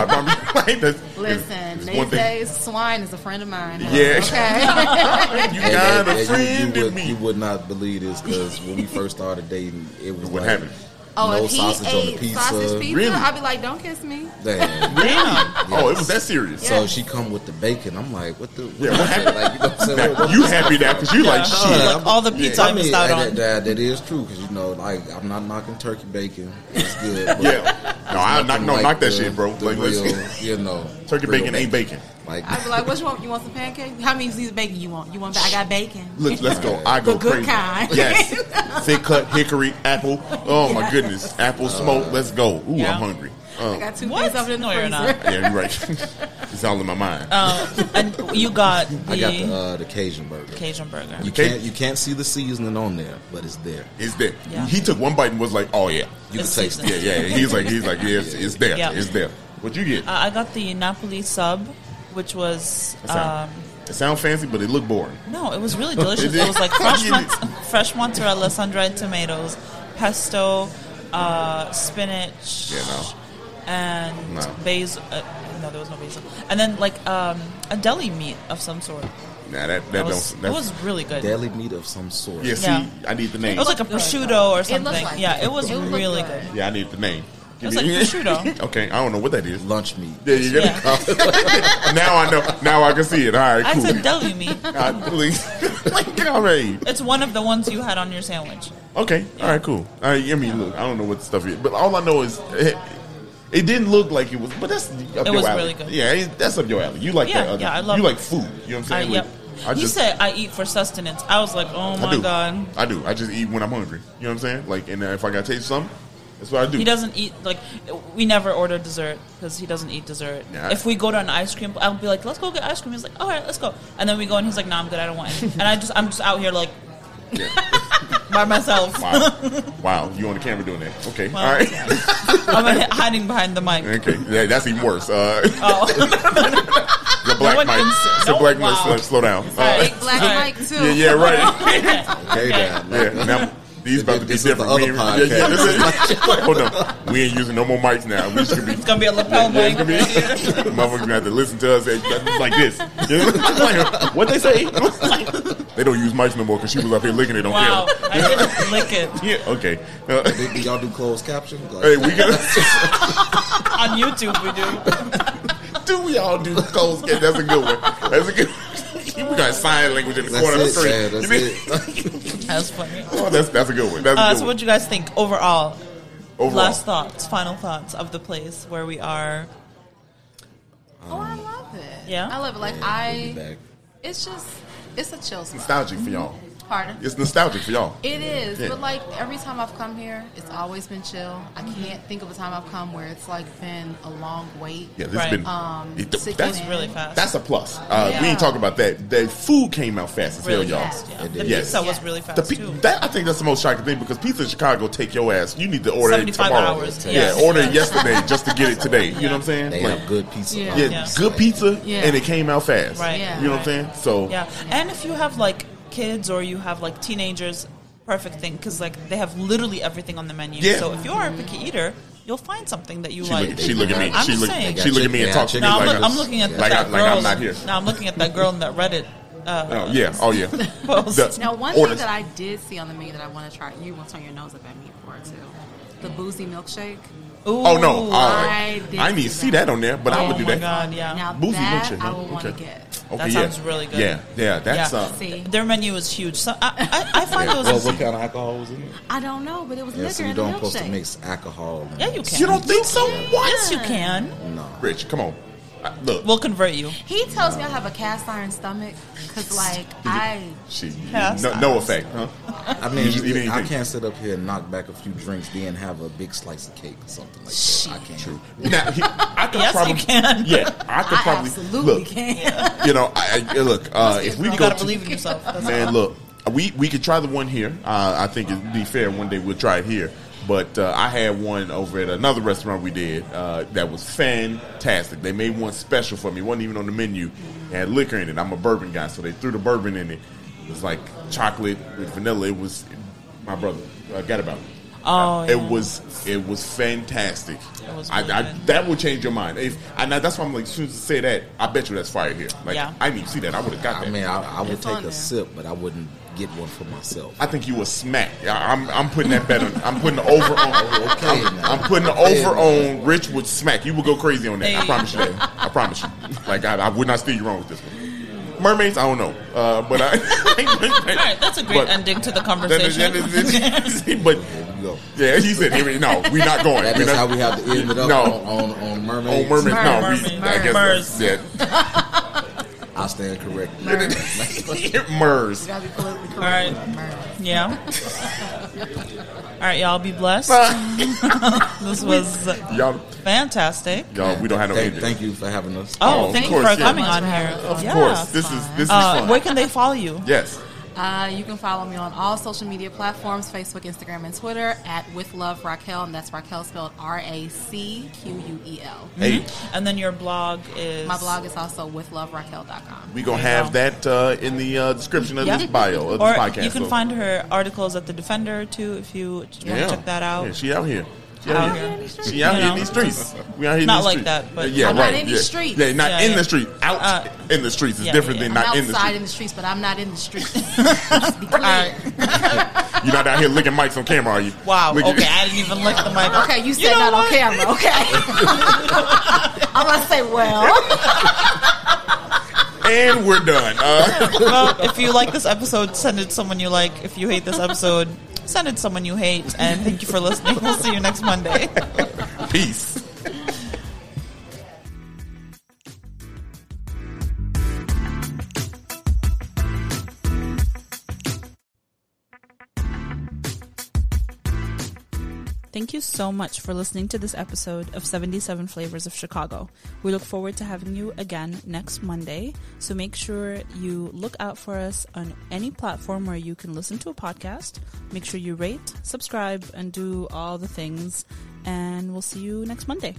Speaker 2: Like, that's-
Speaker 3: Listen,
Speaker 2: it's
Speaker 3: these days swine is a friend of mine. huh?
Speaker 2: Yeah.
Speaker 3: Okay.
Speaker 2: you
Speaker 4: Hey,
Speaker 2: got
Speaker 4: hey,
Speaker 2: a
Speaker 4: hey,
Speaker 2: friend
Speaker 4: you, you,
Speaker 2: in
Speaker 4: would, you
Speaker 2: me.
Speaker 4: would not believe this because when we first started dating, it was
Speaker 2: What
Speaker 4: like,
Speaker 2: happened?
Speaker 3: oh,
Speaker 4: no
Speaker 3: if he
Speaker 4: sausage
Speaker 3: ate
Speaker 4: on the pizza.
Speaker 3: sausage pizza,
Speaker 2: Really?
Speaker 3: I'd be like, Don't kiss me.
Speaker 4: Damn.
Speaker 1: Damn.
Speaker 2: Oh, it was that serious.
Speaker 4: So she come with the bacon. I'm like, what the? What
Speaker 2: Yeah, what
Speaker 4: is that? Like, you know what I'm saying? What- what-
Speaker 2: you happy now because you like shit.
Speaker 1: Uh, Like all the pizza I missed out
Speaker 4: that-
Speaker 1: on.
Speaker 4: that- that is true because you know, like I'm not knocking turkey bacon. It's good. But
Speaker 2: Yeah. No, I knock, no,
Speaker 4: like
Speaker 2: knock that
Speaker 4: the-
Speaker 2: shit, bro.
Speaker 4: the
Speaker 2: Like, let's-
Speaker 4: real, you know,
Speaker 2: turkey
Speaker 4: real
Speaker 2: bacon ain't bacon.
Speaker 4: Like,
Speaker 3: I'd be like, What you want? You want some pancakes? How many pieces of bacon you want? You want? ba- I got bacon.
Speaker 2: Look, let's go. I go
Speaker 3: The good
Speaker 2: crazy.
Speaker 3: kind.
Speaker 2: Yes. Thick cut hickory apple. Oh my goodness. Apple smoke. Let's go. Ooh,
Speaker 1: Yeah.
Speaker 2: I'm hungry. Uh,
Speaker 3: I got two
Speaker 1: What?
Speaker 3: things of it in the
Speaker 1: No, you're
Speaker 3: freezer.
Speaker 1: not.
Speaker 2: yeah, you're right. it's all in my mind.
Speaker 1: Um, and you got the,
Speaker 4: I got the uh, the Cajun burger.
Speaker 1: Cajun burger. Uh,
Speaker 4: You
Speaker 2: Cajun-
Speaker 4: can't you can't see the seasoning on there, but it's there.
Speaker 2: it's there.
Speaker 1: Yeah.
Speaker 2: He took one bite and was like, "Oh yeah,
Speaker 4: You
Speaker 1: It's
Speaker 4: can taste
Speaker 1: seasoned.
Speaker 2: yeah, yeah." He's like, he's like, yeah, it's, it's there,
Speaker 1: Yeah.
Speaker 2: it's there. What you get?
Speaker 1: Uh, I got the Napoli sub, which was
Speaker 2: It
Speaker 1: um,
Speaker 2: sound, it sound fancy, but it look boring.
Speaker 1: no, it was really delicious.
Speaker 2: Is it?
Speaker 1: it was like fresh,
Speaker 2: You-
Speaker 1: mozz- fresh mozzarella, sun-dried tomatoes, pesto, uh, spinach,
Speaker 2: You know,
Speaker 1: and
Speaker 2: No.
Speaker 1: basil. Uh, no, there was no basil. And then like um, a deli meat of some sort.
Speaker 2: Nah, that that,
Speaker 1: That was,
Speaker 2: don't.
Speaker 1: it
Speaker 2: That's,
Speaker 1: was really good.
Speaker 4: Deli meat of some sort.
Speaker 2: yeah, see,
Speaker 1: Yeah.
Speaker 2: I need the name.
Speaker 1: It was like a prosciutto or
Speaker 3: It looks
Speaker 1: something.
Speaker 3: like
Speaker 1: yeah, it was
Speaker 3: It looked
Speaker 1: really
Speaker 3: good.
Speaker 1: good.
Speaker 2: yeah, I need the name.
Speaker 1: It was like prosciutto.
Speaker 2: okay, I don't know what that is.
Speaker 4: Lunch meat.
Speaker 2: Yeah, you
Speaker 1: Yeah.
Speaker 2: got it. now I know. Now I can see it. All right,
Speaker 1: I
Speaker 2: cool.
Speaker 1: said deli meat.
Speaker 2: All right, please. all right.
Speaker 1: It's one of the ones you had on your sandwich.
Speaker 2: Okay. All right. Cool. All right, I mean, look, I don't know what stuff is, but all I know is it, it didn't look like it was. But that's up your
Speaker 1: was
Speaker 2: alley.
Speaker 1: really good.
Speaker 2: Yeah, it, that's up your alley. You like
Speaker 1: Yeah,
Speaker 2: that? Other,
Speaker 1: yeah, I love
Speaker 2: You
Speaker 1: it.
Speaker 2: like food. You know what I'm
Speaker 1: I,
Speaker 2: saying?
Speaker 1: yep.
Speaker 2: Like, I
Speaker 1: you
Speaker 2: just-
Speaker 1: said I eat for sustenance. I was like, oh
Speaker 2: I
Speaker 1: my
Speaker 2: do.
Speaker 1: god.
Speaker 2: I do. I just eat when I'm hungry. You know what I'm saying? Like, and uh, if I gotta taste something, that's what I do.
Speaker 1: He doesn't eat like we never order dessert because he doesn't eat dessert.
Speaker 2: Yeah.
Speaker 1: If we go to an ice cream, I'll be like, "Let's go get ice cream." He's like, "All right, let's go." And then we go, and he's like, "No, I'm good. I don't want." Any. And I just, I'm just out here like by myself.
Speaker 2: Wow. wow. You on the camera doing that? Okay.
Speaker 1: Well,
Speaker 2: all right.
Speaker 1: I'm h- hiding behind the mic.
Speaker 2: Okay, yeah, that's even worse. Uh,
Speaker 1: Oh,
Speaker 2: the black
Speaker 1: one
Speaker 2: mic,
Speaker 1: can s-
Speaker 2: the
Speaker 1: no,
Speaker 2: black mic.
Speaker 1: wow.
Speaker 2: Slow, slow down.
Speaker 1: Sorry.
Speaker 2: Uh,
Speaker 3: Big black
Speaker 1: All right.
Speaker 3: Mike too.
Speaker 2: yeah, yeah, right.
Speaker 4: Okay, then.
Speaker 2: Yeah, now these about to be
Speaker 4: This is the
Speaker 2: different.
Speaker 4: other
Speaker 2: We ain't- yeah, yeah,
Speaker 4: podcast.
Speaker 2: this is- hold on, we ain't using no more mics now. We should be.
Speaker 1: it's gonna be a lapel
Speaker 2: Yeah,
Speaker 1: mic.
Speaker 2: it's gonna be, motherfuckers gonna have to listen to us and- like this. Like, what they say? they don't use mics no more because she was up here licking it on
Speaker 1: Wow,
Speaker 2: camera.
Speaker 1: I didn't lick it
Speaker 2: Yeah, okay. Uh,
Speaker 4: Do do y'all do closed caption? Like,
Speaker 2: hey, we gonna
Speaker 1: on YouTube. We do.
Speaker 2: do we all do cold skin? That's a good one. That's a good. we got sign language in the
Speaker 4: that's
Speaker 2: corner
Speaker 4: it,
Speaker 2: of the screen. You
Speaker 4: man, That's
Speaker 2: mean-
Speaker 4: it.
Speaker 1: That's funny.
Speaker 2: Oh, that's that's a good one. That's a
Speaker 1: Uh,
Speaker 2: good
Speaker 1: so,
Speaker 2: one.
Speaker 1: what do you guys think overall?
Speaker 2: Overall,
Speaker 1: Last thoughts, final thoughts of the place where we are.
Speaker 3: Oh, I love it.
Speaker 1: Yeah?
Speaker 3: I love it. Like I,
Speaker 4: Back.
Speaker 3: it's just, it's a chill spot.
Speaker 2: nostalgic for y'all.
Speaker 3: Pardon.
Speaker 2: It's nostalgic for y'all.
Speaker 3: It is,
Speaker 2: Yeah.
Speaker 3: but like every time I've come here, it's always been chill. I
Speaker 2: Mm-hmm.
Speaker 3: can't think of a time I've come where it's like been a long wait.
Speaker 2: Yeah, this
Speaker 1: Right.
Speaker 2: has been.
Speaker 3: Um,
Speaker 2: it-
Speaker 3: six
Speaker 2: that's
Speaker 3: minutes.
Speaker 1: Really fast.
Speaker 2: that's a plus. Uh, We
Speaker 3: Yeah.
Speaker 2: ain't talking about that. The food came out fast as
Speaker 1: really
Speaker 2: hell, y'all.
Speaker 1: fast. Yeah.
Speaker 4: It
Speaker 1: The
Speaker 4: did.
Speaker 1: pizza
Speaker 2: Yes.
Speaker 1: was really fast
Speaker 2: The pe-
Speaker 1: too.
Speaker 2: that, I think that's the most shocking thing because pizza in Chicago take your ass. You need to order it
Speaker 1: 75
Speaker 2: tomorrow.
Speaker 1: hours,
Speaker 2: Yeah,
Speaker 1: yes.
Speaker 2: order it yesterday just to get it today. You know what I'm saying?
Speaker 4: They
Speaker 2: Like,
Speaker 4: have good pizza.
Speaker 3: Yeah.
Speaker 4: on
Speaker 2: yeah,
Speaker 4: it.
Speaker 1: Yeah.
Speaker 2: good pizza
Speaker 3: Yeah.
Speaker 2: and it came out fast.
Speaker 1: Right.
Speaker 3: Yeah.
Speaker 2: You know what I'm saying? So
Speaker 1: Yeah, and if you have like kids or you have like teenagers, perfect thing because like they have literally everything on the menu.
Speaker 2: Yeah.
Speaker 1: So if you are a picky eater, you'll find something that you
Speaker 2: she
Speaker 1: like.
Speaker 2: look, she look at me.
Speaker 1: I'm
Speaker 2: she
Speaker 1: just
Speaker 2: look,
Speaker 1: saying.
Speaker 2: she look at me and
Speaker 4: Yeah,
Speaker 2: talk to me
Speaker 4: chicken
Speaker 1: no, I'm,
Speaker 2: like,
Speaker 1: look, I'm looking at
Speaker 2: like,
Speaker 1: that
Speaker 2: I,
Speaker 1: girl.
Speaker 2: like I'm not here.
Speaker 1: No, I'm looking at that girl in that Reddit. Uh,
Speaker 2: Oh, yeah. Oh yeah.
Speaker 1: Post.
Speaker 2: The
Speaker 3: Now, one
Speaker 2: orders.
Speaker 3: thing that I did see on the menu that I want to try, you want to turn your nose up at me for too. The boozy milkshake.
Speaker 1: ooh,
Speaker 2: Oh no! Uh, I,
Speaker 3: I did
Speaker 2: need to
Speaker 3: see
Speaker 2: see
Speaker 3: that.
Speaker 2: that on there, but I
Speaker 1: Oh
Speaker 2: would do
Speaker 1: my
Speaker 2: that.
Speaker 1: god! Yeah.
Speaker 3: Now
Speaker 2: Boozy
Speaker 3: that
Speaker 2: milkshake,
Speaker 3: I
Speaker 2: huh?
Speaker 3: would want to
Speaker 2: Okay.
Speaker 3: get.
Speaker 2: Okay,
Speaker 1: That
Speaker 2: yeah.
Speaker 1: sounds really good.
Speaker 2: Yeah, yeah, that's
Speaker 1: Yeah.
Speaker 2: uh,
Speaker 3: See,
Speaker 1: Their menu is huge. So I, I, I find
Speaker 4: Well,
Speaker 1: those.
Speaker 4: what kind of alcohol was in it?
Speaker 3: I don't know, but it was
Speaker 4: Yeah,
Speaker 3: liquor
Speaker 4: so
Speaker 3: in
Speaker 4: you
Speaker 3: the
Speaker 4: don't supposed to
Speaker 3: milkshake.
Speaker 4: mix alcohol.
Speaker 1: yeah, you can.
Speaker 2: You don't think so? What?
Speaker 1: Yes, you can.
Speaker 4: No.
Speaker 2: Rich, come on. Uh, look,
Speaker 1: We'll convert you.
Speaker 3: He tells me I have a cast iron stomach because, like, I
Speaker 2: she,
Speaker 1: Cast
Speaker 2: no, no effect, huh?
Speaker 4: I
Speaker 2: You
Speaker 4: mean,
Speaker 2: just eat anything.
Speaker 4: I can't sit up here and knock back a few drinks, then have a big slice of cake or something like that. I can't.
Speaker 2: Now, he, I could
Speaker 1: Yes, you
Speaker 2: probably,
Speaker 1: can.
Speaker 2: Yeah, I could
Speaker 3: I
Speaker 2: probably
Speaker 3: absolutely
Speaker 2: look.
Speaker 3: can.
Speaker 2: You know, I, I- look. Uh, if we
Speaker 1: You
Speaker 2: go
Speaker 1: gotta
Speaker 2: to,
Speaker 1: believe in yourself. That's
Speaker 2: man, look, we we could try the one here. Uh, I think it'd be fair. One day we'll try it here. But uh, I had one over at another restaurant we did uh, that was fantastic. They made one special for me. It wasn't even on the menu. It had liquor in it. I'm a bourbon guy, so they threw the bourbon in it. It was like chocolate with vanilla. It was my brother. Uh, got about it.
Speaker 1: Oh,
Speaker 2: it
Speaker 1: yeah.
Speaker 2: was it was fantastic.
Speaker 1: It was really
Speaker 2: I, I,
Speaker 1: good.
Speaker 2: that will change your mind. If and I, that's why I'm like, as soon as you say that, I bet you that's fire here. Like
Speaker 1: Yeah.
Speaker 2: I didn't even see that. I would have got that.
Speaker 4: I mean, I, I would
Speaker 3: It's
Speaker 4: take
Speaker 3: on
Speaker 4: a
Speaker 3: there.
Speaker 4: sip, but I wouldn't get one for myself.
Speaker 2: I think you were smacked. I- I'm, I'm putting that bet on. I'm putting the over on.
Speaker 4: Okay, now.
Speaker 2: I'm putting the over on. Rich would smack. You would go crazy on that. I
Speaker 1: Hey.
Speaker 2: promise you that. I promise you. Like I, I would not steer you wrong with this one. Mermaids, I don't know, uh, but I.
Speaker 1: All right, that's a great
Speaker 2: But-
Speaker 1: ending to the
Speaker 2: That is-
Speaker 1: conversation.
Speaker 2: that is- that is- but
Speaker 4: There you go.
Speaker 2: yeah, he said, "Here we- "No, we're not going."
Speaker 4: That
Speaker 2: We're
Speaker 4: is
Speaker 2: not-
Speaker 4: how we have to end it up
Speaker 2: No.
Speaker 4: on, on, on mermaids.
Speaker 2: Oh, mermaids. No, we,
Speaker 1: Mermaids.
Speaker 2: I guess
Speaker 1: Mermaids.
Speaker 2: that's
Speaker 4: I stand corrected.
Speaker 2: it. Mers.
Speaker 3: gotta be politically correct.
Speaker 1: right.
Speaker 3: with murder.
Speaker 1: Yeah. All right, y'all be blessed. this was
Speaker 2: Y'all,
Speaker 1: fantastic.
Speaker 2: y'all, we don't have no
Speaker 4: thank,
Speaker 2: ending.
Speaker 4: thank you for having us.
Speaker 2: Oh,
Speaker 1: Oh,
Speaker 2: of
Speaker 1: thank you
Speaker 2: course,
Speaker 1: for
Speaker 2: yeah.
Speaker 1: coming on here.
Speaker 2: Of
Speaker 1: Yeah.
Speaker 2: course, this is this is
Speaker 1: Uh,
Speaker 2: fun.
Speaker 1: where can they follow you?
Speaker 2: yes.
Speaker 3: Uh, you can follow me on all social media platforms Facebook, Instagram, and Twitter at With Love Raquel, and that's Raquel spelled R A C Q U E L.
Speaker 1: Mm-hmm.
Speaker 2: Hey,
Speaker 1: And then your blog is
Speaker 3: My blog is also withloveraquel.com.
Speaker 2: we gonna
Speaker 1: There you
Speaker 2: have
Speaker 1: go.
Speaker 2: that uh, in the uh, description of
Speaker 1: Yeah.
Speaker 2: Oh, this bio of
Speaker 1: or
Speaker 2: this podcast.
Speaker 1: you can
Speaker 2: so-
Speaker 1: find her articles at the Defender too, if you want to check that out. Um,
Speaker 2: Yeah, she out here. She She out,
Speaker 1: Out
Speaker 2: here.
Speaker 1: here.
Speaker 2: She out
Speaker 1: You
Speaker 2: here in
Speaker 1: know?
Speaker 2: these streets. We out here in
Speaker 1: Not
Speaker 2: these
Speaker 1: like
Speaker 2: streets.
Speaker 1: that, but-
Speaker 2: yeah,
Speaker 3: I'm
Speaker 2: right.
Speaker 3: not in
Speaker 2: yeah.
Speaker 3: these streets.
Speaker 2: Yeah, not
Speaker 1: Yeah,
Speaker 2: in
Speaker 1: yeah.
Speaker 2: the street. Out
Speaker 1: Uh,
Speaker 2: in the streets is
Speaker 1: yeah,
Speaker 2: different
Speaker 1: yeah,
Speaker 2: than
Speaker 1: yeah.
Speaker 3: I'm
Speaker 2: not in the
Speaker 3: outside
Speaker 2: street.
Speaker 3: in the streets, but I'm not in the streets. Just be clear.
Speaker 2: You're not out here licking mics on camera, are you?
Speaker 1: Wow.
Speaker 2: Licking-
Speaker 1: Okay, I didn't even lick the mic.
Speaker 3: Okay, you said
Speaker 1: know
Speaker 3: that
Speaker 1: what?
Speaker 3: on camera. Okay, I'm gonna say well.
Speaker 2: and we're done. Uh,
Speaker 1: Well, if you like this episode, send it to someone you like. If you hate this episode, send it to someone you hate. And thank you for listening. We'll see you next Monday.
Speaker 2: peace.
Speaker 1: Thank you so much for listening to this episode of 77 Flavors of Chicago. We look forward to having you again next Monday. So make sure you look out for us on any platform where you can listen to a podcast. Make sure you rate, subscribe, and do all the things. And we'll see you next Monday.